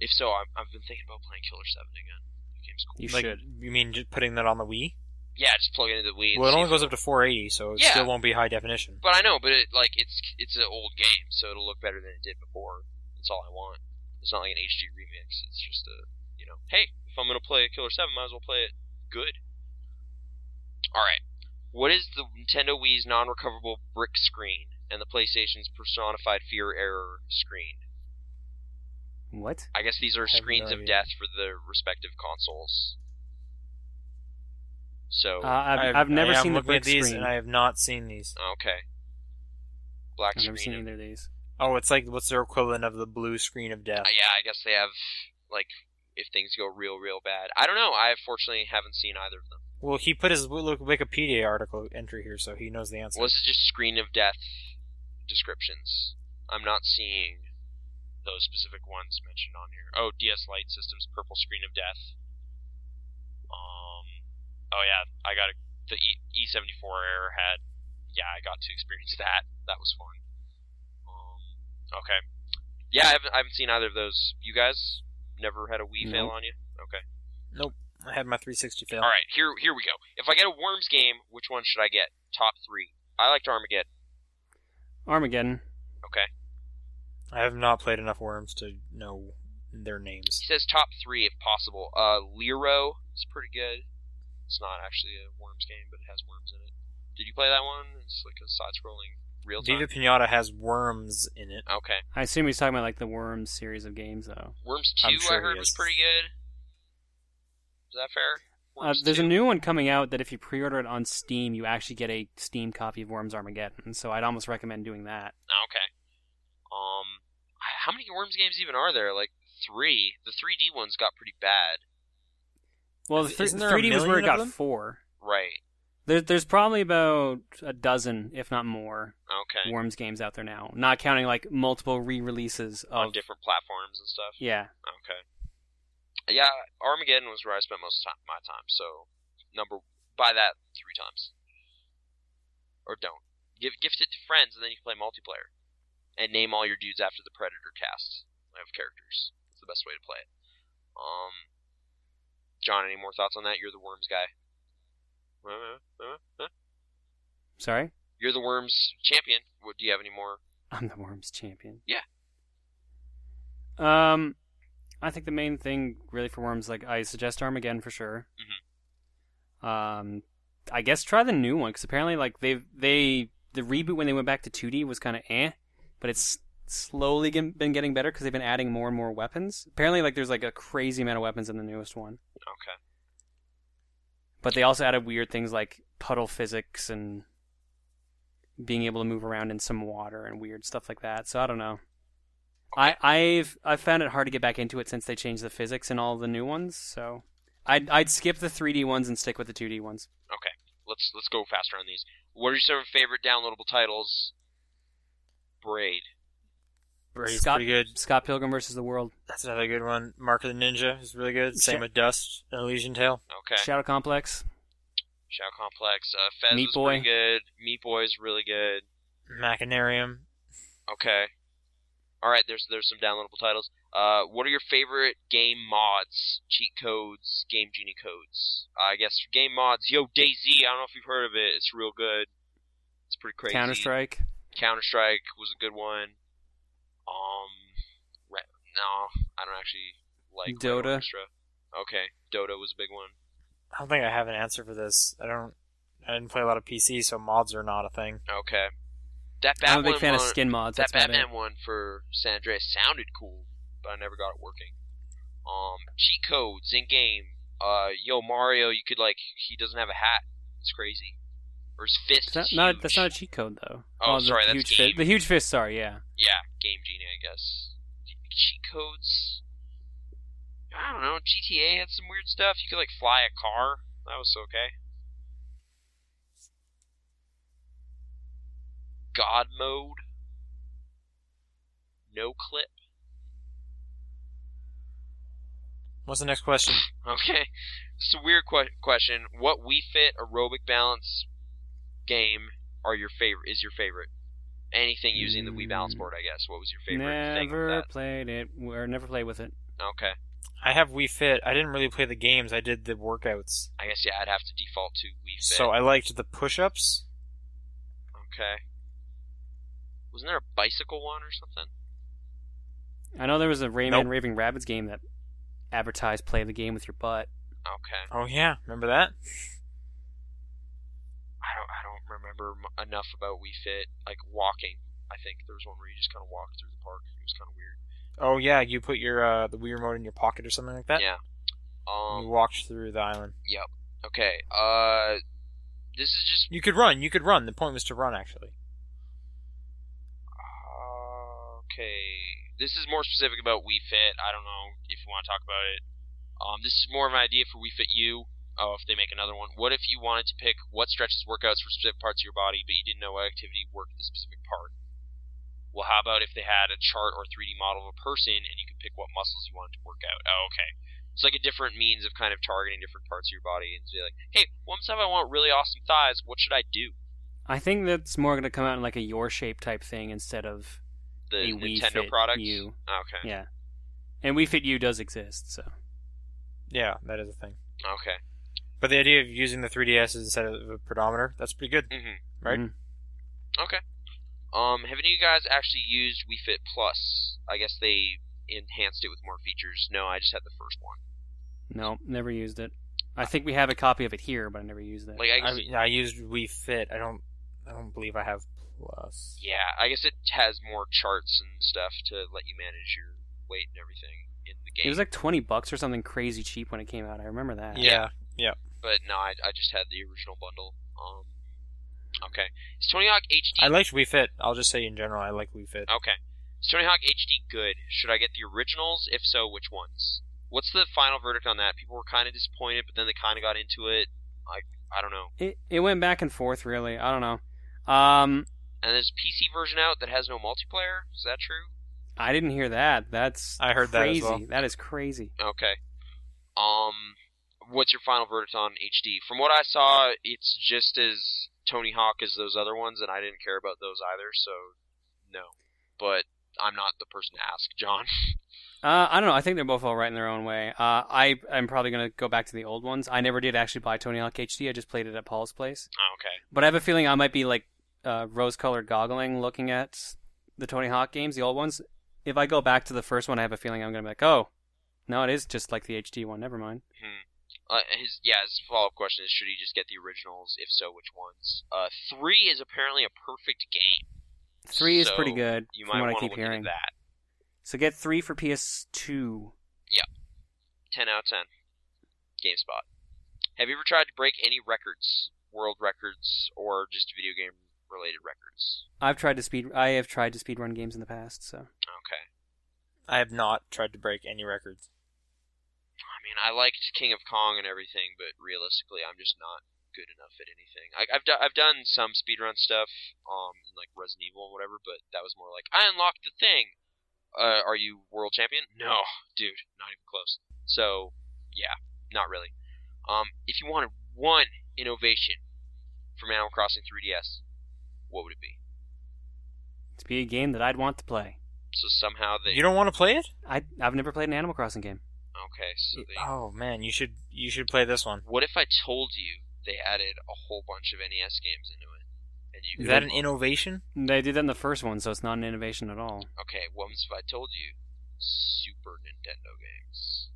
Speaker 2: If so, I'm, I've been thinking about playing Killer Seven again. That game's cool.
Speaker 1: You
Speaker 3: like,
Speaker 1: should.
Speaker 3: You mean just putting that on the Wii?
Speaker 2: Yeah, just plug it into the Wii. and
Speaker 3: Well, it
Speaker 2: see
Speaker 3: only
Speaker 2: if
Speaker 3: goes up to 480, so it
Speaker 2: Yeah.
Speaker 3: still won't be high definition.
Speaker 2: But I know, but it like it's it's an old game, so it'll look better than it did before. That's all I want. It's not like an HD remix. It's just a you know, hey, if I'm gonna play Killer Seven, might as well play it good. All right. What is the Nintendo Wii's non-recoverable brick screen and the PlayStation's personified fear error screen?
Speaker 1: What?
Speaker 2: I guess these are
Speaker 3: I have no
Speaker 2: screens of
Speaker 3: idea.
Speaker 2: death for the respective consoles. So
Speaker 1: Uh, I've, I've,
Speaker 3: I
Speaker 1: never
Speaker 3: am
Speaker 1: seen the
Speaker 3: looking
Speaker 1: brick
Speaker 3: at these,
Speaker 1: screen.
Speaker 3: and I have not seen these.
Speaker 2: okay, black
Speaker 1: I've never seen
Speaker 2: screen of
Speaker 1: either of these.
Speaker 3: Oh, it's like what's their equivalent of the blue screen of death?
Speaker 2: Uh, yeah, I guess they have like if things go real, real bad. I don't know. I fortunately haven't seen either of them.
Speaker 3: Well, he put his Wik- Wikipedia article entry here, so he knows the answer.
Speaker 2: Well, this is just screen of death descriptions. I'm not seeing those specific ones mentioned on here. Oh, DS Light Systems Purple Screen of Death. Um, oh yeah, I got a, the e, E74 error had. Yeah, I got to experience that. That was fun. Um, okay. Yeah, I haven't, I haven't seen either of those. You guys never had a Wii fail on you? Okay.
Speaker 3: I had my 360 fail.
Speaker 2: All right, here here we go. If I get a Worms game, which one should I get? Top three. I liked Armageddon.
Speaker 1: Armageddon.
Speaker 2: Okay.
Speaker 3: I have not played enough worms to know their names.
Speaker 2: He says top three if possible. Uh, Lero is pretty good. It's not actually a Worms game, but it has worms in it. Did you play that one? It's like a side-scrolling real
Speaker 3: Viva
Speaker 2: time. Oh,
Speaker 3: Pinata has worms in it.
Speaker 2: Okay.
Speaker 1: I assume he's talking about like the Worms series of games, though.
Speaker 2: Worms
Speaker 3: I'm
Speaker 2: two
Speaker 3: sure
Speaker 2: I heard
Speaker 3: he
Speaker 2: was
Speaker 3: is.
Speaker 2: pretty good. Is that fair?
Speaker 1: Uh,
Speaker 2: Worms
Speaker 1: there's a
Speaker 2: 2?
Speaker 1: new one coming out that if you pre-order it on Steam, you actually get a Steam copy of Worms Armageddon. So I'd almost recommend doing that.
Speaker 2: Ah, Okay. Um, h- how many Worms games even are there? Like three. The 3D ones got pretty bad.
Speaker 1: Well,
Speaker 3: Is-
Speaker 1: the thr-
Speaker 3: isn't there a
Speaker 1: 3D was where it
Speaker 3: million of
Speaker 1: got
Speaker 3: them?
Speaker 1: four.
Speaker 2: Right.
Speaker 1: There, there's probably about a dozen, if not more,
Speaker 2: Okay.
Speaker 1: Worms games out there now, not counting like multiple re-releases
Speaker 2: On
Speaker 1: of.
Speaker 2: different platforms and stuff.
Speaker 1: yeah,
Speaker 2: Okay. Yeah, Armageddon was where I spent most of ti- my time. So number buy that three times, or don't give gift it to friends, and then you can play multiplayer, and name all your dudes after the Predator cast of characters. It's the best way to play it. Um, John, any more thoughts on that? You're the Worms guy.
Speaker 1: sorry,
Speaker 2: You're the Worms champion. What do you have any more?
Speaker 1: I'm the Worms champion.
Speaker 2: Yeah.
Speaker 1: Um, I think the main thing really for Worms, like I suggest Armageddon for sure. Um, I guess try the new one because apparently, like they they the reboot when they went back to 2D was kind of eh, but it's slowly gen- been getting better because they've been adding more and more weapons. Apparently, like there's like a crazy amount of weapons in the newest one.
Speaker 2: Okay.
Speaker 1: But they also added weird things like puddle physics and being able to move around in some water and weird stuff like that. So I don't know. I I've I found it hard to get back into it since they changed the physics in all the new ones. So I'd I'd skip the 3D ones and stick with the 2D ones.
Speaker 2: let's let's go faster on these. What are your favorite downloadable titles? Braid.
Speaker 3: Braid's
Speaker 1: Scott-
Speaker 3: pretty good.
Speaker 1: Scott Pilgrim versus the World,
Speaker 3: That's another good one. Mark of the Ninja is really good. Same
Speaker 1: Sure.
Speaker 3: with Dust and Elysian Tale.
Speaker 2: Okay.
Speaker 1: Shadow Complex,
Speaker 2: Shadow Complex. Uh, Fez
Speaker 1: Meat
Speaker 2: was
Speaker 1: Boy.
Speaker 2: pretty good. Meat Boy is really good.
Speaker 3: Machinarium.
Speaker 2: Okay. All right. There's there's some downloadable titles. Uh, what are your favorite game mods, cheat codes, game genie codes? Uh, I guess game mods. Yo, DayZ. I don't know if you've heard of it. It's real good. It's pretty crazy.
Speaker 1: Counter Strike.
Speaker 2: Counter Strike was a good one. Um, Re- no, I don't actually like Red
Speaker 1: Dota.
Speaker 2: Orchestra. Okay, Dota was a big one.
Speaker 3: I don't think I have an answer for this. I don't. I didn't play a lot of PC, so mods are not a thing.
Speaker 2: Okay, that
Speaker 1: I'm a
Speaker 2: Batman
Speaker 1: big fan of
Speaker 2: one-
Speaker 1: skin mods.
Speaker 2: that
Speaker 1: That's about
Speaker 2: Batman
Speaker 1: it.
Speaker 2: one for San Andreas sounded cool, but I never got it working. Um, cheat codes in game. Uh, yo Mario, you could like he doesn't have a hat. It's crazy. Or his fist.
Speaker 1: Is that
Speaker 2: is
Speaker 1: not
Speaker 2: huge.
Speaker 1: that's not a cheat code though.
Speaker 2: Oh,
Speaker 1: the
Speaker 2: sorry, that's
Speaker 1: huge
Speaker 2: game.
Speaker 1: fist, the huge fist. Sorry, yeah.
Speaker 2: yeah, Game Genie, I guess. Cheat codes. I don't know. GTA had some weird stuff. You could like fly a car. That was okay. God mode. No clip.
Speaker 3: What's the next question?
Speaker 2: Okay. It's a weird que- question. What We Fit aerobic balance game are your favorite? Is your favorite? Anything using the Wii Balance
Speaker 1: Mm.
Speaker 2: Board, I guess. What was your favorite thing? with
Speaker 1: Never
Speaker 2: that?
Speaker 1: played it. Or never played with it.
Speaker 2: Okay.
Speaker 3: I have Wii Fit. I didn't really play the games. I did the workouts.
Speaker 2: I guess yeah, I'd have to default to Wii Fit.
Speaker 3: So I liked the push-ups.
Speaker 2: okay. Wasn't there a bicycle one or something?
Speaker 1: I know there was a Rayman
Speaker 3: Nope.
Speaker 1: Raving Rabbids game that advertised play the game with your butt.
Speaker 2: Okay.
Speaker 3: Oh yeah, remember that?
Speaker 2: I don't I don't remember m- enough about Wii Fit. Like walking, I think there was one where you just kind of walked through the park. It was kind of weird.
Speaker 3: Oh yeah, you put your uh, the Wii remote in your pocket or something like that.
Speaker 2: yeah.
Speaker 3: you
Speaker 2: Um.
Speaker 3: walked through the island.
Speaker 2: Yep. Okay. Uh. This is just.
Speaker 3: You could run. You could run. The point was to run, actually.
Speaker 2: Okay. This is more specific about Wii Fit. I don't know if you want to talk about it. Um, this is more of an idea for Wii Fit U. Oh, if they make another one, what if you wanted to pick what stretches work outs for specific parts of your body, but you didn't know what activity worked the specific part? Well, how about if they had a chart or 3D model of a person and you could pick what muscles you wanted to work out? Oh, okay. It's like a different means of kind of targeting different parts of your body and be like, hey, one time I want really awesome thighs. What should I do?
Speaker 1: I think that's more going to come out in like a your shape type thing instead of
Speaker 2: The
Speaker 1: a Wii
Speaker 2: Nintendo
Speaker 1: Fit
Speaker 2: products.
Speaker 1: U.
Speaker 2: Okay.
Speaker 1: Yeah, and We Fit U does exist. So
Speaker 3: Yeah, that is a thing.
Speaker 2: Okay.
Speaker 3: But the idea of using the 3DS instead of a pedometer, that's pretty good.
Speaker 2: hmm
Speaker 3: Right.
Speaker 1: Mhm.
Speaker 2: Um, have any of you guys actually used Wii Fit Plus? I guess they enhanced it with more features. No, I just had the first one.
Speaker 1: No, Mm-hmm. never used it. I think we have a copy of it here, but I never used it.
Speaker 2: Like I guess,
Speaker 3: I, I used Wii Fit. I don't. I don't believe I have Plus.
Speaker 2: yeah, I guess it has more charts and stuff to let you manage your weight and everything in the game.
Speaker 1: it was like twenty bucks or something crazy cheap when it came out. I remember that.
Speaker 3: Yeah.
Speaker 2: but no, I, I just had the original bundle. Um, okay, is Tony Hawk HD?
Speaker 3: I liked Wii Fit. I'll just say in general, I like Wii Fit.
Speaker 2: okay, is Tony Hawk HD good? Should I get the originals? If so, which ones? What's the final verdict on that? People were kind of disappointed, but then they kind of got into it. Like I don't know.
Speaker 1: It it went back and forth really. I don't know. Um,
Speaker 2: And there's a PC version out that has no multiplayer. Is that true?
Speaker 1: I didn't hear that. That's
Speaker 3: I heard that as
Speaker 1: crazy.
Speaker 3: well.
Speaker 1: That is crazy.
Speaker 2: Okay. Um, what's your final verdict on HD? From what I saw, it's just as Tony Hawk as those other ones, and I didn't care about those either, so no. But I'm not the person to ask, John.
Speaker 1: Uh, I don't know. I think they're both all right in their own way. Uh, I I'm probably gonna go back to the old ones. I never did actually buy Tony Hawk HD. I just played it at Paul's place.
Speaker 2: Oh, okay.
Speaker 1: But I have a feeling I might be like uh, rose-colored goggling, looking at the Tony Hawk games, the old ones. If I go back to the first one, I have a feeling I'm gonna be like, oh, no, it is just like the HD one. Never mind.
Speaker 2: Uh, his yeah, his follow up question is: Should he just get the originals? If so, which ones? Uh, three is apparently a perfect game.
Speaker 1: Three is
Speaker 2: So,
Speaker 1: pretty good
Speaker 2: You
Speaker 1: from
Speaker 2: might
Speaker 1: what I
Speaker 2: want to
Speaker 1: keep
Speaker 2: look
Speaker 1: hearing.
Speaker 2: into that.
Speaker 1: So get three for PS2.
Speaker 2: Ten out of ten. GameSpot. Have you ever tried to break any records, world records, or just video game related records?
Speaker 1: I've tried to speed. I have tried to speed run games in the past. So
Speaker 2: Okay.
Speaker 3: I have not tried to break any records.
Speaker 2: I mean, I liked King of Kong and everything, but realistically, I'm just not good enough at anything. I, I've do, I've done some speedrun stuff, um, like Resident Evil and whatever, but that was more like I unlocked the thing. Uh, are you world champion? No, dude, not even close. So, yeah, not really. Um, if you wanted one innovation from Animal Crossing 3DS, what would it be?
Speaker 1: it's be a game that I'd want to play.
Speaker 2: So somehow they
Speaker 3: You don't want to play it?
Speaker 1: I I've never played an Animal Crossing game.
Speaker 2: okay, so they
Speaker 3: Oh man, you should. You should play this one.
Speaker 2: What if I told you they added a whole bunch of NES games into it? And you
Speaker 3: Is
Speaker 2: could-
Speaker 3: that an innovation?
Speaker 1: They did that in the first one, so it's not an innovation at all.
Speaker 2: Okay, what if I told you Super Nintendo games?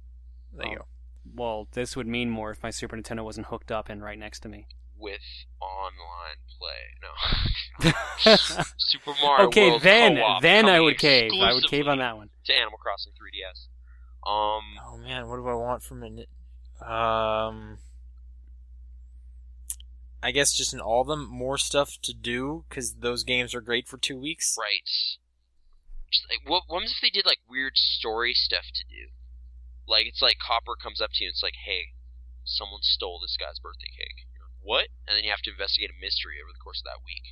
Speaker 3: There you
Speaker 1: Oh.
Speaker 3: go.
Speaker 1: Well, this would mean more if my Super Nintendo wasn't hooked up and right next to me.
Speaker 2: With online play. No. Super Mario
Speaker 1: okay,
Speaker 2: World
Speaker 1: then
Speaker 2: co-op
Speaker 1: then I
Speaker 2: coming
Speaker 1: would cave. I would
Speaker 2: exclusively
Speaker 1: cave on that one.
Speaker 2: To Animal Crossing 3DS. Um,
Speaker 3: Oh man, what do I want from an? Um, I guess just in all of them, more stuff to do because those games are great for two weeks.
Speaker 2: right. Just like, what, what if they did like weird story stuff to do? Like it's like Copper comes up to you and it's like, hey, someone stole this guy's birthday cake. You're like, what? And then you have to investigate a mystery over the course of that week.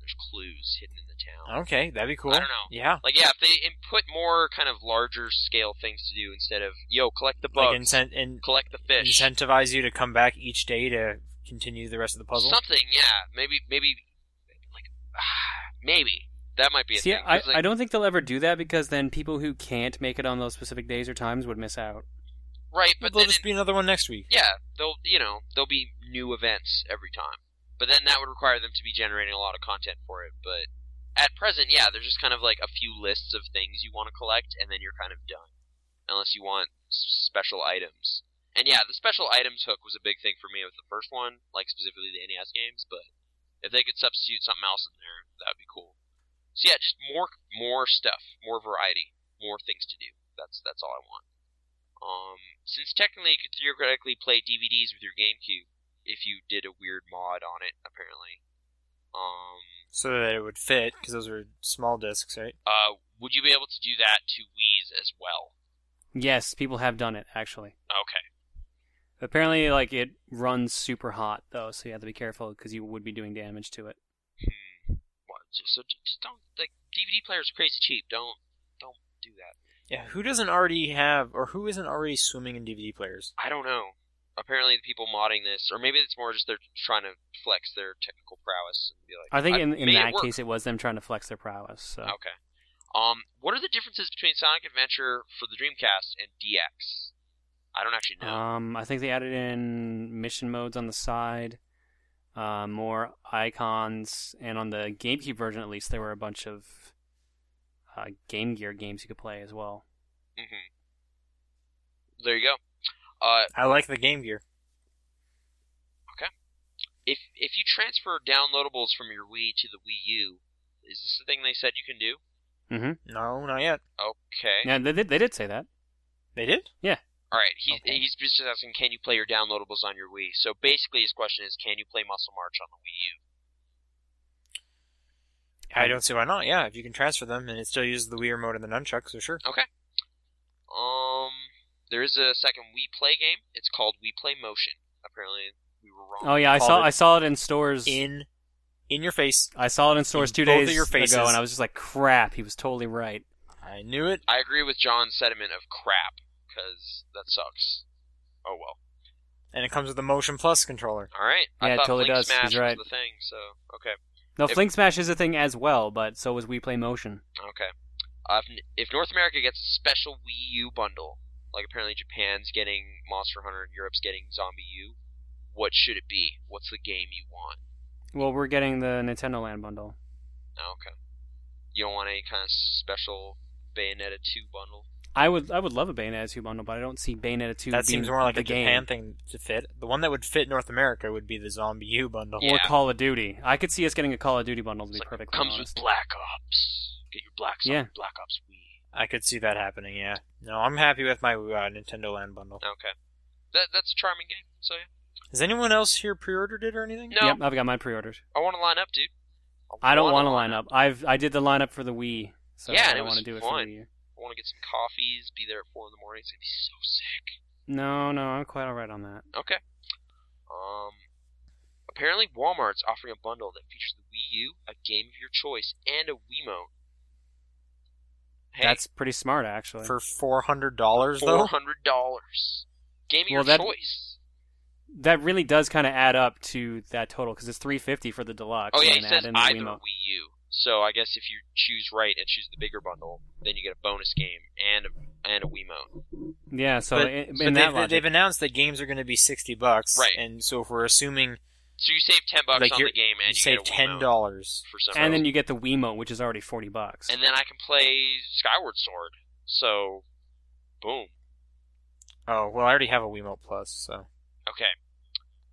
Speaker 2: There's clues hidden in the town.
Speaker 3: Okay, that'd be cool.
Speaker 2: I don't know.
Speaker 3: Oh, Yeah,
Speaker 2: Like yeah, if they input more kind of larger scale things to do instead of yo collect the
Speaker 3: like
Speaker 2: bugs,
Speaker 3: incent- in-
Speaker 2: collect the fish,
Speaker 3: incentivize you to come back each day to continue the rest of the puzzle.
Speaker 2: something. Yeah, maybe maybe like maybe that might be a
Speaker 1: See,
Speaker 2: thing.
Speaker 1: I,
Speaker 2: 'Cause, like,
Speaker 1: I don't think they'll ever do that because then people who can't make it on those specific days or times would miss out.
Speaker 2: right,
Speaker 3: But
Speaker 2: but
Speaker 3: there'll
Speaker 2: then
Speaker 3: just be another one next week.
Speaker 2: yeah, they'll you know there'll be new events every time, but then that would require them to be generating a lot of content for it. But at present, yeah, there's just kind of like a few lists of things you want to collect, and then you're kind of done, unless you want s- special items. And yeah, the special items hook was a big thing for me with the first one, like specifically the NES games. But if they could substitute something else in there, that would be cool. So yeah, just more more stuff, more variety, more things to do. That's that's all I want. Um, since technically you could theoretically play DVDs with your GameCube if you did a weird mod on it, apparently. Um,
Speaker 3: So that it would fit because those are small discs, right?
Speaker 2: uh, would you be able to do that to Wii's as well?
Speaker 1: Yes, people have done it actually.
Speaker 2: Okay.
Speaker 1: Apparently, like it runs super hot though, so you have to be careful because you would be doing damage to it.
Speaker 2: What- so- So j- just don't like DVD players are crazy cheap. Don't don't do that.
Speaker 3: Yeah, who doesn't already have, or who isn't already swimming in DVD players?
Speaker 2: I don't know. Apparently, the people modding this, or maybe it's more just they're trying to flex their technical prowess and be like.
Speaker 1: I think in, in
Speaker 2: made it
Speaker 1: that
Speaker 2: work."
Speaker 1: case, it was them trying to flex their prowess. So
Speaker 2: Okay. Um, what are the differences between Sonic Adventure for the Dreamcast and DX? I don't actually know.
Speaker 1: um, I think they added in mission modes on the side, uh, more icons, and on the GameCube version at least, there were a bunch of uh, Game Gear games you could play as well.
Speaker 2: hmm Mm-hmm. There you go. Uh,
Speaker 3: I like the Game Gear.
Speaker 2: if if you transfer downloadables from your Wii to the Wii U, is this the thing they said you can do?
Speaker 1: Mm-hmm.
Speaker 3: No, not yet.
Speaker 2: Okay.
Speaker 1: Yeah, they did. They did say that.
Speaker 3: They did?
Speaker 2: All right. He's
Speaker 3: Okay.
Speaker 2: he's just asking, can you play your downloadables on your Wii? So basically, his question is, can you play Muscle March on the Wii U?
Speaker 3: I don't see why not. Yeah, if you can transfer them and it still uses the Wii remote and the nunchuck, so sure.
Speaker 2: Um, there is a second Wii Play game. It's called Wii Play Motion. Apparently, we were wrong.
Speaker 1: Oh yeah, I
Speaker 3: Called
Speaker 1: saw.
Speaker 3: it
Speaker 1: I saw it in stores.
Speaker 3: In, in your face.
Speaker 1: I saw it in stores
Speaker 3: in
Speaker 1: two
Speaker 3: both of
Speaker 1: days
Speaker 3: your faces.
Speaker 1: ago, and I was just like, "Crap!" He was totally right.
Speaker 3: I knew it.
Speaker 2: I agree with John's sentiment of crap because that sucks. Oh well.
Speaker 3: And it comes with the Motion Plus controller.
Speaker 2: All right.
Speaker 1: Yeah,
Speaker 2: I
Speaker 1: it
Speaker 2: thought
Speaker 1: totally
Speaker 2: Link
Speaker 1: does. He's
Speaker 2: Smash
Speaker 1: right.
Speaker 2: was the thing. So okay,
Speaker 1: No,
Speaker 2: It-
Speaker 1: Fling Smash is a thing as well, but so was We Play Motion.
Speaker 2: okay. Uh, if, if North America gets a special Wii U bundle, like apparently Japan's getting Monster Hunter and Europe's getting Zombie U, what should it be? What's the game you want?
Speaker 1: Well, we're getting the Nintendo Land bundle.
Speaker 2: Oh, okay. You don't want any kind of special Bayonetta two bundle.
Speaker 1: I would, I would love a Bayonetta two bundle, but I don't see Bayonetta two.
Speaker 3: That
Speaker 1: being
Speaker 3: seems more like
Speaker 1: the
Speaker 3: a
Speaker 1: game.
Speaker 3: Japan thing to fit. The one that would fit North America would be the Zombie U bundle.
Speaker 1: or
Speaker 2: Yeah.
Speaker 1: Call of Duty. I could see us getting a Call of Duty bundle to be
Speaker 2: It's like,
Speaker 1: perfectly
Speaker 2: comes
Speaker 1: honest.
Speaker 2: with Black Ops. Get your Black Ops.
Speaker 1: Yeah.
Speaker 2: Black Ops Wii.
Speaker 3: I could see that happening, yeah. No, I'm happy with my uh, Nintendo Land bundle.
Speaker 2: Okay. That that's a charming game. So yeah.
Speaker 3: Has anyone else here pre-ordered it or anything?
Speaker 2: No,
Speaker 1: Yep, I've got mine pre-ordered.
Speaker 2: I want to line up, dude.
Speaker 1: I don't want
Speaker 2: wanna
Speaker 1: to line up. I've, I did the lineup for the Wii, so
Speaker 2: Yeah, and
Speaker 1: I
Speaker 2: it
Speaker 1: don't
Speaker 2: was
Speaker 1: want to do it
Speaker 2: fun.
Speaker 1: for you.
Speaker 2: I want to get some coffees, be there at four in the morning. It's gonna be so sick.
Speaker 1: No, no, I'm quite all right on that.
Speaker 2: Okay. Um. Apparently, Walmart's offering a bundle that features the Wii U, a game of your choice, and a Wiimote. Hey,
Speaker 1: That's pretty smart, actually.
Speaker 3: For four hundred dollars,
Speaker 2: four
Speaker 3: though.
Speaker 2: hundred dollars. Game of your
Speaker 1: Well, that-
Speaker 2: choice.
Speaker 1: that really does kind of add up to that total because it's 350 for the deluxe.
Speaker 2: Oh yeah, he
Speaker 1: and then
Speaker 2: says
Speaker 1: add in the
Speaker 2: either
Speaker 1: Wiimote.
Speaker 2: Wii U. So I guess if you choose right and choose the bigger bundle, then you get a bonus game and a, and a Wiimote.
Speaker 1: Yeah, so
Speaker 3: But-
Speaker 1: in,
Speaker 3: But
Speaker 1: in that
Speaker 3: they've,
Speaker 1: logic,
Speaker 3: they've announced that games are going to be sixty bucks,
Speaker 2: Right.
Speaker 3: And so if we're assuming
Speaker 2: So you save ten bucks
Speaker 3: Like,
Speaker 2: on
Speaker 3: you're-
Speaker 2: the game
Speaker 3: you
Speaker 2: and you,
Speaker 3: save
Speaker 2: get a Wiimote
Speaker 3: ten dollars,
Speaker 2: for some
Speaker 1: and
Speaker 2: reason.
Speaker 1: then you get the Wiimote, which is already 40 bucks.
Speaker 2: and then I can play Skyward Sword. So, boom.
Speaker 3: oh well, I already have a Wiimote Plus, so
Speaker 2: Okay.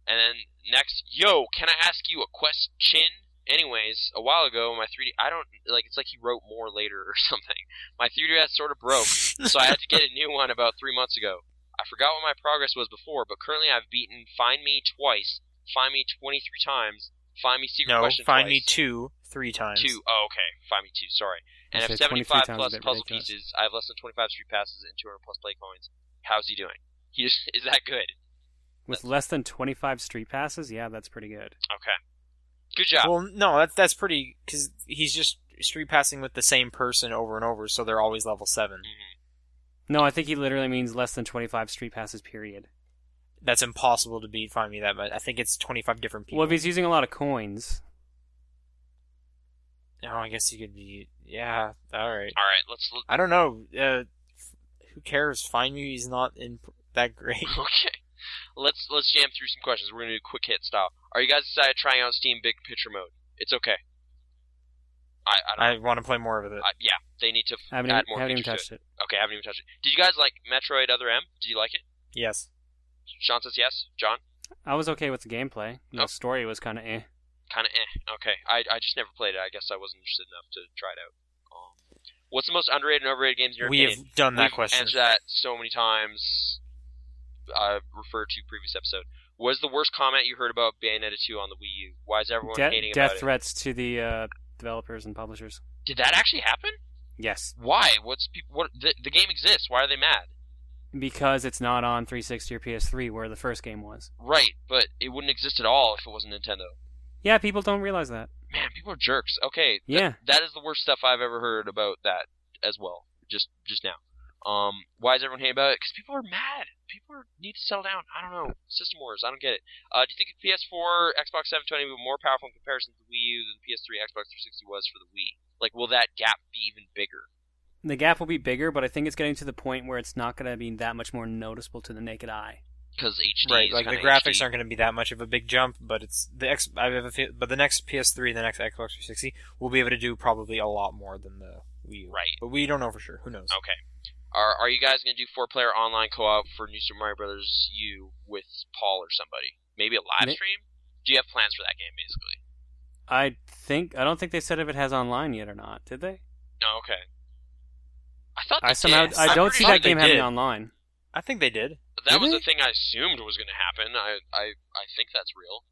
Speaker 2: And then next, yo, can I ask you a question? Anyways, a while ago, my 3D, I don't like. It's like he wrote more later or something. My 3DS sort of broke, so I had to get a new one about three months ago. I forgot what my progress was before, but currently I've beaten Find Me twice, Find Me 23 times, Find Me Secret
Speaker 3: no,
Speaker 2: Question
Speaker 3: find
Speaker 2: twice.
Speaker 3: me two, three times.
Speaker 2: Two. Oh, okay. Find me two. Sorry. And I
Speaker 1: Okay,
Speaker 2: have 75
Speaker 1: 23 sounds a
Speaker 2: plus
Speaker 1: bit
Speaker 2: puzzle
Speaker 1: ridiculous.
Speaker 2: pieces. I have less than 25 street passes and 200 plus play coins. How's he doing? He just, is that good?
Speaker 1: With less than 25 street passes, yeah, that's pretty good.
Speaker 2: Okay. Good job.
Speaker 3: Well, no, that's that's pretty because he's just street passing with the same person over and over, so they're always level seven.
Speaker 2: Mhm.
Speaker 1: No, I think he literally means less than 25 street passes, period.
Speaker 3: That's impossible to beat. Find me that much. I think it's twenty five different people.
Speaker 1: Well, if he's using a lot of coins,
Speaker 3: oh, I guess you could be. Yeah, all right.
Speaker 2: All right. Let's. l-
Speaker 3: I don't know. Uh, who cares? Find me. He's not in that great.
Speaker 2: Okay. Let's let's jam through some questions. We're gonna do quick hit style. Are you guys excited trying out Steam Big Picture mode? It's okay. I I, don't,
Speaker 3: I want to play more of it.
Speaker 2: I yeah. They need to f-
Speaker 1: I haven't,
Speaker 2: add
Speaker 1: even,
Speaker 2: more.
Speaker 1: haven't even
Speaker 2: features to
Speaker 1: touched it.
Speaker 2: Okay, I haven't even touched it. Did you guys like Metroid Other M? Did you like it?
Speaker 3: Yes.
Speaker 2: Sean says yes. John.
Speaker 1: I was okay with the gameplay. The
Speaker 2: Oh.
Speaker 1: story was kind of eh.
Speaker 2: kind of eh. Okay, I, I just never played it. I guess I wasn't interested enough to try it out. Um, what's the most underrated and overrated games in your
Speaker 3: We have
Speaker 2: opinion?
Speaker 3: done that
Speaker 2: We've
Speaker 3: question.
Speaker 2: Answered that so many times. I refer to previous episode. What is the worst comment you heard about Bayonetta 2 on the Wii U? Why is everyone
Speaker 1: De-
Speaker 2: hating
Speaker 1: death
Speaker 2: about
Speaker 1: threats to the uh, developers and publishers.
Speaker 2: it? Did that actually happen?
Speaker 1: Yes.
Speaker 2: Why? What's people? What the, the game exists. Why are they mad?
Speaker 1: because it's not on 360 or PS3 where the first game was.
Speaker 2: Right, but it wouldn't exist at all if it wasn't Nintendo.
Speaker 1: Yeah, people don't realize that.
Speaker 2: Man, people are jerks. Okay, th-
Speaker 1: Yeah.
Speaker 2: that is the worst stuff I've ever heard about that as well. Just just now. Um, why is everyone hating about it? Because people are mad. People are, need to settle down. I don't know. System wars. I don't get it. Uh, do you think the PS4, Xbox 720 will be more powerful in comparison to the Wii U than the PS3, Xbox 360 was for the Wii? Like, will that gap be even bigger?
Speaker 1: The gap will be bigger, but I think it's getting to the point where it's not going to be that much more noticeable to the naked eye.
Speaker 2: Because HD
Speaker 3: right
Speaker 2: is
Speaker 3: like the
Speaker 2: kinda
Speaker 3: graphics
Speaker 2: HD.
Speaker 3: aren't going to be that much of a big jump but it's the x i have a feel but the next ps3 the next xbox 360 will be able to do probably a lot more than the wii U.
Speaker 2: Right.
Speaker 3: but we don't know for sure who knows
Speaker 2: Okay. Are Are you guys gonna do four player online co op for New Super Mario Brothers U with Paul or somebody? Maybe a live
Speaker 1: May-
Speaker 2: stream? Do you have plans for that game, basically?
Speaker 1: I think I don't think they said if it has online yet or not, did they?
Speaker 2: Oh, okay. I thought
Speaker 1: I
Speaker 2: they
Speaker 1: somehow
Speaker 2: did.
Speaker 1: I
Speaker 3: I'm
Speaker 1: don't
Speaker 3: pretty
Speaker 1: see
Speaker 3: sure
Speaker 1: that
Speaker 3: they
Speaker 1: game having
Speaker 3: did.
Speaker 1: online.
Speaker 3: i think they did
Speaker 2: that was
Speaker 1: Did
Speaker 2: the thing I assumed was gonna happen. I I I think that's real.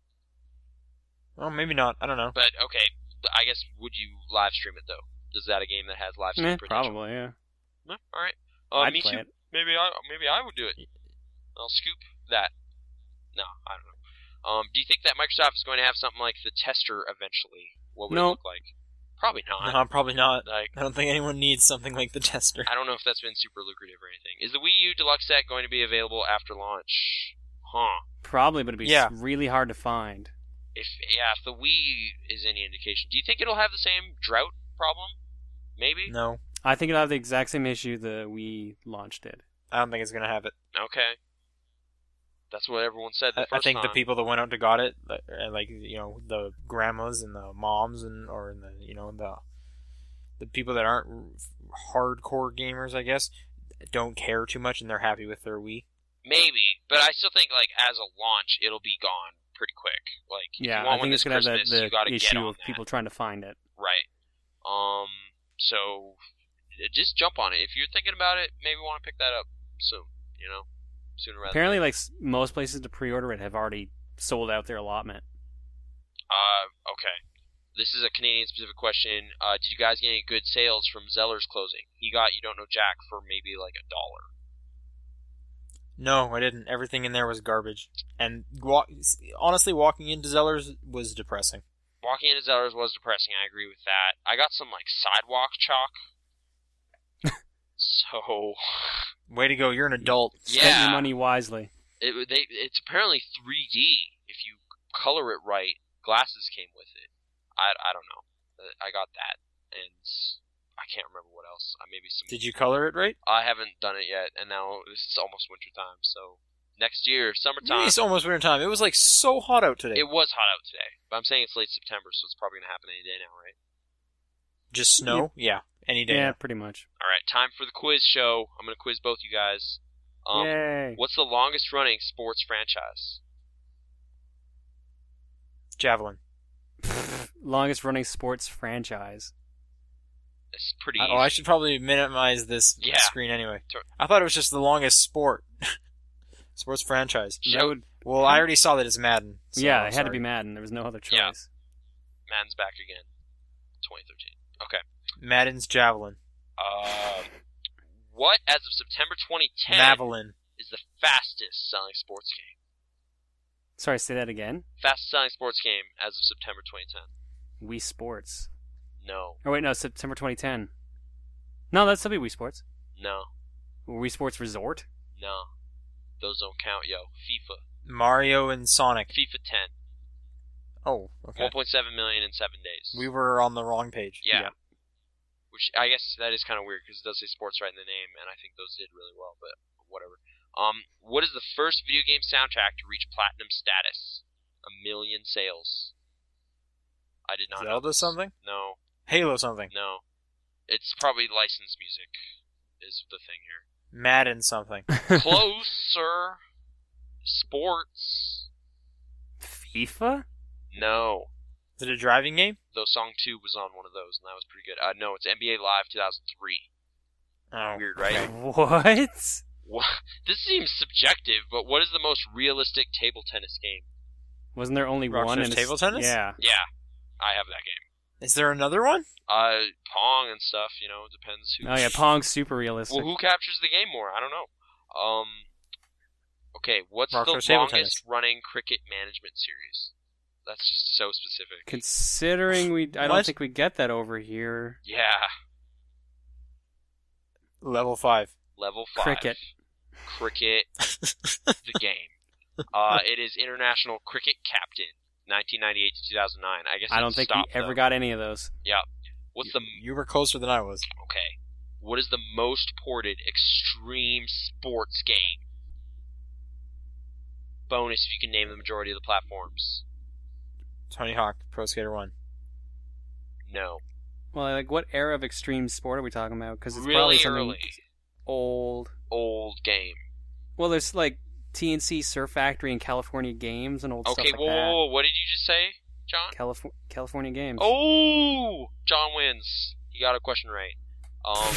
Speaker 3: well maybe not i don't know
Speaker 2: But okay, I guess would you live stream it though? Is that a game that has live stream
Speaker 1: Eh,
Speaker 2: potential?
Speaker 1: probably, yeah.
Speaker 2: No? All right. Uh,
Speaker 1: I'd
Speaker 2: me
Speaker 1: play
Speaker 2: too.
Speaker 1: it.
Speaker 2: Maybe I maybe I would do it. I'll scoop that. No, I don't know. Um, do you think that Microsoft is going to have something like the tester eventually? What would it
Speaker 1: No. Uh-huh.
Speaker 2: look like? Probably not.
Speaker 3: no probably not
Speaker 2: Like
Speaker 3: i don't think anyone needs something like the tester
Speaker 2: I don't know if that's been super lucrative or anything. Is the Wii U Deluxe set going to be available after launch? Huh.
Speaker 1: Probably, but it'd be s-
Speaker 3: Yeah.
Speaker 1: really hard to find.
Speaker 2: If yeah, if the Wii is any indication, do you think it'll have the same drought problem? Maybe.
Speaker 3: no
Speaker 1: I think it'll have the exact same issue the Wii launch did.
Speaker 3: i don't think it's going to have it
Speaker 2: Okay. That's what everyone said. The
Speaker 3: I, I
Speaker 2: first
Speaker 3: think the
Speaker 2: time.
Speaker 3: people that went out to got it like- uh, like you know the grandmas and the moms and or the you know the the people that aren't r- hardcore gamers i guess don't care too much and they're happy with their wii
Speaker 2: Maybe, but I still think like as a launch, it'll be gone pretty quick. Like if
Speaker 1: Yeah,
Speaker 2: you want
Speaker 1: I
Speaker 2: one
Speaker 1: think
Speaker 2: this
Speaker 1: it's gonna have
Speaker 2: Christmas,
Speaker 1: the,
Speaker 2: you gotta
Speaker 1: the
Speaker 2: get
Speaker 1: issue
Speaker 2: on
Speaker 1: of
Speaker 2: that.
Speaker 1: people trying to find it.
Speaker 2: right? Um, so just jump on it if you're thinking about it. Maybe want to pick that up soon. You know, sooner rather.
Speaker 1: Apparently, like s- most places to pre-order it have already sold out their allotment.
Speaker 2: Uh, okay. This is a Canadian specific question. Uh, did you guys get any good sales from Zeller's closing? He got you don't know Jack for maybe like a dollar.
Speaker 3: No, I didn't. Everything in there was garbage. And wa- honestly, walking into Zeller's was depressing.
Speaker 2: Walking into Zeller's was depressing. I agree with that. I got some like sidewalk chalk. so
Speaker 3: Way to go! You're an adult.
Speaker 1: Spent
Speaker 2: Yeah.
Speaker 1: your money wisely.
Speaker 2: it, they, it's apparently 3D. If you color it right, glasses came with it. I, I don't know. Uh, I got that, and I can't remember what else. I maybe some.
Speaker 3: Did you color it right?
Speaker 2: I haven't done it yet, and now it's almost winter time. So next year, summertime.
Speaker 3: It's almost winter time. It was like so hot out today.
Speaker 2: It was hot out today, but I'm saying it's late September, so it's probably gonna happen any day now, right?
Speaker 3: Just snow. Yeah, any day.
Speaker 1: Yeah,
Speaker 3: now.
Speaker 1: pretty much.
Speaker 2: All right, time for the quiz show. I'm gonna quiz both you guys. Um,
Speaker 1: Yay!
Speaker 2: What's the longest running sports franchise?
Speaker 3: Javelin.
Speaker 1: Longest running sports franchise.
Speaker 2: It's pretty.
Speaker 3: Oh, I
Speaker 2: easy.
Speaker 3: should probably minimize this
Speaker 2: Yeah.
Speaker 3: screen anyway.
Speaker 2: Tur-
Speaker 3: I thought it was just the longest sport, sports franchise.
Speaker 1: That
Speaker 2: Show
Speaker 1: would,
Speaker 3: Well,
Speaker 2: Hmm.
Speaker 3: I already saw that it's Madden. so
Speaker 1: yeah,
Speaker 3: I'm
Speaker 1: it had to be
Speaker 3: sorry.
Speaker 1: Madden. There was no other choice.
Speaker 2: Yeah. Madden's back again, 2013. Okay.
Speaker 3: Madden's javelin.
Speaker 2: Uh, what, as of September 2010,
Speaker 3: Mavelin.
Speaker 2: is the fastest selling sports game?
Speaker 1: Sorry, say that again.
Speaker 2: Fastest selling sports game as of September 2010.
Speaker 1: Wii Sports.
Speaker 2: No,
Speaker 1: Oh wait, no, September 2010. No, that's still be Wii Sports.
Speaker 2: no,
Speaker 1: Wii Sports Resort.
Speaker 2: no. Those don't count, yo. FIFA.
Speaker 3: Mario and Sonic.
Speaker 2: FIFA 10.
Speaker 3: Oh, okay.
Speaker 2: 1.7 million in seven days.
Speaker 3: We were on the wrong page.
Speaker 2: yeah. Which I guess that is kind of weird because it does say sports right in the name, and I think those did really well, but whatever. Um, what is the first video game soundtrack to reach platinum status? A million sales. I did not. know
Speaker 3: Zelda
Speaker 2: this.
Speaker 3: something?
Speaker 2: No,
Speaker 3: Halo something.
Speaker 2: no. It's probably licensed music, is the thing here.
Speaker 3: Madden something.
Speaker 2: Closer. Sports.
Speaker 1: FIFA.
Speaker 2: No.
Speaker 3: Is it a driving game?
Speaker 2: Though song two was on one of those, and that was pretty good. Uh, no, it's NBA Live 2003.
Speaker 3: Oh.
Speaker 2: Weird, right?
Speaker 1: What?
Speaker 2: Wha This seems subjective, but what is the most realistic table tennis game?
Speaker 1: Wasn't there only
Speaker 3: Rock,
Speaker 1: one?
Speaker 3: scissors,
Speaker 1: in this-
Speaker 3: table tennis?
Speaker 1: Yeah.
Speaker 2: Yeah, I have that game.
Speaker 3: Is there another one?
Speaker 2: Uh, Pong and stuff. You know, depends who.
Speaker 1: Oh yeah, Pong's super realistic.
Speaker 2: Well, who captures the game more? I don't know. Um, okay, what's
Speaker 3: Rock, paper,
Speaker 2: the
Speaker 3: table
Speaker 2: longest
Speaker 3: tennis.
Speaker 2: running cricket management series? That's just so specific.
Speaker 1: Considering we, I don't
Speaker 3: What?
Speaker 1: think we get that over here.
Speaker 2: yeah,
Speaker 3: Level five.
Speaker 2: level five.
Speaker 1: Cricket.
Speaker 2: Cricket, the game. Uh, it is International Cricket Captain, 1998 to 2009. I guess
Speaker 1: I
Speaker 2: it
Speaker 1: don't think
Speaker 2: stopped,
Speaker 1: we ever
Speaker 2: though.
Speaker 1: got any of those.
Speaker 2: What's
Speaker 3: You-
Speaker 2: the
Speaker 3: You were closer than I was.
Speaker 2: okay? What is the most ported extreme sports game? Bonus if you can name the majority of the platforms.
Speaker 3: Tony Hawk, Pro Skater One.
Speaker 2: No,
Speaker 1: Well, like, what era of extreme sport are we talking about? Because it's probably
Speaker 2: really
Speaker 1: something
Speaker 2: early,
Speaker 1: old.
Speaker 2: old game.
Speaker 1: Well, there's like TNC Surf Factory and California Games and old
Speaker 2: Okay,
Speaker 1: stuff like
Speaker 2: whoa,
Speaker 1: that.
Speaker 2: whoa, whoa, what did you just say, John?
Speaker 1: Calif- California Games.
Speaker 2: Oh, John wins. He got a question right. Um,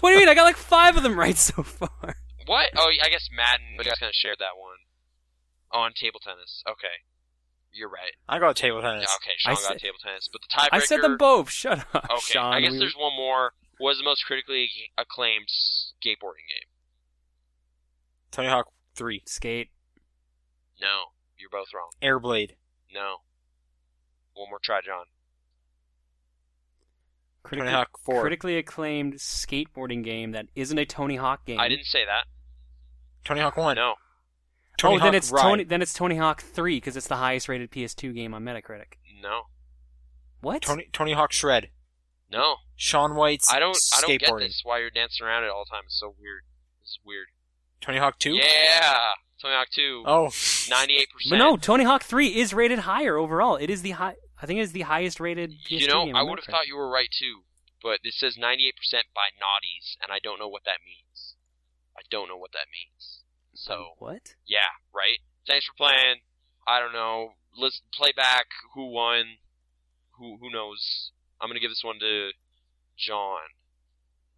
Speaker 1: What do you mean? I got like five of them right so far.
Speaker 2: what? Oh, I guess Madden. But you guys kind of shared that one. Oh, on table tennis. Okay, you're right.
Speaker 3: I got table
Speaker 2: Yeah,
Speaker 3: tennis.
Speaker 2: okay, Sean
Speaker 1: I
Speaker 2: got
Speaker 1: said-
Speaker 2: table tennis, but the tiebreaker.
Speaker 1: I said them both. Shut up,
Speaker 2: Okay,
Speaker 1: Sean.
Speaker 2: I guess
Speaker 1: we-
Speaker 2: there's one more. Was the most critically acclaimed skateboarding game?
Speaker 3: Tony Hawk Three.
Speaker 1: skate.
Speaker 2: No, you're both wrong.
Speaker 3: Airblade.
Speaker 2: No. One more try, John.
Speaker 1: Critically,
Speaker 3: Tony Hawk Four.
Speaker 1: critically acclaimed skateboarding game that isn't a Tony Hawk game.
Speaker 2: I didn't say that.
Speaker 3: Tony Hawk One.
Speaker 2: No,
Speaker 3: Tony
Speaker 1: oh,
Speaker 3: Hawk
Speaker 1: then it's
Speaker 3: Ride.
Speaker 1: Tony. Then it's Tony Hawk Three because it's the highest rated PS2 game on Metacritic.
Speaker 2: no,
Speaker 1: What?
Speaker 3: Tony Tony Hawk Shred.
Speaker 2: no.
Speaker 3: Sean White's
Speaker 2: I don't. I don't
Speaker 3: skateboarding.
Speaker 2: get this. Why you're dancing around it all the time? It's so weird. It's weird.
Speaker 3: Tony Hawk Two.
Speaker 2: Yeah, Tony Hawk Two.
Speaker 3: Oh.
Speaker 2: Ninety-eight
Speaker 1: But
Speaker 2: percent.
Speaker 1: no, Tony Hawk Three is rated higher overall. It is the high. I think it is the highest rated. PS2
Speaker 2: you know,
Speaker 1: game
Speaker 2: I
Speaker 1: on
Speaker 2: would have
Speaker 1: Metacritic.
Speaker 2: thought you were right too. But this says ninety-eight percent by naughties, and I don't know what that means. I don't know what that means. So
Speaker 1: What?
Speaker 2: yeah, right. Thanks for playing. I don't know. Let's play back. Who won? Who who knows? I'm gonna give this one to John.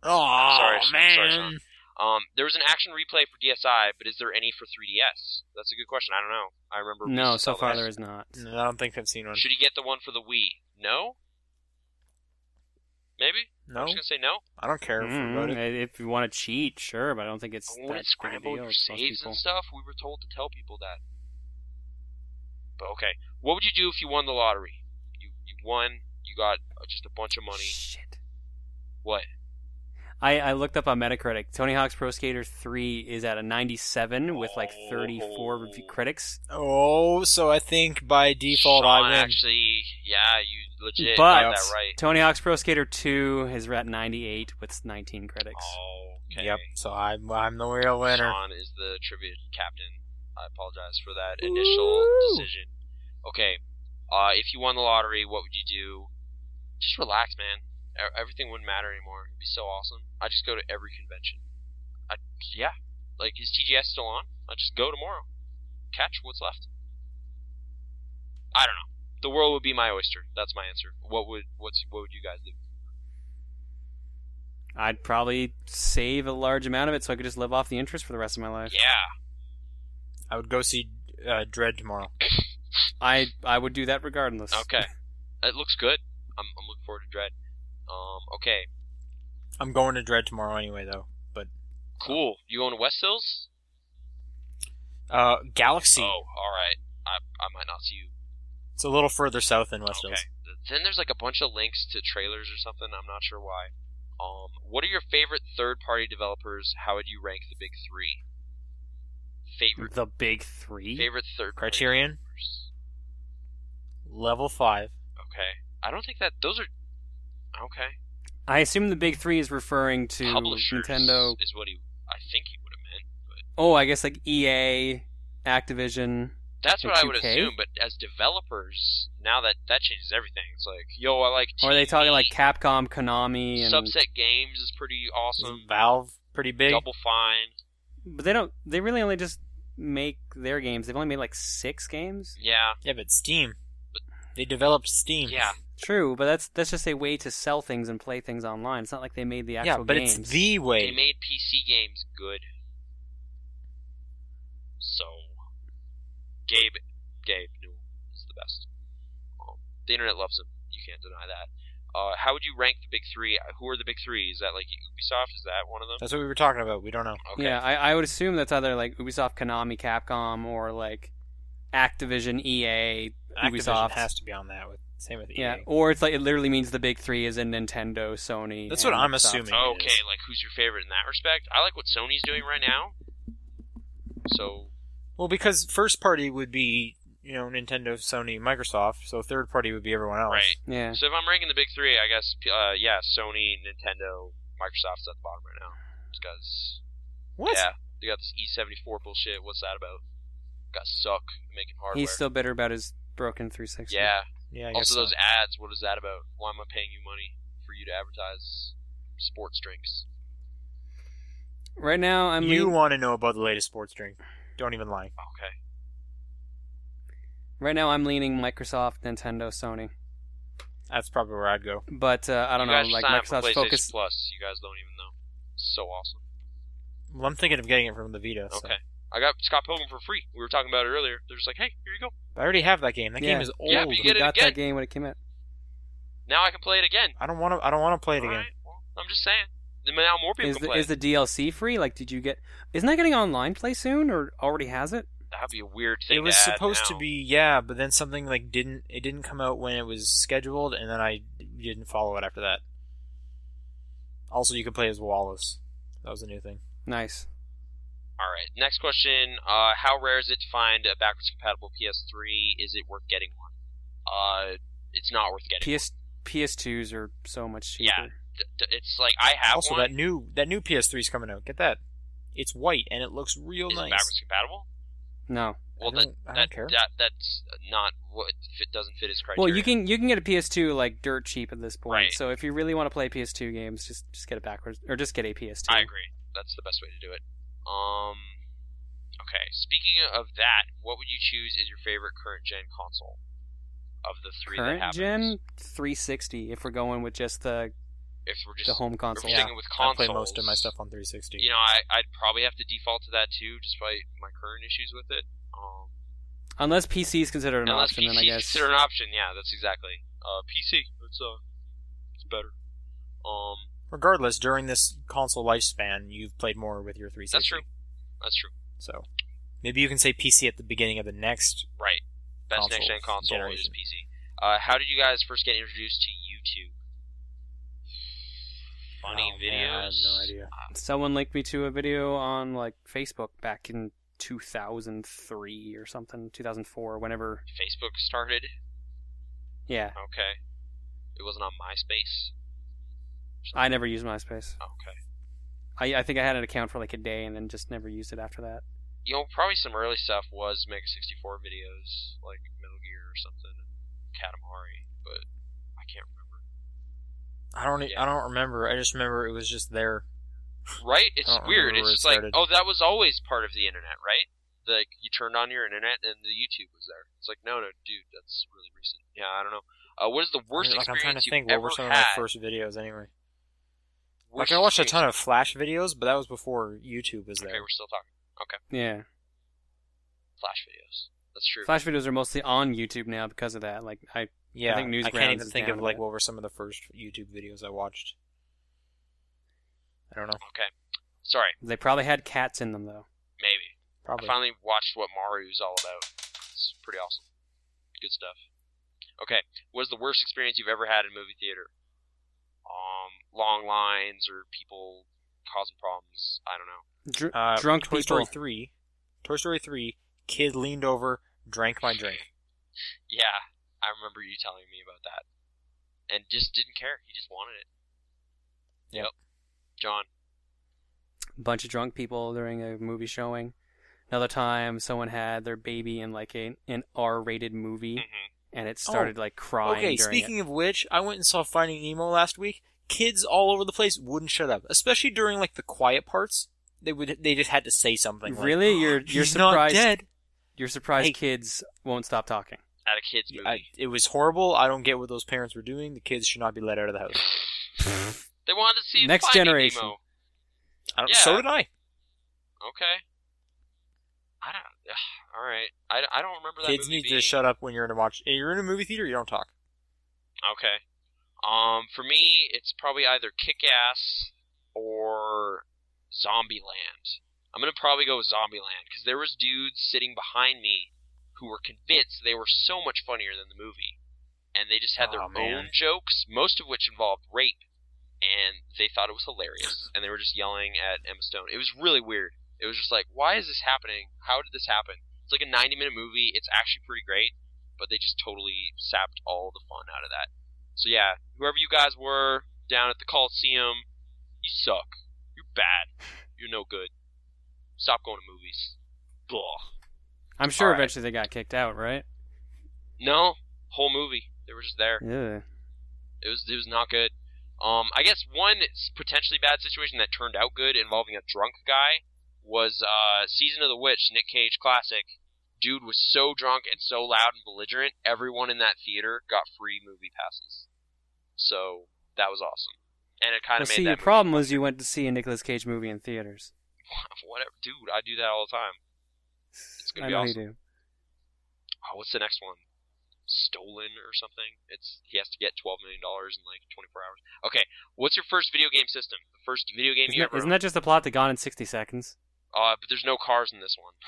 Speaker 3: Oh
Speaker 2: Sorry, Sean.
Speaker 3: man.
Speaker 2: Sorry, Sean. Um, there was an action replay for DSi, but is there any for 3DS? That's a good question. I don't know. I remember. we
Speaker 1: No, so
Speaker 2: saw
Speaker 1: far
Speaker 2: that.
Speaker 1: there is not.
Speaker 3: No, I don't think I've seen one.
Speaker 2: Should he get the one for the Wii? No. Maybe.
Speaker 3: No,
Speaker 2: I'm just gonna say no.
Speaker 3: I don't care if we
Speaker 1: Mm,
Speaker 3: wrote it.
Speaker 1: If you want to cheat, sure, but I don't think it's
Speaker 2: I wouldn't
Speaker 1: that big a
Speaker 2: scramble your
Speaker 1: deal to most
Speaker 2: saves
Speaker 1: people.
Speaker 2: and stuff. We were told to tell people that. But okay, what would you do if you won the lottery? You you won. You got uh, just a bunch of money.
Speaker 1: Shit.
Speaker 2: What?
Speaker 1: I, I looked up on Metacritic. Tony Hawk's Pro Skater 3 is at a 97 with like 34
Speaker 2: Oh.
Speaker 1: review critics.
Speaker 3: Oh, so I think by default I
Speaker 2: Sean
Speaker 3: win.
Speaker 2: Actually, yeah, you legit
Speaker 1: But-
Speaker 2: got that right.
Speaker 1: Tony Hawk's Pro Skater 2 is at 98 with 19 critics.
Speaker 2: Oh, okay.
Speaker 3: Yep. So I'm I'm the real winner.
Speaker 2: Sean is the trivia captain. I apologize for that initial
Speaker 1: Ooh.
Speaker 2: decision. Okay, uh, if you won the lottery, what would you do? Just relax, man. E- Everything wouldn't matter anymore. It'd be so awesome. I just go to every convention. I yeah, like is TGS still on? I just go tomorrow. Catch what's left. I don't know. The world would be my oyster. That's my answer. What would what's what would you guys do?
Speaker 1: I'd probably save a large amount of it so I could just live off the interest for the rest of my life.
Speaker 2: Yeah,
Speaker 3: I would go see uh, Dread tomorrow.
Speaker 1: I I would do that regardless.
Speaker 2: Okay. it looks good. I'm I'm looking forward to Dread. Um, okay.
Speaker 3: I'm going to Dread tomorrow anyway, though.
Speaker 2: Cool. You going to West Hills?
Speaker 3: Uh, Galaxy.
Speaker 2: Oh, all right. I, I might not see you.
Speaker 3: It's a little further south than West
Speaker 2: okay.
Speaker 3: Hills.
Speaker 2: Then there's like a bunch of links to trailers or something. I'm not sure why. Um, what are your favorite third-party developers? How would you rank the big three? Favorite
Speaker 1: The big three?
Speaker 2: favorite third
Speaker 3: Criterion, level five.
Speaker 2: Okay. I don't think that those are. Okay.
Speaker 1: I assume the big three is referring to
Speaker 2: Publishers
Speaker 1: Nintendo.
Speaker 2: is what he. I think he would have meant, but
Speaker 1: Oh, I guess like EA, Activision.
Speaker 2: that's what
Speaker 1: Like
Speaker 2: I would
Speaker 1: 2K?
Speaker 2: assume. But as developers, now that that changes everything. It's like, yo, I like.
Speaker 1: Or are they talking like
Speaker 2: TV.
Speaker 1: Capcom, Konami, and
Speaker 2: Subset Games is pretty awesome.
Speaker 3: Isn't Valve pretty big.
Speaker 2: Double Fine.
Speaker 1: But they don't. They really only just make their games. They've only made like six games.
Speaker 2: Yeah.
Speaker 3: Yeah, but Steam. They developed Steam.
Speaker 2: Yeah.
Speaker 1: True, but that's that's just a way to sell things and play things online. It's not like they made the actual
Speaker 3: yeah, but
Speaker 1: games.
Speaker 3: it's the
Speaker 2: They
Speaker 3: way.
Speaker 2: made PC games good. So, Gabe, Gabe Newell is the best. Um, the internet loves him. You can't deny that. Uh, how would you rank the big three? Uh, Who are the big three? Is that like Ubisoft? Is that one of them?
Speaker 3: That's what we were talking about. We don't know.
Speaker 2: Okay.
Speaker 1: Yeah, I, I would assume that's either like Ubisoft, Konami, Capcom, or like Activision,
Speaker 2: E
Speaker 1: EA,
Speaker 3: Activision
Speaker 1: Ubisoft.
Speaker 3: has to be on that. With same with E EA.
Speaker 1: yeah, or it's like it literally means the big three is in Nintendo, Sony.
Speaker 3: That's
Speaker 1: and
Speaker 3: what I'm
Speaker 1: Microsoft.
Speaker 3: assuming. it
Speaker 2: Okay,
Speaker 3: is.
Speaker 2: like who's your favorite in that respect? I like what Sony's doing right now. So
Speaker 3: Well, because first party would be you know Nintendo, Sony, Microsoft. So third party would be everyone else.
Speaker 2: right.
Speaker 1: Yeah,
Speaker 2: So if I'm ranking the big three, I guess uh, yeah, Sony, Nintendo, Microsoft's at the bottom right now because
Speaker 3: What?
Speaker 2: yeah, they got this E74 bullshit. What's that about? Got suck at making hardware.
Speaker 1: he's still bitter about his broken 360.
Speaker 2: yeah.
Speaker 3: Yeah. I guess
Speaker 2: Also
Speaker 3: so.
Speaker 2: those ads. What is that about? Why am I paying you money for you to advertise sports drinks?
Speaker 1: Right now, I'm
Speaker 3: you
Speaker 1: lean-
Speaker 3: want to know about the latest sports drink? Don't even lie.
Speaker 2: Okay.
Speaker 1: right now I'm leaning Microsoft, Nintendo, Sony.
Speaker 3: That's probably where I'd go.
Speaker 1: But uh, I don't
Speaker 2: you
Speaker 1: know,
Speaker 2: guys should
Speaker 1: like
Speaker 2: sign up
Speaker 1: Microsoft's
Speaker 2: for PlayStation
Speaker 1: focus.
Speaker 2: Plus. You guys don't even know. It's so awesome.
Speaker 3: Well, I'm thinking of getting it from the Vita. so-
Speaker 2: Okay. I got Scott Pilgrim for free. We were talking about it earlier. They're just like, hey, here you go.
Speaker 3: But I already have that game. That
Speaker 1: Yeah.
Speaker 3: game is old.
Speaker 2: Yeah, but you
Speaker 1: We
Speaker 2: get it
Speaker 1: got
Speaker 2: again.
Speaker 1: that game when it came out.
Speaker 2: Now I can play it again.
Speaker 3: I don't want to. I don't want to play it again.
Speaker 2: Alright, well, I'm just saying. Then Now more people
Speaker 1: Is
Speaker 2: can
Speaker 1: the,
Speaker 2: play
Speaker 1: is
Speaker 2: it.
Speaker 1: the DLC free? Like, did you get? Isn't that getting online play soon, or already has it?
Speaker 2: That'd be a weird thing.
Speaker 3: It was
Speaker 2: to add
Speaker 3: supposed to
Speaker 2: now.
Speaker 3: be yeah, but then something like didn't. It didn't come out when it was scheduled, and then I didn't follow it after that. Also, you could play as Wallace. That was a new thing.
Speaker 1: Nice.
Speaker 2: All right. Next question: uh, How rare is it to find a backwards compatible PS3? Is it worth getting one? Uh, it's not worth getting.
Speaker 1: PS PS2s are so much cheaper.
Speaker 2: Yeah. D- d- It's like I have
Speaker 3: also,
Speaker 2: one.
Speaker 3: that new that new PS3's coming out. Get that. It's white and it looks real
Speaker 2: Is it
Speaker 3: nice.
Speaker 2: backwards compatible?
Speaker 1: No.
Speaker 2: Well,
Speaker 3: I
Speaker 2: that
Speaker 3: don't, I
Speaker 2: that,
Speaker 3: don't care.
Speaker 2: that that's not what fit doesn't fit his criteria.
Speaker 1: Well, you can you can get a PS2 like dirt cheap at this point.
Speaker 2: Right.
Speaker 1: So if you really want to play PS2 games, just just get it backwards or just get a PS2.
Speaker 2: I agree. That's the best way to do it. Um, okay. Speaking of that, what would you choose as your favorite current gen console of the three that happens?
Speaker 1: Current gen 360. If we're going with just the
Speaker 2: If we're just
Speaker 1: the home
Speaker 2: if we're
Speaker 1: console,
Speaker 3: Yeah.
Speaker 2: sticking with
Speaker 3: I
Speaker 2: consoles,
Speaker 3: play most of my stuff on 360.
Speaker 2: You know, I, I'd probably have to default to that too, despite my current issues with it. Um,
Speaker 1: unless PC is considered an
Speaker 2: unless
Speaker 1: option,
Speaker 2: PC
Speaker 1: then I guess.
Speaker 2: considered an option, yeah, that's exactly. Uh, PC, it's uh, it's better. Um,
Speaker 3: Regardless, during this console lifespan, you've played more with your 360.
Speaker 2: that's true. That's true.
Speaker 3: So maybe you can say PC at the beginning of the next.
Speaker 2: Right. Best next gen console
Speaker 3: Console
Speaker 2: is
Speaker 3: generation.
Speaker 2: PC. Uh, how did you guys first get introduced to YouTube? Funny
Speaker 3: Oh,
Speaker 2: videos.
Speaker 3: man, I have no idea.
Speaker 1: Someone linked me to a video on like Facebook back in 2003 or something, 2004, whenever.
Speaker 2: Facebook started.
Speaker 1: Yeah,
Speaker 2: Okay. It wasn't on MySpace.
Speaker 1: I never used MySpace.
Speaker 2: Okay.
Speaker 1: I, I think I had an account for like a day and then just never used it after that.
Speaker 2: you know, probably some early stuff was Mega 64 videos, like Metal Gear or something, and Katamari, but I can't remember.
Speaker 3: I don't. e,
Speaker 2: Yeah.
Speaker 3: I don't remember. I just remember it was just there.
Speaker 2: Right? It's
Speaker 3: don't
Speaker 2: weird.
Speaker 3: remember
Speaker 2: It's
Speaker 3: where it
Speaker 2: just like,
Speaker 3: started.
Speaker 2: oh, that was always part of the internet, right? Like, you turned on your internet and the YouTube was there. It's like, no, no, dude, that's really recent. Yeah, I don't know. Uh, what is the
Speaker 3: I mean,
Speaker 2: worst
Speaker 3: like I'm trying to
Speaker 2: experience
Speaker 3: think.
Speaker 2: you've
Speaker 3: What were
Speaker 2: ever
Speaker 3: some of
Speaker 2: had?
Speaker 3: my first videos anyway?
Speaker 2: Worst
Speaker 3: like I watched a
Speaker 2: experience-
Speaker 3: ton of Flash videos, but that was before YouTube was
Speaker 2: Okay,
Speaker 3: there.
Speaker 2: we're still talking
Speaker 1: Yeah.
Speaker 2: Flash videos. That's true.
Speaker 1: Flash videos are mostly on YouTube now because of that. Like I
Speaker 3: yeah,
Speaker 1: I think Newsgrounds
Speaker 3: can't even
Speaker 1: is
Speaker 3: think
Speaker 1: down
Speaker 3: of
Speaker 1: to
Speaker 3: like
Speaker 1: that.
Speaker 3: what were some of the first YouTube videos I watched. I don't know.
Speaker 2: Okay. Sorry,
Speaker 1: they probably had cats in them though.
Speaker 2: maybe. I
Speaker 3: Probably.
Speaker 2: finally watched what Mario's all about. It's pretty awesome. Good stuff. Okay, what is the worst experience you've ever had in movie theater? Um, long lines or people causing problems. I don't know.
Speaker 1: Dr-
Speaker 3: uh,
Speaker 1: drunk
Speaker 3: Toy
Speaker 1: people.
Speaker 3: Story three. Toy Story three. Kid leaned over, drank my drink.
Speaker 2: Yeah, I remember you telling me about that, and just didn't care. He just wanted it.
Speaker 3: Yep.
Speaker 2: John.
Speaker 1: bunch of drunk people during a movie showing. Another time, someone had their baby in like a, an R-rated movie,
Speaker 2: Mm-hmm.
Speaker 1: and it started like crying.
Speaker 3: Okay,
Speaker 1: during
Speaker 3: speaking of which, I went and saw Finding Nemo last week. Kids all over the place wouldn't shut up, especially during like the quiet parts. They would they just had to say something.
Speaker 1: it.
Speaker 3: like,
Speaker 1: really, you're you're
Speaker 3: He's not
Speaker 1: surprised.
Speaker 3: dead.
Speaker 1: You're surprised
Speaker 3: Hey.
Speaker 1: kids won't stop talking.
Speaker 2: At a kids
Speaker 3: I,
Speaker 2: movie.
Speaker 3: it was horrible. I don't get what those parents were doing. The kids should not be let out of the house.
Speaker 2: they wanted to see
Speaker 1: Next
Speaker 2: Finding
Speaker 1: Generation.
Speaker 2: Nemo.
Speaker 3: I don't,
Speaker 2: Yeah.
Speaker 3: So did I.
Speaker 2: Okay. I don't. Ugh, all right. I, I don't remember that
Speaker 3: Kids
Speaker 2: movie
Speaker 3: need
Speaker 2: being-
Speaker 3: to shut up when you're in a watch. If you're in a movie theater, you don't talk.
Speaker 2: Okay. Um, for me, it's probably either Kick Ass or Zombieland. I'm gonna probably go with Zombieland because there was dudes sitting behind me who were convinced they were so much funnier than the movie, and they just had their
Speaker 3: Aw, man.
Speaker 2: own jokes, most of which involved rape, and they thought it was hilarious, and they were just yelling at Emma Stone. It was really weird. It was just like, why is this happening? How did this happen? It's like a 90 minute movie. It's actually pretty great, but they just totally sapped all the fun out of that. So yeah, whoever you guys were down at the Coliseum, you suck. You're bad. You're no good. Stop going to movies. Blah.
Speaker 1: I'm sure
Speaker 2: Alright.
Speaker 1: eventually they got kicked out, right?
Speaker 2: No, whole movie. They were just there.
Speaker 1: Yeah.
Speaker 2: It was it was not good. Um, I guess one s- potentially bad situation that turned out good involving a drunk guy was uh, Season of the Witch, Nick Cage classic. Dude was so drunk and so loud and belligerent, everyone in that theater got free movie passes. So that was awesome, and it kind
Speaker 1: Well,
Speaker 2: of
Speaker 1: see,
Speaker 2: made
Speaker 1: your
Speaker 2: that movie-
Speaker 1: problem was you went to see a Nicolas Cage movie in theaters.
Speaker 2: whatever. Dude, I do that all the time. It's gonna
Speaker 1: I
Speaker 2: be
Speaker 1: know
Speaker 2: awesome.
Speaker 1: you do.
Speaker 2: oh, what's the next one? Stolen or something? It's he has to get twelve million dollars in like twenty four hours. Okay, what's your first video game system? The first video game
Speaker 1: Isn't
Speaker 2: you
Speaker 1: that,
Speaker 2: ever
Speaker 1: isn't that just a plot that gone in 60 seconds?
Speaker 2: Uh, but there's no cars in this one.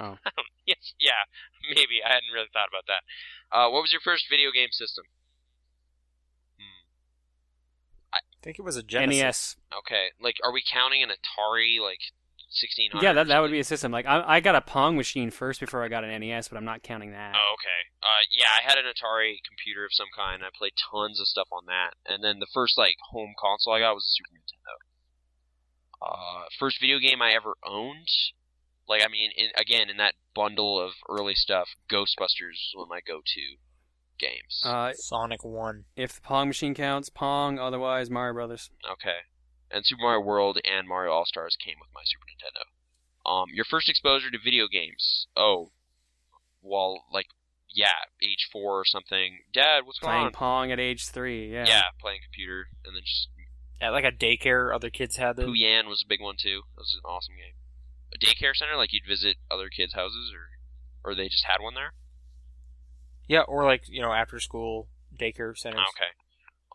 Speaker 1: Oh.
Speaker 2: I don't- yes, yeah, maybe I hadn't really thought about that. Uh, what was your first video game system? Hmm.
Speaker 3: I think it was a Genesis.
Speaker 1: NES.
Speaker 2: Okay, like are we counting an Atari like sixteen hundred?
Speaker 1: Yeah, that that would be a system. Like I, I got a Pong machine first before I got an NES, but I'm not counting that.
Speaker 2: Oh, okay. Uh, yeah, I had an Atari computer of some kind. I played tons of stuff on that. And then the first like home console I got was a Super Nintendo. Uh, first video game I ever owned. Like I mean, in, again in that bundle of early stuff, Ghostbusters was one of my go-to games.
Speaker 1: Uh,
Speaker 3: Sonic One.
Speaker 1: if the Pong machine counts, Pong. Otherwise, Mario Brothers.
Speaker 2: okay. And Super Mario World and Mario All Stars came with my Super Nintendo. Um, your first exposure to video games. Oh, well, like yeah, age four or something. Dad, what's going on?
Speaker 1: Playing Pong at age three. Yeah.
Speaker 2: Yeah. playing computer, and then just
Speaker 3: At like a daycare, other kids had them.
Speaker 2: Puyan was a big one too. That was an awesome game. A daycare center, like you'd visit other kids' houses, or or they just had one there.
Speaker 3: Yeah, or like you know after school daycare centers.
Speaker 2: Ah, Okay.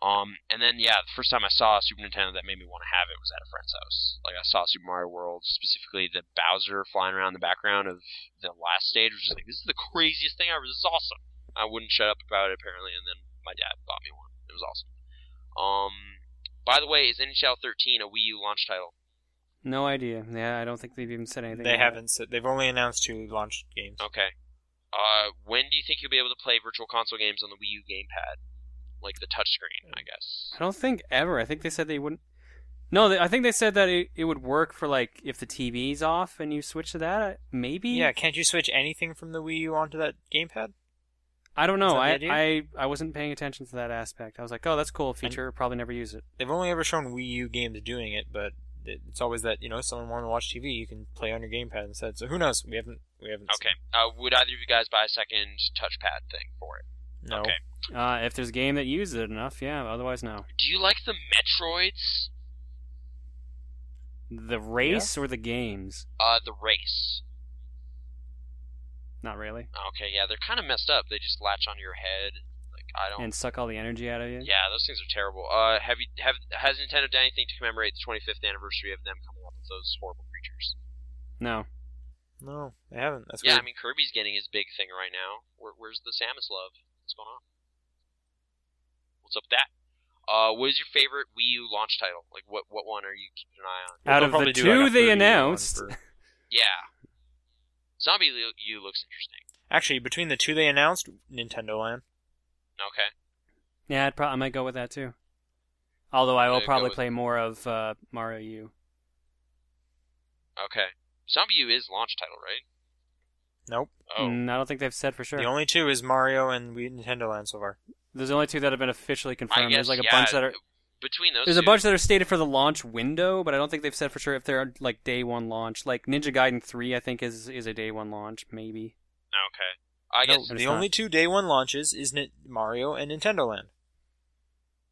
Speaker 2: Um, and then yeah, the first time I saw a Super Nintendo that made me want to have it was at a friend's house. Like I saw Super Mario World, specifically the Bowser flying around in the background of the last stage, which is like this is the craziest thing ever. This is awesome. I wouldn't shut up about it apparently, and then my dad bought me one. It was awesome. Um, by the way, is NHL 13 a Wii U launch title?
Speaker 1: No idea. Yeah, I don't think they've even said anything.
Speaker 3: They
Speaker 1: about it.
Speaker 3: haven't. Said, they've only announced two launch games.
Speaker 2: Okay. Uh, when do you think you'll be able to play virtual console games on the Wii U gamepad, like the touchscreen? I guess.
Speaker 1: I don't think ever. I think they said they wouldn't. No, they, I think they said that it, it would work for like if the TV's off and you switch to that. Maybe.
Speaker 3: Yeah, can't you switch anything from the Wii U onto that gamepad?
Speaker 1: I don't
Speaker 3: Is
Speaker 1: know.
Speaker 3: that the
Speaker 1: I,
Speaker 3: idea?
Speaker 1: I I wasn't paying attention to that aspect. I was like, oh, that's a cool feature. Probably never use it.
Speaker 3: They've only ever shown Wii U games doing it, but it- it's always that you know someone wanted to watch TV, you can play on your gamepad instead. So who knows? We haven't. We haven't. seen-
Speaker 2: Okay. Uh, would either of you guys buy a second touchpad thing for it?
Speaker 3: no.
Speaker 2: Okay.
Speaker 1: Uh, if there's a game that uses it enough, yeah. Otherwise, no.
Speaker 2: Do you like the Metroids?
Speaker 1: The race or the games?
Speaker 2: Uh, the race.
Speaker 1: Not really.
Speaker 2: Okay. Yeah, they're kind of messed up. They just latch onto your head. Like I don't.
Speaker 1: And suck all the energy out of you.
Speaker 2: yeah, those things are terrible. Uh, have you have has Nintendo done anything to commemorate the 25th anniversary of them coming up with those horrible creatures?
Speaker 1: No.
Speaker 3: No, they haven't. That's
Speaker 2: yeah,
Speaker 3: weird.
Speaker 2: I mean Kirby's getting his big thing right now. Where, where's the Samus love? What's going on? What's up with that? Uh, what is your favorite Wii U launch title? Like, what what one are you keeping an eye on?
Speaker 3: Well,
Speaker 1: Out
Speaker 3: they'll
Speaker 1: of the
Speaker 3: probably do,
Speaker 1: two
Speaker 3: like, a
Speaker 1: they
Speaker 3: 30 one
Speaker 1: announced,
Speaker 3: for-
Speaker 2: Yeah, Zombie Lu- U looks interesting.
Speaker 3: Actually, between the two they announced, Nintendo Land.
Speaker 2: Okay,
Speaker 1: yeah, I'd pro- I might go with that too. Although I will
Speaker 2: I'd go
Speaker 1: probably
Speaker 2: with-
Speaker 1: play more of uh, Mario U.
Speaker 2: okay. Zombie U is launch title, right?
Speaker 3: Nope.
Speaker 2: Oh,
Speaker 1: Mm, I don't think they've said for sure.
Speaker 3: The only two is Mario and Wii Nintendo Land so far.
Speaker 1: There's only two that have been officially
Speaker 2: I
Speaker 1: confirmed.
Speaker 2: guess
Speaker 1: there's like a
Speaker 2: yeah,
Speaker 1: bunch that are
Speaker 2: between those.
Speaker 1: there's a
Speaker 2: two,
Speaker 1: bunch that are stated for the launch window, but I don't think they've said for sure if they're like day one launch. Like Ninja Gaiden three, I think is is a day one launch, maybe.
Speaker 2: Okay, I
Speaker 3: no,
Speaker 2: guess
Speaker 1: it's
Speaker 3: the only
Speaker 1: not.
Speaker 3: two day one launches is Ni- Mario and Nintendo Land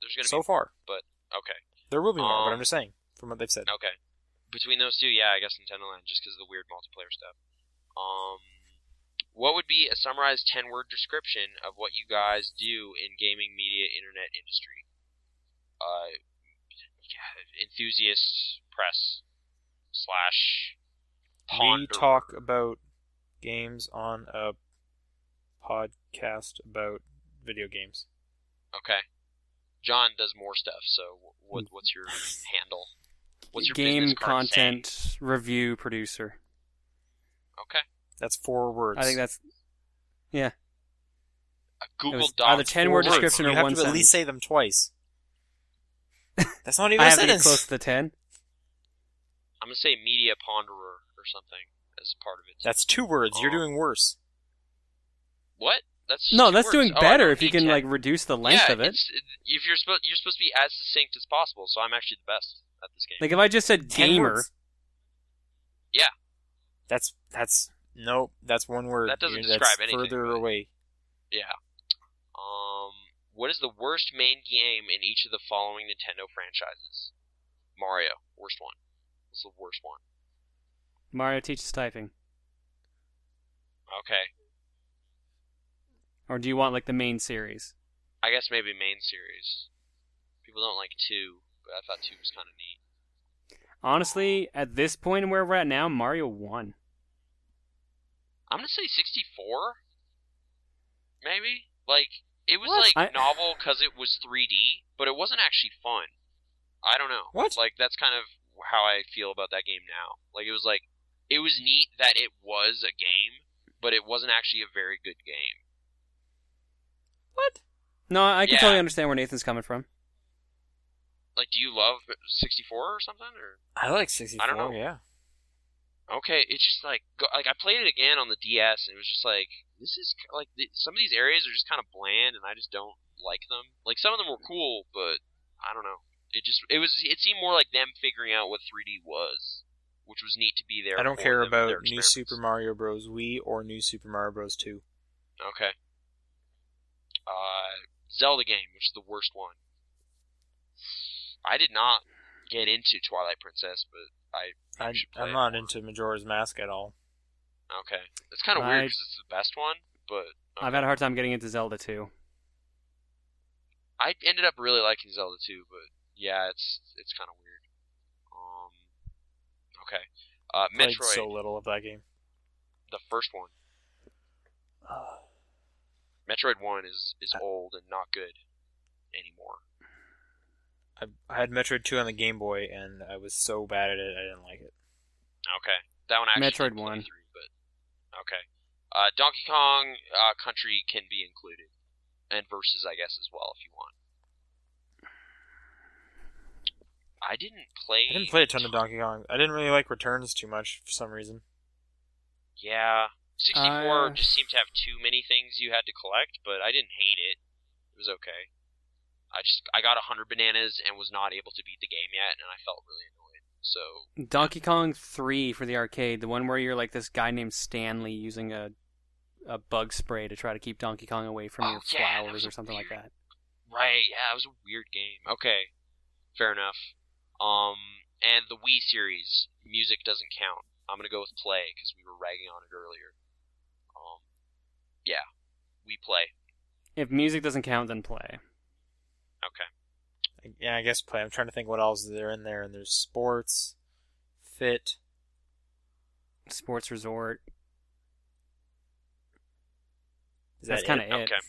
Speaker 2: there's gonna
Speaker 3: so
Speaker 2: be
Speaker 3: far.
Speaker 2: okay,
Speaker 3: There will be more, but
Speaker 2: Um,
Speaker 3: I'm just saying from what they've said.
Speaker 2: okay. Between those two, yeah, I guess Nintendo Land just because of the weird multiplayer stuff. Um, what would be a summarized ten-word description of what you guys do in gaming, media, internet industry? uh, yeah, enthusiast press slash
Speaker 3: We
Speaker 2: ponder.
Speaker 3: talk about games on a podcast about video games.
Speaker 2: Okay, John does more stuff. So what, what's your handle? What's your
Speaker 1: game
Speaker 2: business card say?
Speaker 1: content review producer.
Speaker 2: Okay,
Speaker 3: That's four words.
Speaker 1: I think that's
Speaker 2: a Google
Speaker 1: was
Speaker 2: Doc.
Speaker 1: either 10 word
Speaker 3: Four words.
Speaker 1: description or
Speaker 3: You have
Speaker 1: one
Speaker 3: to at
Speaker 1: sentence.
Speaker 3: least say them twice. That's not even
Speaker 1: I
Speaker 3: a
Speaker 1: have to get
Speaker 3: sentence.
Speaker 1: close to the ten.
Speaker 2: I'm gonna say media ponderer or something as part of it.
Speaker 3: That's two words. You're doing worse.
Speaker 2: what? That's
Speaker 1: No,
Speaker 2: two
Speaker 1: that's
Speaker 2: words.
Speaker 1: doing
Speaker 2: Oh, I
Speaker 1: better
Speaker 2: don't
Speaker 1: if you
Speaker 2: need
Speaker 1: can
Speaker 2: 10.
Speaker 1: like reduce the length
Speaker 2: yeah,
Speaker 1: of it.
Speaker 2: It's, if you're supposed you're supposed to be as succinct as possible, so I'm actually the best at this game.
Speaker 1: Like if I just said
Speaker 3: Ten
Speaker 1: gamer,
Speaker 3: words.
Speaker 2: Yeah.
Speaker 3: That's that's nope. That's one word.
Speaker 2: That doesn't
Speaker 3: You're-
Speaker 2: describe
Speaker 3: that's
Speaker 2: anything,
Speaker 3: Further
Speaker 2: really.
Speaker 3: away.
Speaker 2: Yeah. Um, what is the worst main game in each of the following Nintendo franchises? Mario, worst one. What's the worst one?
Speaker 1: Mario teaches typing.
Speaker 2: Okay,
Speaker 1: Or do you want like the main series?
Speaker 2: I guess maybe main series. People don't like two, but I thought two was kind of neat.
Speaker 1: Honestly, at this point and where we're at now, Mario won.
Speaker 2: I'm gonna say 64. Maybe like it was
Speaker 1: What?
Speaker 2: like
Speaker 1: I-
Speaker 2: novel because it was 3D, but it wasn't actually fun. I don't know.
Speaker 3: What?
Speaker 2: Like that's kind of how I feel about that game now. Like it was like it was neat that it was a game, but it wasn't actually a very good game.
Speaker 3: What?
Speaker 1: No, I can
Speaker 2: Yeah.
Speaker 1: totally understand where Nathan's coming from.
Speaker 2: Like, do you love 64 or something? Or
Speaker 3: I like sixty-four.
Speaker 2: I don't know.
Speaker 3: Yeah.
Speaker 2: okay, it's just like go- like I played it again on the DS, and it was just like this is k- like th- some of these areas are just kind of bland, and I just don't like them. Like some of them were cool, but I don't know. It just it was it seemed more like them figuring out what 3D was, which was neat to be there.
Speaker 3: I don't
Speaker 2: for
Speaker 3: care
Speaker 2: them,
Speaker 3: about
Speaker 2: their
Speaker 3: New
Speaker 2: experiments.
Speaker 3: Super Mario Bros. Wii or New Super Mario Bros. Two.
Speaker 2: Okay. Uh, Zelda game, which is the worst one. I did not get into Twilight Princess, but I
Speaker 3: I,
Speaker 2: should play
Speaker 3: I'm
Speaker 2: it
Speaker 3: not
Speaker 2: more.
Speaker 3: into Majora's Mask at all.
Speaker 2: okay. It's kind of
Speaker 1: I-
Speaker 2: weird because it's the best one, but
Speaker 1: I've had a hard time getting into Zelda too.
Speaker 2: I ended up really liking Zelda 2, but yeah, it's it's kind of weird. Um, okay, uh,
Speaker 3: Played
Speaker 2: Metroid,
Speaker 3: so little of that game.
Speaker 2: the first one. Metroid One is is
Speaker 3: Uh.
Speaker 2: old and not good anymore.
Speaker 3: I, I had Metroid Two on the Game Boy, and I was so bad at it, I didn't like it.
Speaker 2: Okay, that one actually
Speaker 1: Metroid
Speaker 2: did play
Speaker 1: one.
Speaker 2: through, but okay, uh, Donkey Kong uh, Country can be included, and versus I guess as well if you want. I didn't play.
Speaker 3: I didn't play a ton of Donkey Kong. I didn't really like Returns too much for some reason.
Speaker 2: Yeah. 64
Speaker 1: Uh,
Speaker 2: just seemed to have too many things you had to collect, but I didn't hate it. It was okay. I just I got 100 bananas and was not able to beat the game yet and I felt really annoyed. So,
Speaker 1: Donkey Kong 3 for the arcade, the one where you're like this guy named Stanley using a a bug spray to try to keep DonkeyOng away from
Speaker 2: Oh,
Speaker 1: your
Speaker 2: yeah, that
Speaker 1: flowers
Speaker 2: was
Speaker 1: or something like
Speaker 2: weird.
Speaker 1: that.
Speaker 2: right, yeah, it was a weird game. Okay. Fair enough. Um and the Wii series, music doesn't count. I'm going to go with play cuz we were ragging on it earlier. Um yeah. We play.
Speaker 1: If music doesn't count, then play.
Speaker 2: Okay.
Speaker 3: Yeah, I guess play. I'm trying to think what else is there in there. And there's sports, fit.
Speaker 1: Sports Resort.
Speaker 3: Is
Speaker 1: That's
Speaker 3: that
Speaker 1: kind of
Speaker 3: it?
Speaker 1: it.
Speaker 2: Okay.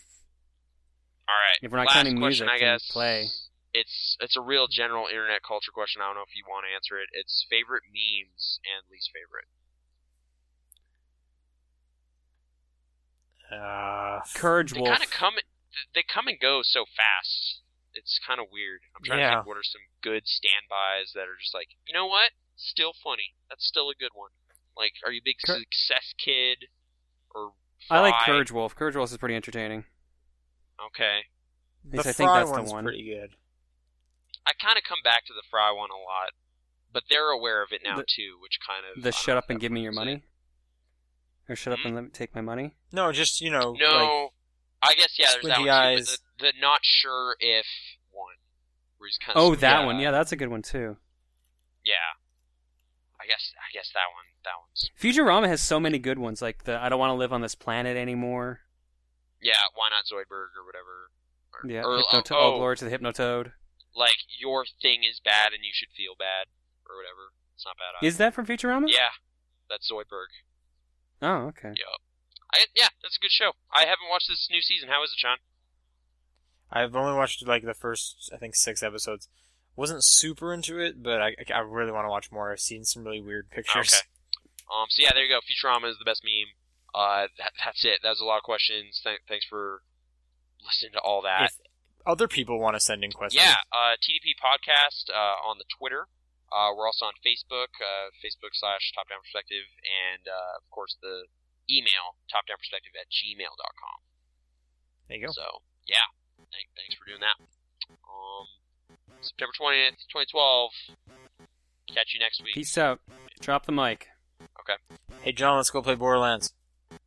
Speaker 2: All right.
Speaker 1: If we're not
Speaker 2: Last
Speaker 1: counting
Speaker 2: question,
Speaker 1: music,
Speaker 2: I
Speaker 1: then
Speaker 2: guess
Speaker 1: play.
Speaker 2: It's it's a real general internet culture question. I don't know if you want to answer it. It's favorite memes and least favorite.
Speaker 3: Uh,
Speaker 1: Courage
Speaker 2: They
Speaker 1: Wolf.
Speaker 2: kind of come they come and go so fast. It's kind of weird. I'm trying
Speaker 3: Yeah.
Speaker 2: to think what are some good standbys that are just like you know what, still funny. That's still a good one. Like, are you a big
Speaker 1: Cour-
Speaker 2: success kid or?
Speaker 1: I like
Speaker 2: Fry?
Speaker 1: Courage Wolf. Courage Wolf is pretty entertaining.
Speaker 2: Okay.
Speaker 3: the
Speaker 1: least I think
Speaker 3: Fry
Speaker 1: that's the
Speaker 3: one's
Speaker 1: one.
Speaker 3: pretty good.
Speaker 2: I kind of come back to the Fry one a lot, but they're aware of it now
Speaker 1: The-
Speaker 2: too, which kind of I
Speaker 1: The
Speaker 2: don't
Speaker 1: Shut
Speaker 2: know
Speaker 1: Up
Speaker 2: if
Speaker 1: and
Speaker 2: that
Speaker 1: Give Me Your
Speaker 2: ruins it. Hmm?
Speaker 1: Money. Or Shut Up and Let Me Take My Money.
Speaker 3: No, just you know, like,
Speaker 2: No, I guess yeah. There's that
Speaker 3: Squinty
Speaker 2: one too,
Speaker 3: eyes.
Speaker 2: but the, the not sure if one, where he's kind of
Speaker 1: Oh, that one. Yeah, that's a good one too.
Speaker 2: yeah. I guess I guess that one that one's
Speaker 1: Futurama has so many good ones, like the I Don't Want to Live on This Planet Anymore.
Speaker 2: yeah. Why not Zoidberg or whatever? Or,
Speaker 1: Yeah,
Speaker 2: or,
Speaker 1: Hypnoto-
Speaker 2: oh, Uh,
Speaker 1: Glory to the Hypnotoad.
Speaker 2: like your thing is bad and you should feel bad or whatever. It's not bad. Either.
Speaker 1: Is that from Futurama?
Speaker 2: Yeah, that's Zoidberg.
Speaker 1: Oh, okay.
Speaker 2: Yup. I, yeah, that's a good show. I haven't watched this new season. How is it, Sean?
Speaker 3: I've only watched like the first, I think, six episodes. Wasn't super into it, but I, I really want to watch more. I've seen some really weird pictures.
Speaker 2: Okay. Um, so yeah, there you go. Futurama is the best meme. Uh, that, that's it. That was a lot of questions. Th- thanks for listening to all that.
Speaker 3: If other people want to send in questions,
Speaker 2: yeah, uh, TDP podcast uh, on the Twitter. Uh, we're also on Facebook, uh, Facebook slash Top Down Perspective, and uh, of course the email Top Down Perspective at gmail.com.
Speaker 3: There you go.
Speaker 2: So yeah, Thank, thanks for doing that. Um, September twentieth, twenty twelve. Catch you next week.
Speaker 1: Peace out. Drop the mic
Speaker 2: Okay.
Speaker 3: Hey, John, let's go play Borderlands.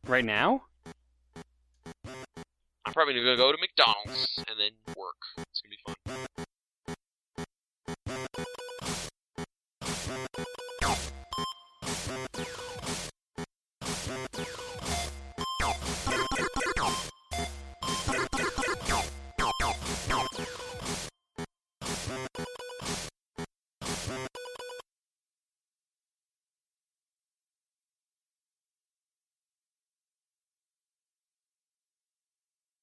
Speaker 1: right now.
Speaker 2: I'm probably gonna go to McDonald's and then work. It's gonna be fun.